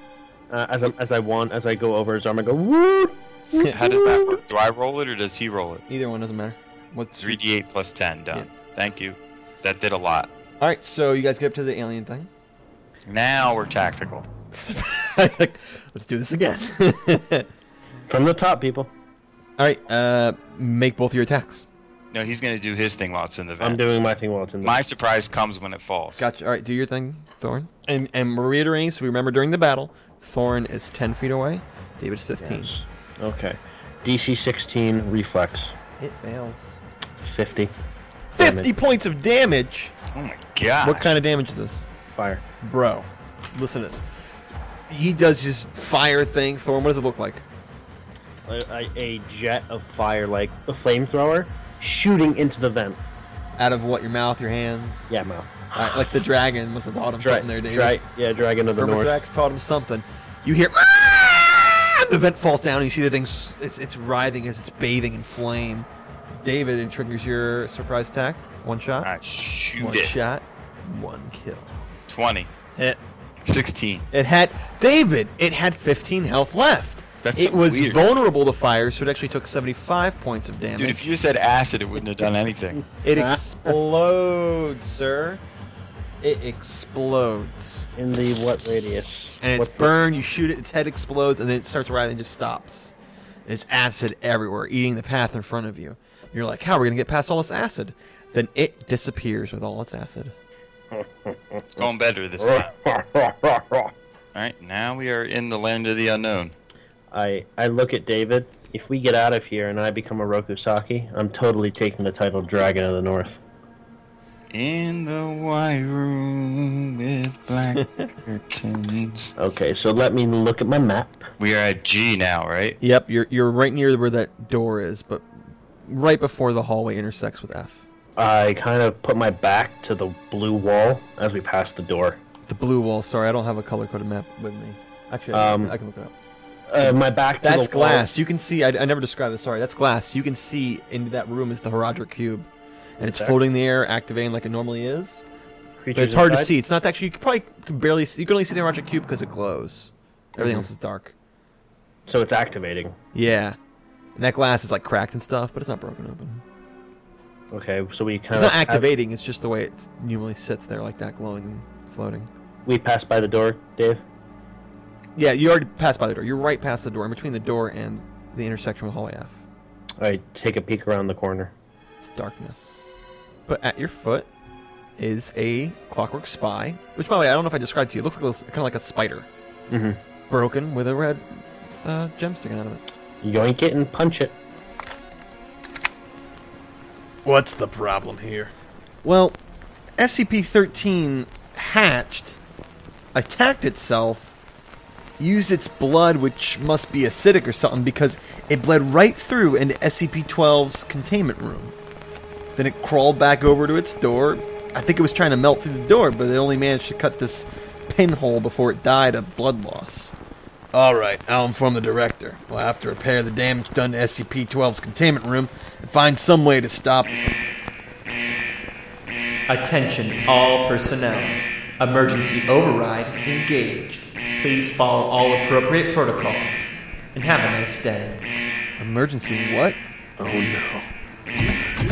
S3: Uh, as, I, as I wand, as I go over his arm, I go, whoop.
S2: How does that work? Do I roll it or does he roll it?
S1: Either one doesn't matter. What's
S2: 3d8 plus 10, done. Thank you. That did a lot.
S1: All right, so you guys get up to the alien thing.
S2: Now we're tactical.
S1: Let's do this again.
S3: From the top, people.
S1: All right, uh, make both your attacks.
S2: No, he's going to do his thing while it's in the vent.
S1: I'm doing
S3: my thing while it's in
S1: the
S2: My surprise comes when it falls.
S1: Gotcha. All right, do your thing, Thorn. And and we're reiterating, so we remember during the battle, Thorn is 10 feet away. David's 15.
S3: Yes. Okay. DC 16 reflex.
S1: It fails.
S3: 50.
S1: 50 points of damage.
S2: Oh my god.
S1: What kind of damage is this?
S3: Fire.
S1: Bro, listen to this. He does his fire thing. Thorn, what does it look like?
S3: A, a- a jet of fire, like a flamethrower, shooting into the vent.
S1: Out of what? Your mouth, your hands?
S3: Yeah, mouth.
S1: Alright, like the dragon must have taught him
S3: Dra-
S1: something there, David.
S3: dra- yeah, dragon of the north.
S1: Drax taught him something. You hear "Ah!" the vent falls down, and you see the thing. s- It's it's writhing as it's bathing in flame. David, it triggers your surprise attack. One shot.
S2: shoot
S1: One
S2: it.
S1: shot. One kill.
S2: 20.
S1: Hit.
S2: 16.
S1: It had David. It had 15 health left.
S2: That's
S1: it
S2: so
S1: was
S2: weird.
S1: vulnerable to fire, so it actually took 75 points of damage.
S2: Dude, if you said acid, it wouldn't have done anything.
S1: It explodes, sir. It explodes.
S3: In the what radius?
S1: And it's
S3: What's the-
S1: burned, you shoot it, its head explodes, and then it starts writhing and just stops. And it's acid everywhere, eating the path in front of you. And you're like, how are we going to get past all this acid? Then it disappears with all its acid.
S2: It's going better this time. All right, now we are in the land of the unknown.
S3: I I look at David. If we get out of here and I become a Rokusaki, I'm totally taking the title Dragon of the North.
S2: In the white room with black curtains.
S3: Okay, so let me look at my map.
S2: We are at G now, right?
S1: Yep, you're, you're right near where that door is, but right before the hallway intersects with F.
S3: I kind of put my back to the blue wall as we pass the door.
S1: The blue wall, sorry, I don't have a color coded map with me. Actually, I-
S3: Um,
S1: I can look it up.
S3: Uh, my back. To
S1: That's
S3: the wall.
S1: glass. You can see. I, I never described it. Sorry. That's glass. You can see into that room is the Haradra cube, and it's
S3: Okay.
S1: floating in the air, activating like it normally is. but
S3: Creatures
S1: it's hard to
S3: inside?
S1: see. It's not actually. You can probably can barely. See, you can only see the Haradra cube because it glows. Everything
S3: Mhm.
S1: else is dark.
S3: So it's activating.
S1: Yeah, and that glass is like cracked and stuff, but it's not broken open.
S3: Okay, so we kind
S1: It's
S3: of
S1: not activating. It's just the way it normally sits there like that, glowing and floating.
S3: we pass by the door, Dave.
S1: Yeah, you already passed by the door. You're right past the door, in between the door and the intersection with hallway F.
S3: I take a peek around the corner.
S1: It's darkness. But at your foot is a clockwork spy, which, by the way, I don't know if I described to you. It looks like a, kind of like a spider,
S3: Mhm.
S1: broken with a red uh, gem sticking out of it.
S3: Yoink it and punch it.
S12: What's the problem here?
S1: Well, SCP 13 hatched, attacked itself, used its blood, which must be acidic or something, because it bled right through into SCP 12's containment room. Then it crawled back over to its door. I think it was trying to melt through the door, but it only managed to cut this pinhole before it died of blood loss. All right, I'll inform the director. We'll have to repair the damage done to SCP 12's containment room and find some way to stop. Attention, all personnel. Emergency override engaged. Please follow all appropriate protocols and have a nice day. Emergency what? Oh no.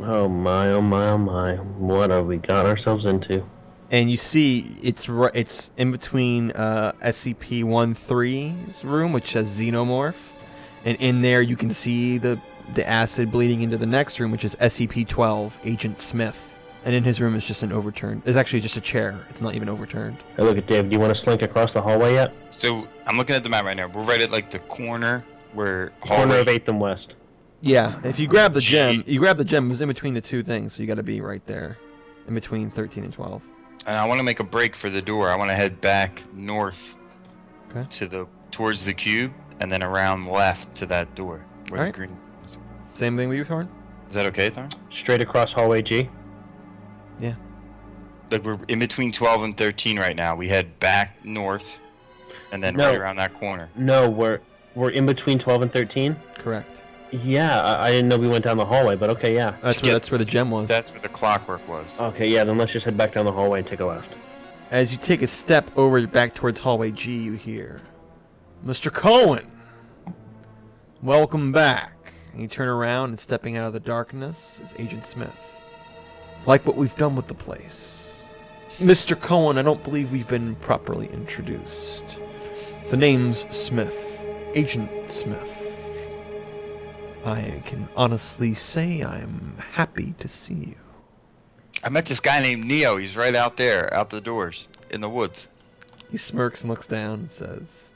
S3: Oh my! Oh my! Oh my! What have we got ourselves into?
S1: And you see, it's ri- it's in between uh, SCP 13's room, which says Xenomorph, and in there you can see the the acid bleeding into the next room, which is SCP 12 Agent Smith. And in his room is just an overturned. It's actually just a chair. It's not even overturned.
S3: Hey, look at Dave. Do you want to slink across the hallway yet?
S2: So I'm looking at the map right now. We're right at like the corner where
S3: Corner
S2: hallway.
S3: of Eighth and West.
S1: Yeah, if you grab the gem, you grab the gem. It was in between the two things, so you got to be right there, in between thirteen and twelve.
S2: And I want to make a break for the door. I want to head back north
S1: Okay.
S2: to the towards the cube, and then around left to that door where
S1: Alright.
S2: the green. Is
S1: Same thing with you, Thorn.
S2: Is that okay, Thorn?
S3: Straight across hallway G.
S2: Like we're in between 12 and 13 right now. We head back north, and then
S3: No.
S2: right around that corner.
S3: No, we're we're in between twelve and thirteen.
S1: Correct.
S3: Yeah, I, I didn't know we went down the hallway, but okay, yeah.
S1: That's where that's where the gem was.
S2: That's where the clockwork was.
S3: Okay, yeah. Then let's just head back down the hallway and take a left.
S1: As you take a step over back towards hallway G, you hear, "Mr. Cohen, welcome back." And you turn around and stepping out of the darkness is Agent Smith. Like what we've done with the place, Mr. Cohen. I don't believe we've been properly introduced. The name's Smith, Agent Smith. I can honestly say I'm happy to see you.
S2: I met this guy named Neo. He's right out there, out the doors, in the woods.
S1: He smirks and looks down and says,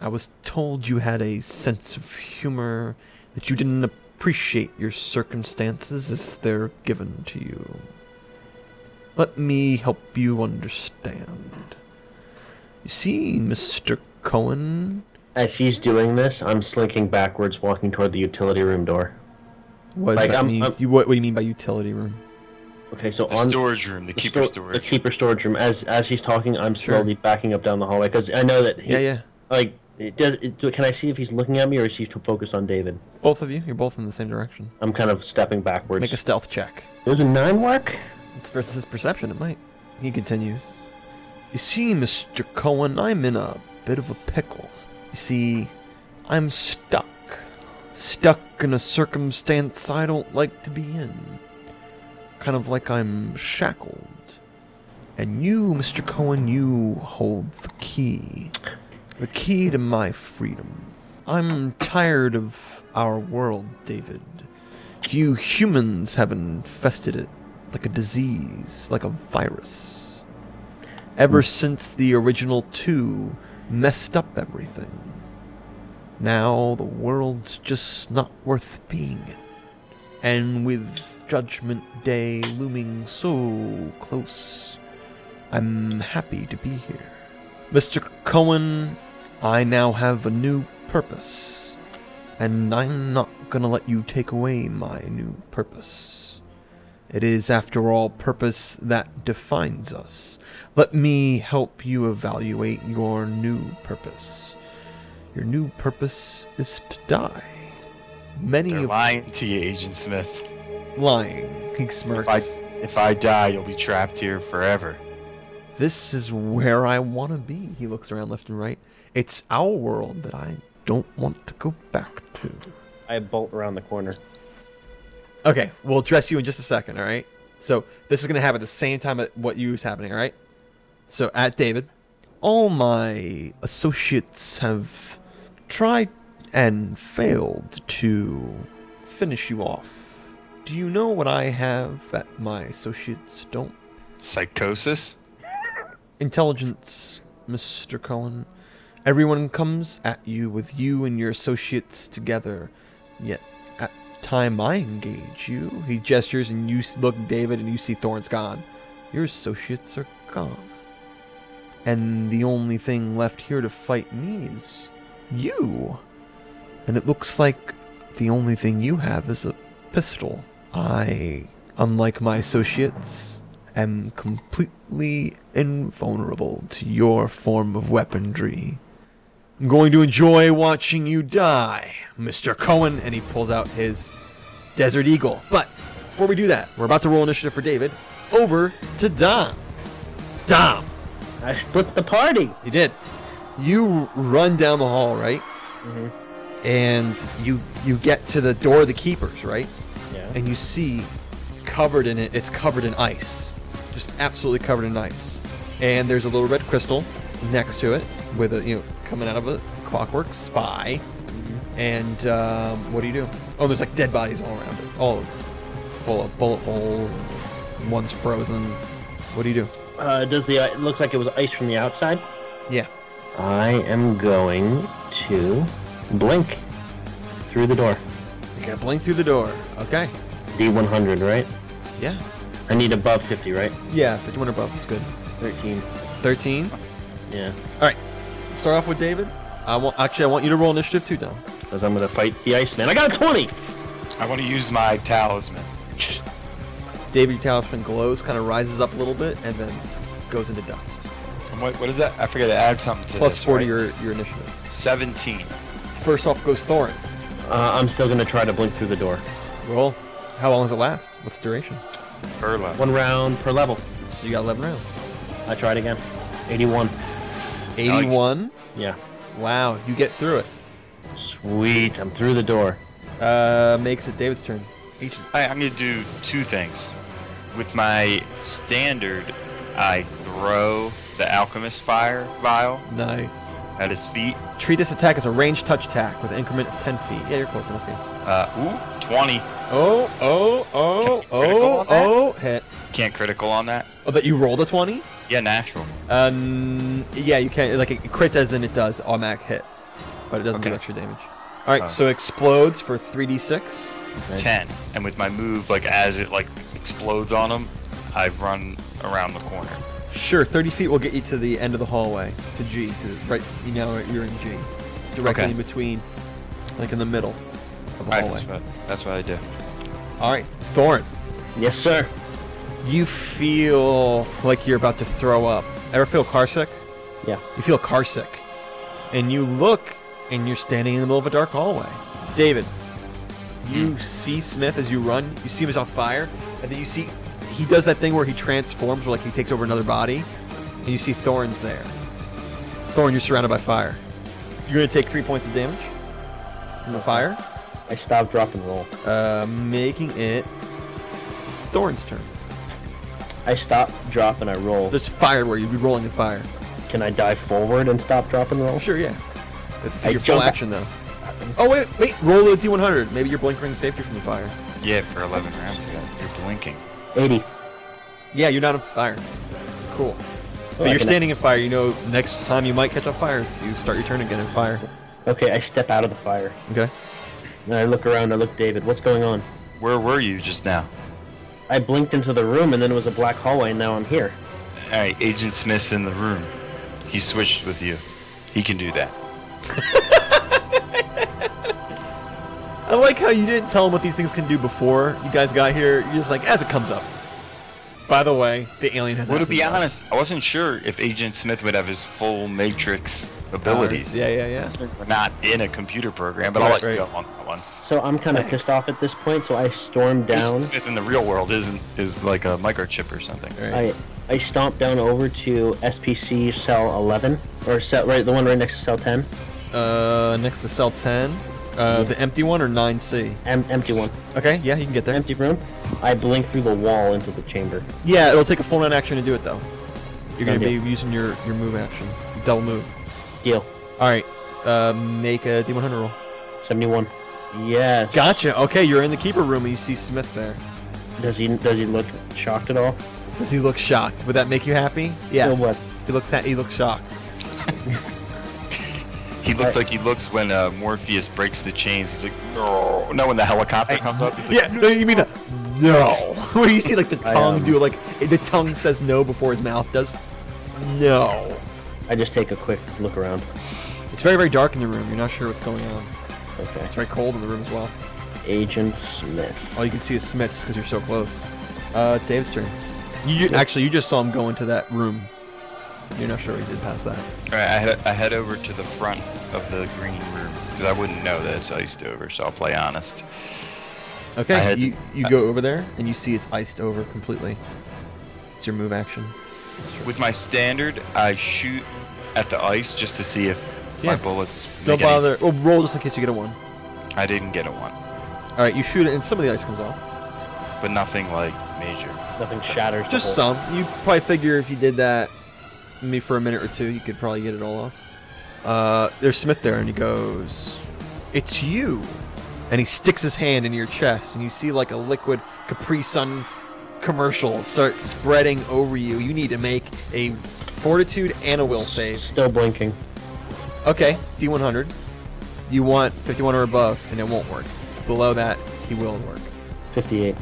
S1: I was told you had a sense of humor, that you didn't appreciate your circumstances as they're given to you. Let me help you understand. You see, Mr. Cohen,
S3: as he's doing this, I'm slinking backwards, walking toward the utility room door.
S1: What, does
S3: Like,
S1: that
S3: I'm-
S1: mean? You- what, what do you mean by utility room?
S3: Okay, so
S1: The
S3: on
S1: storage room, the keeper storage
S3: the keeper storage room. As as he's talking, I'm
S1: Sure.
S3: slowly backing up down the hallway because I know that he,
S1: Yeah, yeah.
S3: like it does. It, can I see if he's looking at me or is he too focused on David?
S1: Both of you, you're both in the same direction.
S3: I'm kind of stepping backwards.
S1: Make a stealth check.
S3: Does a nine work?
S1: It's versus his perception. It might. He continues. You see, Mr. Cohen, I'm in a bit of a pickle. You see, I'm stuck. Stuck in a circumstance I don't like to be in. Kind of like I'm shackled. And you, Mr. Cohen, you hold the key. The key to my freedom. I'm tired of our world, David. You humans have infested it like a disease, like a virus. Ever since the original two messed up everything. Now the world's just not worth being in. And with Judgment Day looming so close, I'm happy to be here. Mr. Cohen, I now have a new purpose. And I'm not gonna let you take away my new purpose. It is, after all, purpose that defines us. Let me help you evaluate your new purpose. Your new purpose is to die. Many
S2: They're
S1: of
S2: lying to you, Agent Smith.
S1: lying. He smirks.
S2: If I, if I die, you'll be trapped here forever.
S1: This is where I want to be. He looks around left and right. It's our world that I don't want to go back to.
S3: I bolt around the corner.
S1: Okay, we'll address you in just a second, all right? So this is going to happen at the same time that what you is happening, all right? So at David, all my associates have tried and failed to finish you off. Do you know what I have that my associates don't?
S2: Psychosis?
S1: Intelligence, Mr. Cohen. Everyone comes at you with you and your associates together, yet at time I engage you, he gestures and you s- look David and you see Thorn's gone. Your associates are gone. And the only thing left here to fight me is you. And it looks like the only thing you have is a pistol. I, unlike my associates, am completely invulnerable to your form of weaponry. I'm going to enjoy watching you die, Mr. Cohen. And he pulls out his Desert Eagle. But before we do that, we're about to roll initiative for David. Over to Dom. Dom.
S3: I split the party.
S1: You did. You run down the hall, right?
S3: Mhm.
S1: And you you get to the door of the keepers, right?
S3: Yeah.
S1: And you see covered in it. It's covered in ice, just absolutely covered in ice. And there's a little red crystal next to it with a you know coming out of a clockwork spy. And um, what do you do? Oh, there's like dead bodies all around it, all full of bullet holes. And one's frozen. What do you do?
S3: Uh, does the it looks like it was ice from the outside?
S1: Yeah.
S3: I am going to blink through the door.
S1: You gotta blink through the door. Okay.
S3: D100, right?
S1: Yeah.
S3: I need above 50, right?
S1: Yeah, 51 or above is good.
S3: 13.
S1: 13?
S3: Yeah.
S1: All right. Start off with David. I want actually I want you to roll initiative too, Dom.
S3: Because I'm gonna fight the Iceman. I got a 20.
S2: I want to use my talisman.
S1: David your talisman glows, kind of rises up a little bit, and then goes into dust.
S2: And what, what is that? I forgot to add something to
S1: Plus
S2: this,
S1: 40
S2: right?
S1: your, your initiative.
S2: 17.
S1: First off goes Thorin.
S3: Uh, I'm still gonna try to blink through the door.
S1: Roll. How long does it last? What's the duration?
S2: Per level.
S3: One round per level.
S1: So you got 11 rounds.
S3: I tried again. 81.
S1: 81.
S3: Yeah.
S1: Wow, you get through it.
S3: Sweet. I'm through the door.
S1: Uh, makes it David's turn. Agent.
S2: I, I'm going to do two things. With my standard, I throw the alchemist fire vial
S1: Nice.
S2: at his feet.
S1: Treat this attack as a range touch attack with an increment of 10 feet. Yeah, you're close enough. Yeah.
S2: Uh, ooh, 20.
S1: Oh, oh, oh,
S2: critical
S1: oh,
S2: on that?
S1: oh, hit.
S2: Can't critical on that.
S1: Oh, that you rolled a 20?
S2: Yeah, natural.
S1: Um, yeah, you can. Like, it crits as in it does automatic hit, but it doesn't do
S2: Okay.
S1: extra damage. All right,
S2: Uh.
S1: so explodes for 3d6.
S2: 10. And with my move, like as it like explodes on him, I run around the corner.
S1: Sure, 30 feet will get you to the end of the hallway, to G, to right, you know, you're in G. directly
S2: Okay.
S1: in between, like in the middle of the
S2: All right,
S1: hallway.
S2: that's what, that's what I do.
S1: All right, Thorin.
S3: Yes, sir.
S1: You feel like you're about to throw up. Ever feel carsick?
S3: Yeah.
S1: You feel carsick, and you look, and you're standing in the middle of a dark hallway. David, you see Smith as you run. You see him as on fire, and then you see he does that thing where he transforms, where like he takes over another body, and you see Thorin's there. Thorin, you're surrounded by fire. You're gonna take three points of damage from the fire.
S3: I stop, drop, and roll.
S1: Uh, making it Thorin's turn.
S3: I stop, drop, and I roll.
S1: There's fire where you'd be rolling in fire.
S3: Can I dive forward and stop, drop, and roll?
S1: Sure, yeah. That's take
S3: I
S1: your full
S3: jump-
S1: action though. Oh wait, wait! Roll a d100. Maybe your blink ring saved you from the fire.
S2: Yeah, for 11 rounds, yeah, you're blinking.
S3: 80.
S1: Yeah, you're not on fire. Cool.
S3: I
S1: But you're
S3: can-
S1: standing in fire. You know, next time you might catch on fire. if You start your turn again in fire.
S3: Okay, I step out of the fire.
S1: Okay.
S3: And I look around. I look, David. What's going on?
S2: Where were you just now?
S3: I blinked into the room, and then it was a black hallway, and now I'm here.
S2: All right, Agent Smith's in the room. He switched with you. He can do that.
S1: I like how you didn't tell him what these things can do before you guys got here. You're just like, as it comes up. By the way, the alien has.
S2: Well, to
S1: acid
S2: be
S1: blood.
S2: honest, I wasn't sure if Agent Smith would have his full Matrix abilities.
S1: Powers. Yeah, yeah, yeah.
S2: Since We're not in a computer program, but I'll
S3: Right,
S2: let you go on that one.
S3: So I'm kind of pissed off at this point. So I storm down.
S2: Agent Smith in the real world isn't is like a microchip or something.
S3: I I stomp down over to SPC cell 11 or cell right the one right next to cell 10.
S1: Uh, next to cell 10. Uh, the empty one or 9C?
S3: Em- empty one.
S1: Okay, yeah, you can get there.
S3: Empty room. I blink through the wall into the chamber.
S1: Yeah, it'll take a full round action to do it though. You're gonna
S3: Okay.
S1: be using your your move action, double move.
S3: Deal.
S1: All right, uh, make a D100 roll.
S3: 71. Yes.
S1: Gotcha. Okay, you're in the keeper room and you see Smith there.
S3: Does he does he look shocked at all?
S1: Does he look shocked? Would that make you happy? Yes.
S3: So what?
S1: He looks ha- he looks shocked.
S2: He looks
S1: I-
S2: like he looks when uh, Morpheus breaks the chains. He's like, no, no, when the helicopter comes up. He's like,
S1: Yeah, no, you mean the no? Where you see like the
S2: I,
S1: tongue
S2: um,
S1: do like the tongue says no before his mouth does no.
S3: I just take a quick look around.
S1: It's very very dark in the room. You're not sure what's going on.
S3: Okay.
S1: It's very cold in the room as well.
S3: Agent Smith.
S1: All you can see is Smith just because you're so close. Uh, Dave's turn. You ju- actually you just saw him go into that room. You're not sure what he did past that.
S2: All right, I head, I head over to the front of the green room because I wouldn't know that it's iced over, so I'll play honest.
S1: Okay,
S2: I had-
S1: you you go over there and you see it's iced over completely. It's your move action.
S2: With my standard, I shoot at the ice just to see if
S1: Yeah.
S2: my bullets.
S1: Don't
S2: make any-
S1: bother. Well, roll just in case you get a one.
S2: I didn't get a one,
S1: All right, you shoot it and some of the ice comes off.
S2: but nothing like major.
S3: Nothing shatters. the
S1: Just
S3: whole-
S1: some. You probably figure if you did that, maybe for a minute or two, you could probably get it all off. Uh, there's Smith there, and he goes, "It's you," and he sticks his hand into your chest, and you see like a liquid Capri Sun commercial start spreading over you. You need to make a fortitude and a will save.
S3: Still blinking.
S1: Okay, D100. You want 51 or above, and it won't work. Below that, he will work.
S3: 58.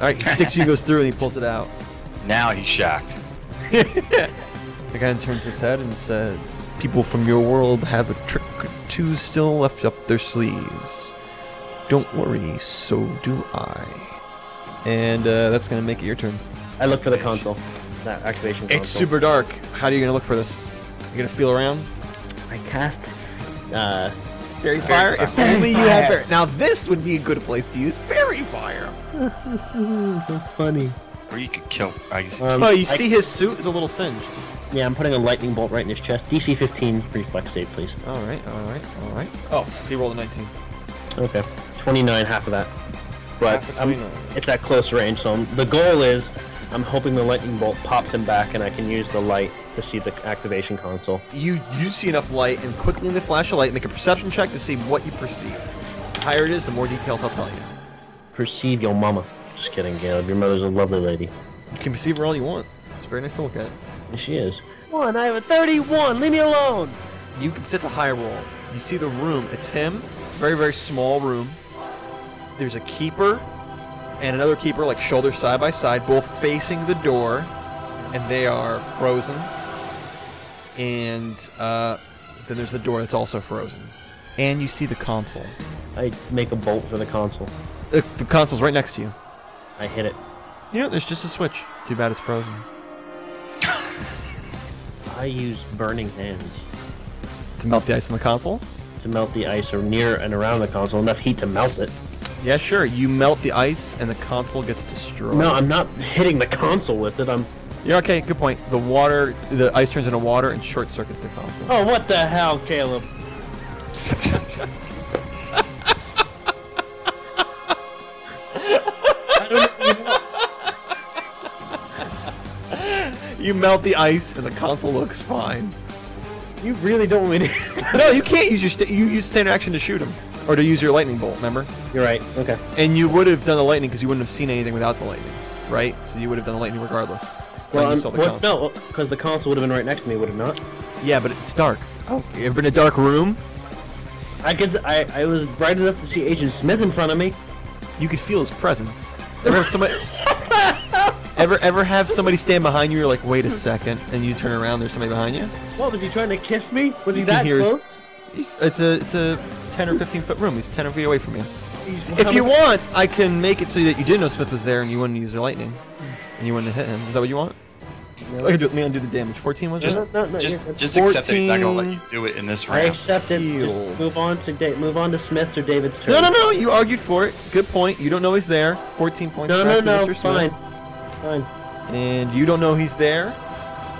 S1: All right, he sticks you, goes through, and he pulls it out.
S2: Now he's shocked.
S1: The guy turns his head and says, People from your world have a trick or two still left up their sleeves. Don't worry, so do I. And uh, that's going to make it your turn.
S3: I look for the console. That activation console.
S1: It's super dark. How are you going to look for this? You're going to feel around?
S3: I cast uh
S1: Fairy fire?
S3: fire.
S1: If only you had
S3: Fire.
S1: fairy. Now, this would be a good place to use fairy fire.
S3: so funny.
S2: Or you could kill. I guess.
S1: oh, you see his suit is a little singed.
S3: um, Yeah, I'm putting a lightning bolt right in his chest. DC 15 reflex save, please.
S1: All right, all right, all right. Oh, he rolled a 19.
S3: Okay. 29, half of that. But
S1: Half of
S3: I'm-
S1: 29.
S3: it's at close range, so I'm- the goal is I'm hoping the lightning bolt pops him back and I can use the light to see the activation console.
S1: You you see enough light, and quickly in the flash of light, make a perception check to see what you perceive. The higher it is, the more details I'll tell you.
S3: Perceive your mama. Just kidding, Caleb. Your mother's a lovely lady.
S1: You can perceive her all you want. It's very nice to look at.
S3: She is. One, I have a 31. Leave me alone.
S1: You can set a high roll. You see the room. It's him. It's a very very small room. There's a keeper and another keeper, like shoulder side by side, both facing the door, and they are frozen. And uh, then there's the door that's also frozen. and you see the console.
S3: I make a bolt for the console.
S1: The, the console's right next to you.
S3: I hit it.
S1: Yeah, there's just a switch. Too bad it's frozen.
S3: I use burning hands
S1: to melt the ice on the console.
S3: to melt the ice or near and around the console enough heat to melt it.
S1: Yeah, sure. You melt the ice, and the console gets destroyed.
S3: No, I'm not hitting the console with it. I'm.
S1: You're okay. Good point. The water, the ice turns into water and short circuits the console.
S3: Oh, what the hell, Caleb?
S1: Oh, You melt the ice, and the console looks fine.
S3: You really don't want me to.
S1: no, you can't use your sta you use standard action to shoot him, or to use your lightning bolt. Remember?
S3: You're right. Okay.
S1: And you would have done the lightning because you wouldn't have seen anything without the lightning, right? So you would have done the lightning regardless. Then
S3: Well,
S1: you
S3: I'm,
S1: saw the
S3: well
S1: console.
S3: no, because the console would have been right next to me, would it not?
S1: Yeah, but it's dark. Oh, you ever been in a dark room?
S3: I could. I, I was bright enough to see Agent Smith in front of me.
S1: You could feel his presence. Ever have somebody, ever ever have somebody stand behind you? You're like, wait a second, and you turn around. There's somebody behind you.
S3: What was he trying to kiss me? Was he
S1: You can
S3: that
S1: hear his-
S3: close?
S1: He's- It's a it's a 10 or 15 foot room. He's 10 feet away from you.
S3: He's-
S1: If you want, I can make it so that you did know Smith was there and you wouldn't use your lightning, and you wouldn't hit him. Is that what you want?
S3: No.
S1: Okay, do, let me undo the damage. 14 was
S2: Just,
S1: it?
S2: just, just accept that he's not going to let you do it in this
S3: I
S2: round.
S3: accept it. Just move on to da- move on to Smith's or David's turn.
S1: No, no, no! You argued for it. Good point. You don't know he's there. 14 points.
S3: No, no,
S1: back
S3: no,
S1: to Mr.
S3: Fine,
S1: Smith.
S3: fine.
S1: And you don't know he's there.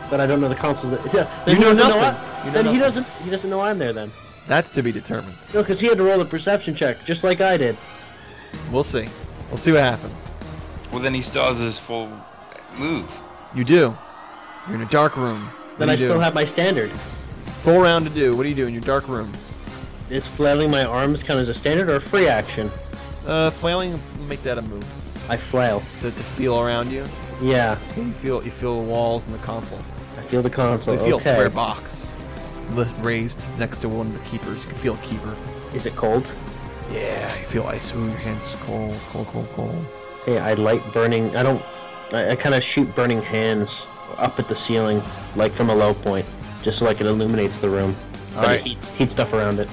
S3: But I don't know the console. That, yeah,
S1: You
S3: then he
S1: know
S3: doesn't
S1: nothing.
S3: Know
S1: You
S3: I,
S1: know
S3: then he
S1: nothing.
S3: doesn't. He doesn't know I'm there. Then
S1: That's to be determined.
S3: no, because he had to roll a perception check, just like I did.
S1: We'll see. We'll see what happens.
S2: Well, then he still has his full move.
S1: You do. You're in a dark room. What
S3: Then
S1: do
S3: I
S1: you do?
S3: still have my standard.
S1: full round to do. What do you do in your dark room?
S3: Is flailing my arms count as a standard or a free action?
S1: Uh, flailing. Make that a move
S3: I flail.
S1: to, to feel around you.
S3: Yeah,
S1: You feel you feel the walls and the console.
S3: I feel the console.
S1: you feel
S3: okay.
S1: a square box, lis- raised next to one of the keepers. You can feel a keeper.
S3: Is it cold?
S1: Yeah, you feel ice. Ooh, your hands cold, cold, cold, cold.
S3: Hey, I light burning. I don't. I, I kind of shoot burning hands up at the ceiling, like from a low point, just so like it illuminates the room.
S1: All
S3: but
S1: right.
S3: it heats, heats stuff around it.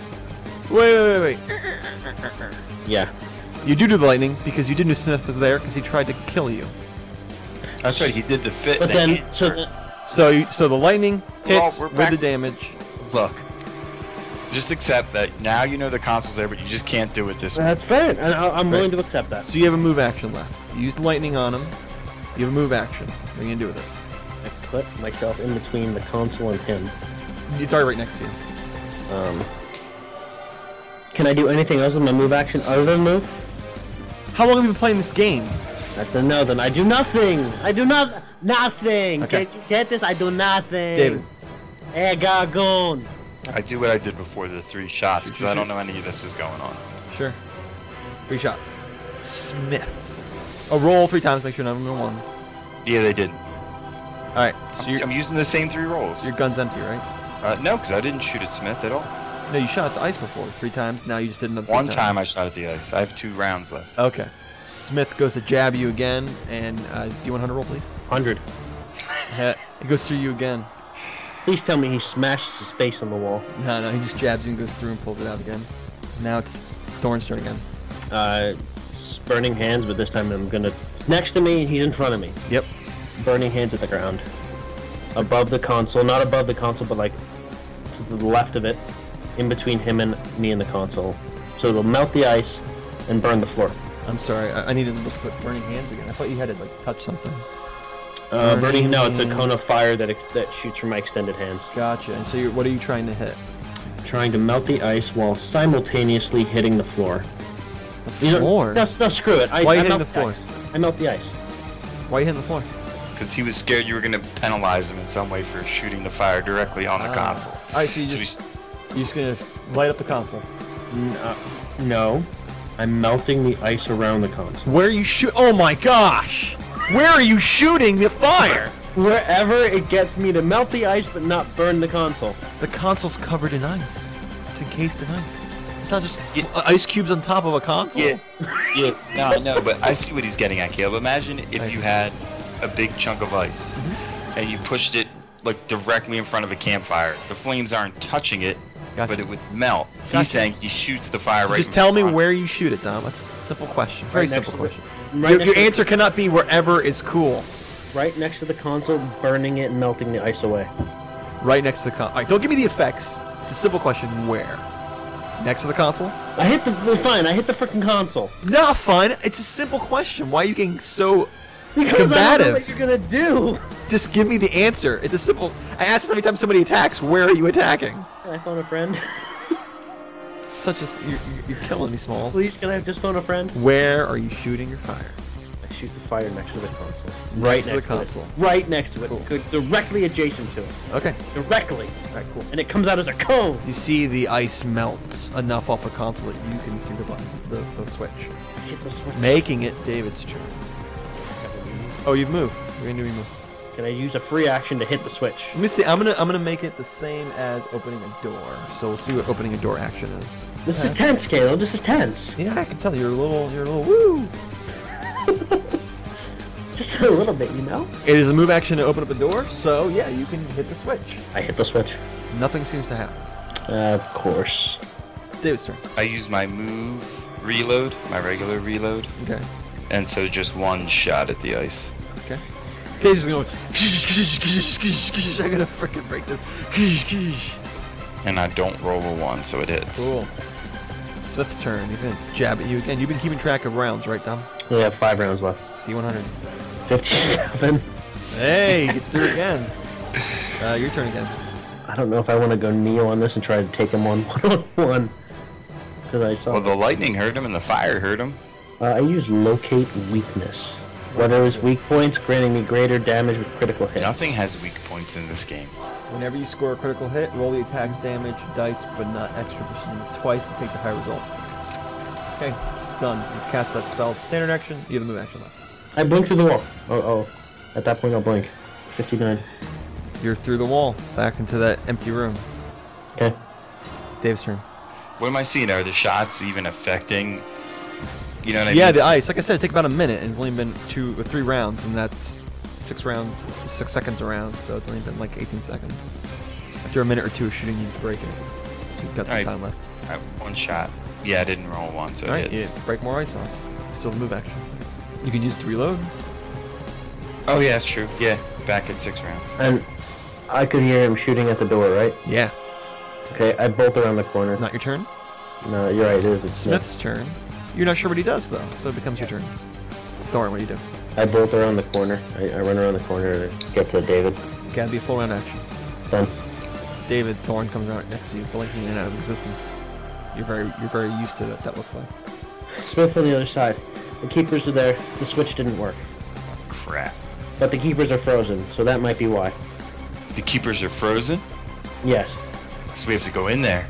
S1: Wait, wait, wait, wait.
S3: Yeah.
S1: You do do the lightning because you did know Smith was there because he tried to kill you.
S2: That's right. He did the fit.
S3: But
S2: that
S3: then,
S2: hit
S3: so
S2: first.
S1: So you, so the lightning
S2: Well,
S1: hits
S2: we're
S1: with
S2: back-
S1: the damage.
S2: look, just accept that now you know the console's there, but you just can't do it this way.
S3: that's fair, and I, I'm
S1: Right.
S3: willing to accept that.
S1: So you have a move action left. You used lightning on him. You have a move action. What are you gonna do with it?
S3: I put myself in between the console and him.
S1: It's already right next to you.
S3: Um, can I do anything else with my move action other than move?
S1: How long have you been playing this game?
S3: That's a no. Then I do nothing. I do not nothing.
S1: Okay.
S3: Can you get this? I do nothing.
S1: David.
S3: Hey, Gargone.
S2: I do what I did before the three shots because I don't know any of this is going on.
S1: Sure. Three shots. Smith. A roll three times. Make sure none of them are ones.
S2: Yeah, they did.
S1: All right. So your
S2: I'm using the same three rolls.
S1: your gun's empty, right?
S2: Uh, no, because I didn't shoot at Smith at all.
S1: No, you shot at the ice before three times. Now you just did another. three
S2: One
S1: times.
S2: time I shot at the ice. I have two rounds left.
S1: Okay. Smith goes to jab you again, and uh, do you want to roll, please?
S3: Hundred.
S1: Heh, It goes through you again.
S3: Please tell me he smashes his face on the wall.
S1: No, no, he just jabs you and goes through and pulls it out again. Now it's Thorn's turn again.
S3: Uh, burning hands, but this time I'm gonna. Next to me, he's in front of me.
S1: Yep.
S3: Burning hands at the ground. Above the console, not above the console, but like to the left of it, in between him and me and the console. So it'll melt the ice and burn the floor.
S1: I'm sorry, I, I needed to just put burning hands again. I thought you had to like touch something.
S3: Uh, burning.
S1: Burning
S3: No, it's a
S1: hands.
S3: cone of fire that ex- that shoots from my extended hands.
S1: Gotcha. And so, you're, what are you trying to hit?
S3: Trying to melt the ice while simultaneously hitting the floor.
S1: The
S3: You know-
S1: floor.
S3: No, no, screw it. I,
S1: Why are you
S3: I
S1: hitting
S3: melt
S1: the floor?
S3: ice. I melt the ice.
S1: Why are you hitting the floor?
S2: Because he was scared you were going to penalize him in some way for shooting the fire directly on the
S1: Ah.
S2: console.
S1: I see. You
S2: So
S1: just, you're just gonna light up the console.
S3: N- uh, no, I'm melting the ice around the console.
S1: Where are you shoot? Oh my gosh! Where are you shooting the fire?
S3: Wherever it gets me to melt the ice but not burn the console.
S1: The console's covered in ice. It's encased in ice. It's not just uh, ice cubes on top of a console.
S2: Yeah, yeah, no, I know, but I see what he's getting at, Caleb. Imagine if you had a big chunk of ice
S1: Mm-hmm.
S2: and you pushed it like directly in front of a campfire. The flames aren't touching it; but it would melt.
S1: Gotcha.
S2: He's saying he shoots the fire
S1: So
S2: right.
S1: just
S2: in
S1: tell me
S2: front.
S1: where you shoot it, Dom. That's a simple question. Very
S3: Right next
S1: simple
S3: to the-
S1: question.
S3: right
S1: your
S3: next
S1: your
S3: to the-
S1: answer cannot be wherever is cool.
S3: Right next to the console, burning it and melting the ice away.
S1: Right next to the console. All right, don't give me the effects. It's a simple question. Where? Next to the console?
S3: I hit the fine. I hit the freaking console.
S1: Not fun. It's a simple question. Why are you getting so
S3: Because I don't
S1: combative?
S3: know what you're gonna do.
S1: Just give me the answer. It's a simple. I asked this every time somebody attacks. Where are you attacking?
S3: Can I phone a friend?
S1: It's such a. s- You're, you're killing me, Smalls.
S3: Please, can I just phone a friend?
S1: Where are you shooting your fire?
S3: I shoot the fire next to the console.
S1: Right next to the
S3: it.
S1: console.
S3: Right next to it. Good- Directly adjacent to it.
S1: Okay.
S3: Directly. All right, cool. And it comes out as a cone.
S1: You see the ice melts enough off the console that you can see the button, the, the switch.
S3: Hit the switch.
S1: Making it David's turn. Oh, you've moved. You're gonna do a move.
S3: Can I use a free action to hit the switch?
S1: Let me see. I'm gonna I'm gonna make it the same as opening a door. So we'll see what opening a door action is.
S3: This is tense, Caleb. This is tense.
S1: Yeah, I can tell you're a little you're a little woo.
S3: Just a little bit, you know.
S1: It is a move action to open up a door. So yeah, you can hit the switch.
S3: I hit the switch.
S1: Nothing seems to happen.
S3: Of course.
S1: David's turn.
S2: I use my move reload, my regular reload.
S1: Okay.
S2: And so just one shot at the ice.
S1: Okay. David's going. I gotta freaking break this.
S2: And I don't roll a one, so it hits.
S1: Cool. Smith's turn. He's gonna jab at you again. You've been keeping track of rounds, right, Tom?
S3: We have five rounds left.
S1: D100.
S3: Fifty-seven.
S1: Hey, he gets through it again. Uh, your turn again.
S3: I don't know if I want to go kneel on this and try to take him one one on one. Because I saw.
S2: Well, the lightning hurt him and the fire hurt him.
S3: Uh, I use locate weakness. Whether it's weak points, granting me greater damage with critical hits.
S2: Nothing has weak points in this game.
S1: Whenever you score a critical hit, roll the attack's damage dice, but not extra pushing twice and take the high result. Okay, done. You've cast that spell. Standard action. You have the move action left.
S3: I blink through the wall. Oh, oh. At that point, I'll blink. 59.
S1: You're through the wall, back into that empty room.
S3: Okay.
S1: Dave's turn.
S2: What am I seeing? Are the shots even affecting? You know what I
S1: yeah,
S2: mean?
S1: the ice. Like I said, it took about a minute, and it's only been two or three rounds, and that's six rounds, s- six seconds around. So it's only been like 18 seconds. After a minute or two of shooting, you break it. So you've got some
S2: Alright.
S1: time left.
S2: I have one shot. Yeah, I didn't roll one, so
S1: All right,
S2: it hits.
S1: you break more ice off. Still move action. You can use to reload.
S2: Oh yeah, that's true. Yeah, back at six rounds.
S3: And I could hear him shooting at the door, right?
S1: Yeah.
S3: Okay, I bolt around the corner.
S1: Not your turn?
S3: No, you're right. It is. It's
S1: Smith's turn. You're not sure what he does though, so it becomes your turn. It's Thorn, what do you do?
S3: I bolt around the corner. I, I run around the corner to get to David.
S1: Gotta be a full round action.
S3: Done.
S1: David Thorn comes out next to you, blinking in and out of existence. You're very you're very used to what that looks like.
S3: Smith's on the other side. The keepers are there. The switch didn't work.
S2: Crap.
S3: But the keepers are frozen, so that might be why.
S2: The keepers are frozen,
S3: Yes,
S2: so we have to go in there.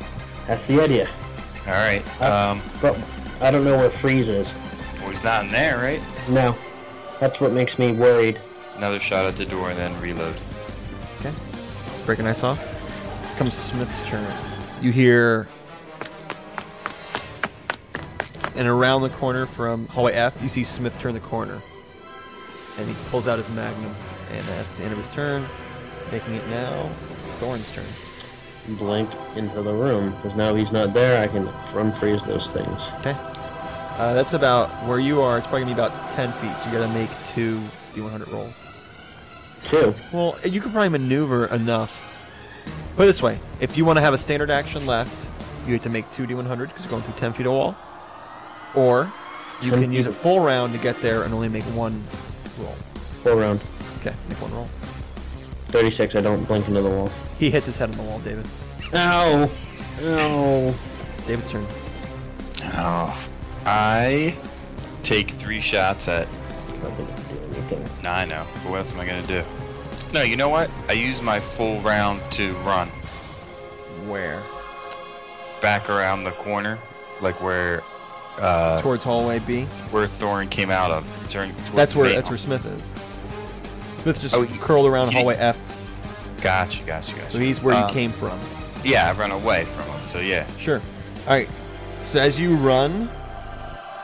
S3: that's the idea.
S2: All right.
S1: Oh.
S2: um,
S3: But I don't know where freeze is.
S2: well, he's not in there, right?
S3: No. That's what makes me worried.
S2: Another shot at the door, and then reload.
S1: Okay. Breaking ice off. Comes Smith's turn. You hear and around the corner from hallway F, you see Smith turn the corner. And he pulls out his magnum. And that's the end of his turn. Making it now Thorn's turn.
S3: Blink into the room, because now he's not there, I can unfreeze those things.
S1: Okay. Uh, that's about where you are. It's probably gonna be about ten feet. So you gotta make two d100 rolls.
S3: Two.
S1: Well, you could probably maneuver enough. Put it this way: if you want to have a standard action left, you have to make two d100 because you're going through ten feet of wall, or you
S3: 10
S1: can use a
S3: feet of-
S1: full round to get there and only make one roll.
S3: Full round.
S1: Okay, make one roll.
S3: 36, I don't blink into the wall.
S1: He hits his head on the wall, David.
S3: Ow! Ow!
S1: David's turn.
S2: Oh. I take three shots at.
S3: It's not gonna do anything.
S2: Nah, I know. But what else am I gonna do? No, you know what? I use my full round to run
S1: Where?
S2: back around the corner, like where. Uh,
S1: Towards hallway B.
S2: where Thorn came out of. Turn towards
S1: That's where
S2: me.
S1: that's where Smith is. Smith just
S2: Oh, he-
S1: curled around
S2: he-
S1: hallway F,
S2: Gotcha, gotcha, gotcha.
S1: so he's where
S2: Um,
S1: you came from.
S2: Yeah, I run away from him. So yeah.
S1: Sure. All right. So as you run,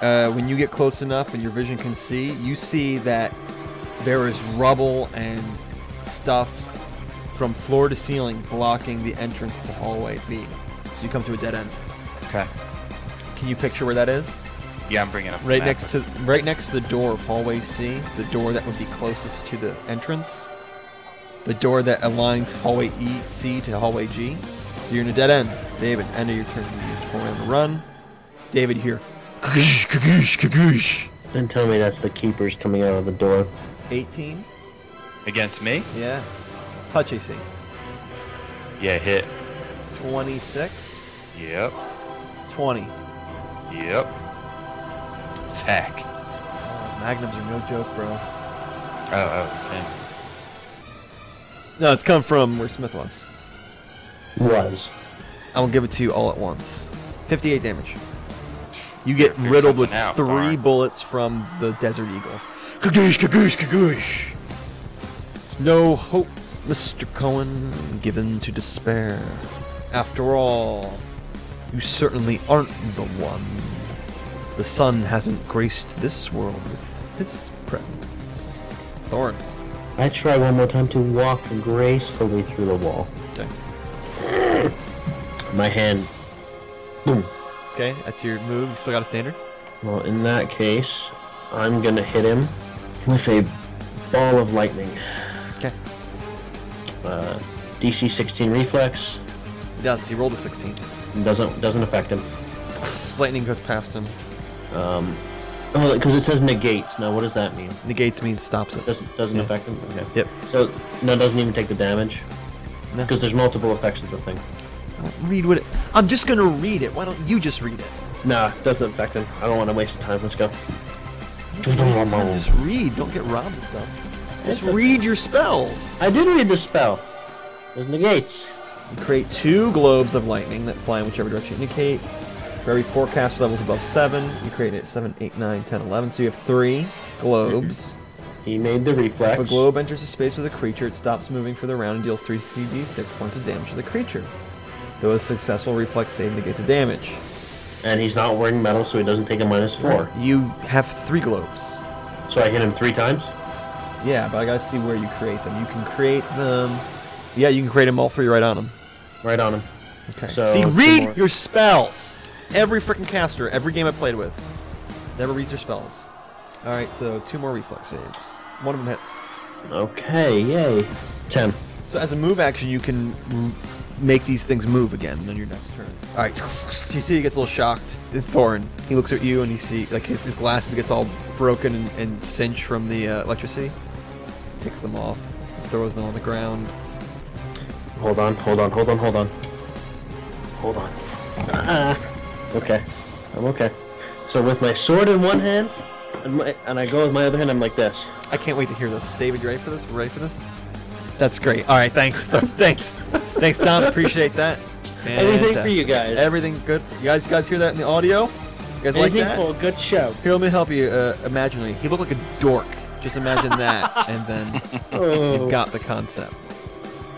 S1: uh, when you get close enough and your vision can see, you see that there is rubble and stuff from floor to ceiling blocking the entrance to hallway B. So you come to a dead end.
S2: Okay.
S1: Can you picture where that is?
S2: Yeah, I'm bringing up the
S1: Right
S2: map.
S1: next to right next to the door of hallway C, the door that would be closest to the entrance. The door that aligns hallway E C to hallway G. So you're in a dead end. David, end of your turn. You use four on the run. David here. Kagoosh, kagoosh, kagoosh.
S3: Then tell me that's the keepers coming out of the door.
S1: 18.
S2: Against me?
S1: Yeah. Touch AC.
S2: Yeah, hit.
S1: 26.
S2: Yep.
S1: 20.
S2: Yep. It's hack.
S1: Oh, magnums are no joke, bro.
S2: Oh, oh, it's him.
S1: No, it's come from where Smith was.
S3: Was.
S1: I will give it to you all at once. 58 damage. You get
S2: figure
S1: riddled with
S2: something out,
S1: three
S2: Barn.
S1: bullets from the Desert Eagle. Kagoosh, kagoosh, kagoosh. No hope, Mr. Cohen, given to despair. After all, you certainly aren't the one. The sun hasn't graced this world with his presence. Thorn.
S3: I try one more time to walk gracefully through the wall.
S1: Okay.
S3: My hand. Boom.
S1: Okay, that's your move. You still got a standard?
S3: Well, in that case, I'm gonna hit him with a ball of lightning.
S1: Okay.
S3: Uh, DC 16 reflex
S1: He does. He rolled a 16.
S3: doesn't doesn't affect him.
S1: Lightning goes past him.
S3: Um, oh, because it says negates. Now, what does that mean?
S1: Negates means stops it.
S3: Doesn't doesn't
S1: Yeah.
S3: affect him. Okay.
S1: Yep.
S3: So no, it doesn't even take the damage.
S1: No.
S3: Because there's multiple effects of the thing.
S1: Read what it. I'm just gonna read it. Why don't you just read it?
S3: Nah, doesn't affect him. I don't want to waste time. Let's go.
S1: Just read. Don't get robbed and stuff. Just read your spells.
S3: I did read the spell. There's negates.
S1: You create two globes of lightning that fly in whichever direction you indicate. For every forecast levels above seven, you create it seven, eight, nine, ten, eleven. So you have three globes.
S3: He made the reflex.
S1: If a globe enters a space with a creature, it stops moving for the round and deals 3 CD6 points of damage to the creature. Though a successful reflex save negates the damage.
S3: And he's not wearing metal, so he doesn't take a minus four.
S1: You have three globes.
S3: So I hit him three times.
S1: Yeah, but I gotta see where you create them. You can create them. Yeah, you can create them all three right on them.
S3: Right on him.
S1: Okay.
S3: So
S1: see,
S3: two more.
S1: read your spells. Every freaking caster, every game I played with, never reads their spells. All right, so two more reflex saves. One of them hits.
S3: Okay. Yay. Ten.
S1: So as a move action, you can m- make these things move again on your next turn. All right, so you see he gets a little shocked. And Thorin, he looks at you and he see like his, his glasses gets all broken and, and cinched from the uh, electricity. Takes them off, throws them on the ground.
S3: Hold on. Hold on. Hold on. Hold on. Hold on. Ah. Okay. I'm okay. So with my sword in one hand, and, my, and I go with my other hand. I'm like this.
S1: I can't wait to hear this. David, you ready for this? We're ready for this? That's great. All right, thanks. thanks. Thanks, Tom. Appreciate that.
S3: Anything for you
S1: Fantastic.
S3: guys.
S1: Everything good. You guys, you guys hear that in the audio? You guys like
S3: Anything
S1: that?
S3: for a good show.
S1: Here, let me help you uh, imaginally. He looked like a dork. Just imagine that, and then
S3: Oh.
S1: you've got the concept.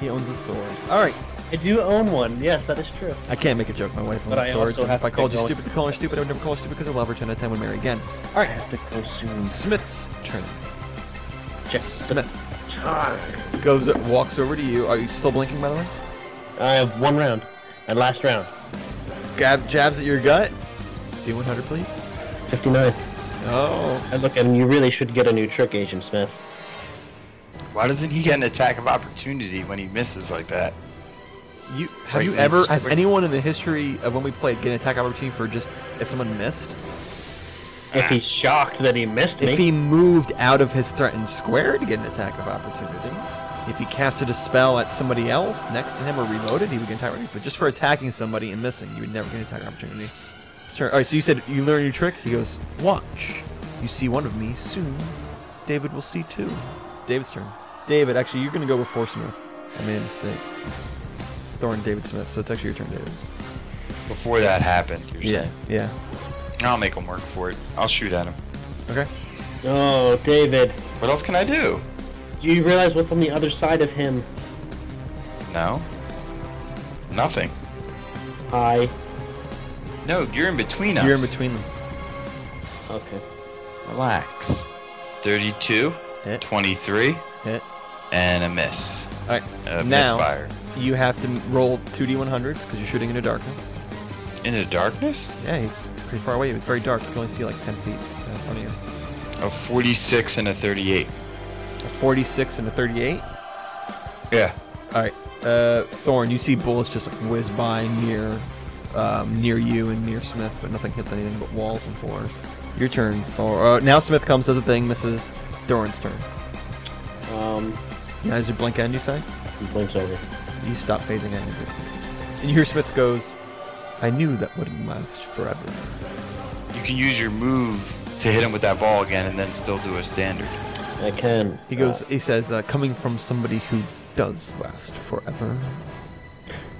S1: He owns a sword. All right.
S3: Oh. I do own one. Yes, that is true.
S1: I can't make a joke. My wife owns
S3: But I
S1: swords.
S3: also
S1: and
S3: have
S1: if I
S3: to
S1: called you
S3: go-
S1: stupid, to call her stupid. I would never call her stupid because I love her. Ten out of ten would marry again.
S3: All right. I have to go soon.
S1: Smith's turn.
S3: Check
S1: Smith goes, walks over to you. Are you still blinking, by the way?
S3: I have one round, and last round,
S1: Gab jabs at your gut. Do 100, please.
S3: 59.
S1: Oh,
S3: And look, and you really should get a new trick, Agent Smith.
S2: Why doesn't he get an attack of opportunity when he misses like that?
S1: you have
S2: Wait,
S1: you
S2: he's-
S1: ever? Has
S2: wait.
S1: anyone in the history of when we played get an attack opportunity for just if someone missed?
S3: If he's shocked that he missed me,
S1: Ah. If he moved out of his threatened square to get an attack of opportunity, if he casted a spell at somebody else next to him or reloaded, he would get an attack opportunity. But just for attacking somebody and missing, you would never get an attack opportunity. It's turn- All right, so you said you learn a new trick. He goes, "Watch, you see one of me soon. David will see two. David's turn. David, actually, you're gonna go before Smith. I made a mistake. It's Thorn David Smith, so it's actually your turn, David.
S2: Before that happened, you're saying.
S1: yeah.
S2: I'll make him work for it. I'll shoot at him.
S1: Okay.
S3: oh David,
S2: What else can I do?
S3: do you realize what's on the other side of him?
S2: No. Nothing.
S3: I.
S2: No, you're in between us.
S1: You're in between them.
S3: Okay.
S2: Relax. 32,
S1: Hit.
S2: 23,
S1: Hit.
S2: and a miss.
S1: All right.
S2: A
S1: now
S2: misfire.
S1: You have to roll 2d100s because you're shooting into darkness.
S2: Into darkness?
S1: Yeah, he's pretty far away. It was very dark. You can only see like 10 feet uh, in front of you.
S2: A 46 and a 38.
S1: A 46 and a 38?
S2: Yeah.
S1: All right. Uh, Thorn, you see bullets just like whiz by near um, near you and near Smith, but nothing hits anything but walls and floors. Your turn, Thorn. Uh, now Smith comes, does a thing, misses. Thorn's turn.
S3: Um,
S1: you guys are blink end, you say?
S3: He blinks over.
S1: You stop phasing out in distance. And you hear Smith goes, I knew that wouldn't last forever.
S2: You can use your move to hit him with that ball again and then still do a standard.
S3: I can.
S1: He goes, he says, uh, coming from somebody who does last forever.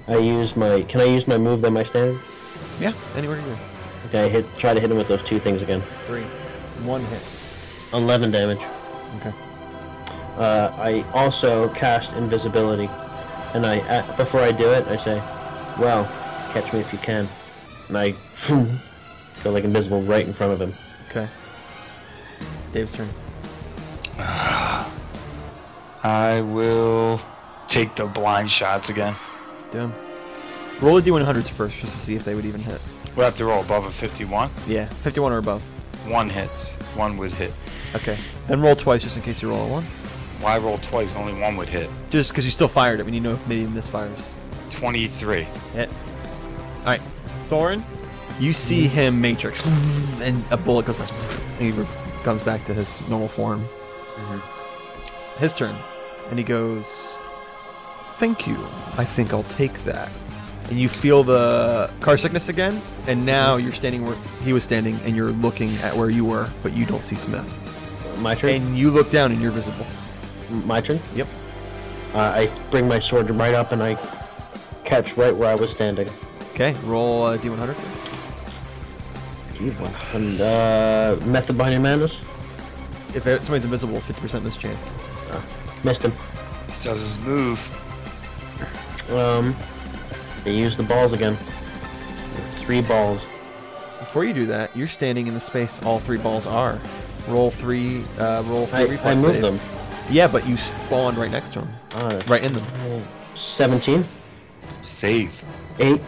S3: Uh, I use my. Can I use my move then my standard?
S1: Yeah, anywhere you go.
S3: Okay, I hit. Try to hit him with those two things again.
S1: Three. One hit.
S3: Eleven damage.
S1: Okay.
S3: Uh, I also cast invisibility, and I uh, before I do it, I say, "Well, catch me if you can," and I go like invisible right in front of him.
S1: Okay. Dave's turn.
S2: I will take the blind shots again.
S1: Damn. Roll the d100s first just to see if they would even hit.
S2: We'll have to roll above a 51.
S1: Yeah, 51 or above.
S2: One hits. One would hit.
S1: Okay. Then roll twice just in case you roll a 1.
S2: Why roll twice? Only one would hit.
S1: Just because you still fired it when you know if maybe misfires.
S2: 23.
S1: Hit. Alright. Thorn, you see him matrix, and a bullet goes past, and he comes back to his normal form. His turn. And he goes, Thank you. I think I'll take that. And you feel the car sickness again, and now you're standing where he was standing, and you're looking at where you were, but you don't see Smith.
S3: My turn?
S1: And you look down, and you're visible.
S3: M- My turn.
S1: Yep.
S3: Uh, I bring my sword right up and I catch right where I was standing.
S1: Okay, roll uh, d100.
S3: And uh, method behind your madness.
S1: If it- somebody's invisible, it's 50% miss chance.
S3: Missed him.
S2: He does his move.
S3: Um, they use the balls again. Three balls.
S1: Before you do that, you're standing in the space all three balls are. Roll three, uh, roll three
S3: I- I
S1: reflex
S3: moved
S1: saves.
S3: them.
S1: Yeah, but you spawned right next to him.
S3: Alright.
S1: Right in them.
S3: 17,
S2: Save.
S3: 8,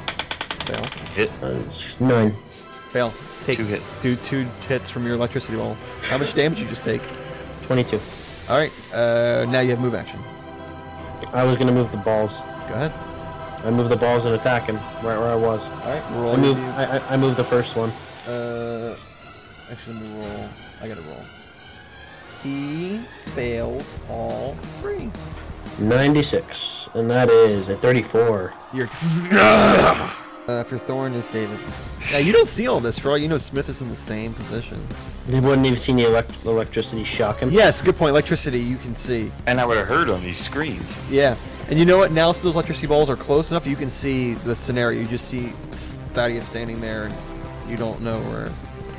S1: Fail.
S2: Hit.
S3: uh, 9.
S1: Fail. Take
S2: Two hits.
S1: Do two hits from your electricity balls. How much damage you just take?
S3: 22.
S1: All right. Uh, now you have move action.
S3: I was gonna move the balls.
S1: Go ahead.
S3: I move the balls and attack him right where I was.
S1: All right.
S3: I
S1: Roll.
S3: move.
S1: your-
S3: I, I, I move the first one.
S1: Uh, actually, let me roll. I gotta roll. He fails all three.
S3: 96, and that is a 34.
S1: You're. uh, if your thorn is David. Yeah, you don't see all this. For all you know, Smith is in the same position.
S3: They wouldn't even seen the elect- electricity shock him.
S1: Yes, good point. Electricity, you can see.
S2: And I would have heard him. He screamed.
S1: Yeah. And you know what? Now, since those electricity balls are close enough, you can see the scenario. You just see Thaddeus standing there, and you don't know where.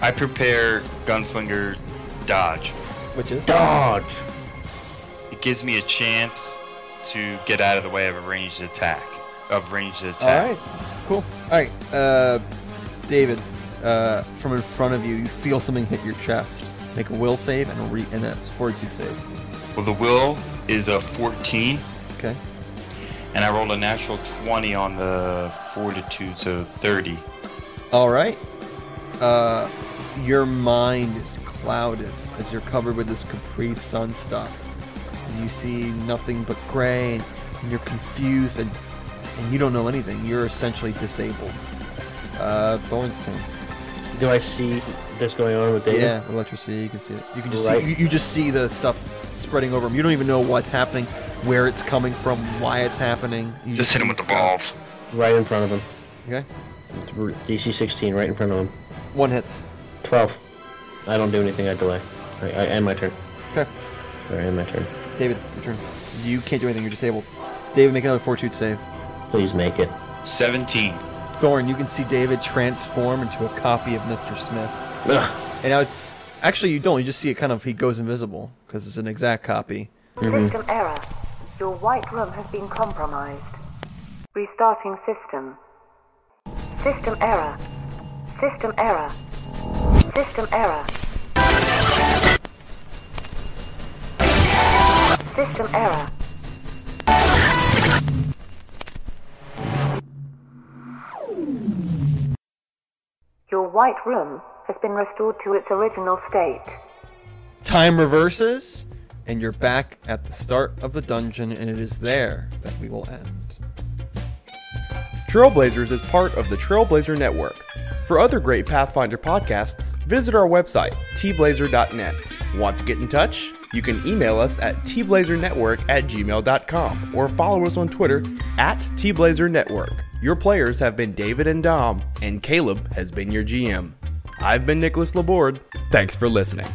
S2: I prepare Gunslinger Dodge.
S1: Which is?
S3: Dodge.
S2: It gives me a chance to get out of the way of a ranged attack. Of ranged
S1: All
S2: attack.
S1: right. Cool. All right. Uh, David, uh, from in front of you, you feel something hit your chest. Make a will save and a, re- and a fortitude save.
S2: Well, the will is a 14,
S1: Okay.
S2: and I rolled a natural 20 on the fortitude, so 30.
S1: All right. Uh, your mind is clouded as you're covered with this Capri Sun stuff. And you see nothing but gray, and, and you're confused, and and you don't know anything. You're essentially disabled. Uh, Thorn's turn.
S3: Do I see this going on with David?
S1: Yeah, electricity. You can see it. You can just
S3: Right.
S1: see. You, you just see the stuff spreading over him. You don't even know what's happening, where it's coming from, why it's happening. You
S2: Just hit him with the
S1: see stuff.
S2: balls.
S3: Right in front of him.
S1: Okay.
S3: DC 16, right in front of him.
S1: One hits.
S3: 12. I don't do anything, I delay. I, I end my turn.
S1: Okay.
S3: I end my turn.
S1: David, your turn. You can't do anything. You're disabled. David, make another fortitude save.
S3: Please make it.
S2: 17.
S1: Thorn, you can see David transform into a copy of Mr. Smith.
S3: Ugh.
S1: And now it's actually you don't. You just see it kind of he goes invisible because it's an exact copy.
S14: System error. Your white room has been compromised. Restarting system. System error. System error. System error. System error. White Room has been restored to its original state.
S1: Time reverses, and you're back at the start of the dungeon, and it is there that we will end.
S6: Trailblazers is part of the Trailblazer Network. For other great Pathfinder podcasts, visit our website, tblazer.net. Want to get in touch? You can email us at tblazernetwork at gmail.com or follow us on Twitter at tblazernetwork. Your players have been David and Dom, and Caleb has been your GM. I've been Nicholas Laborde. Thanks for listening.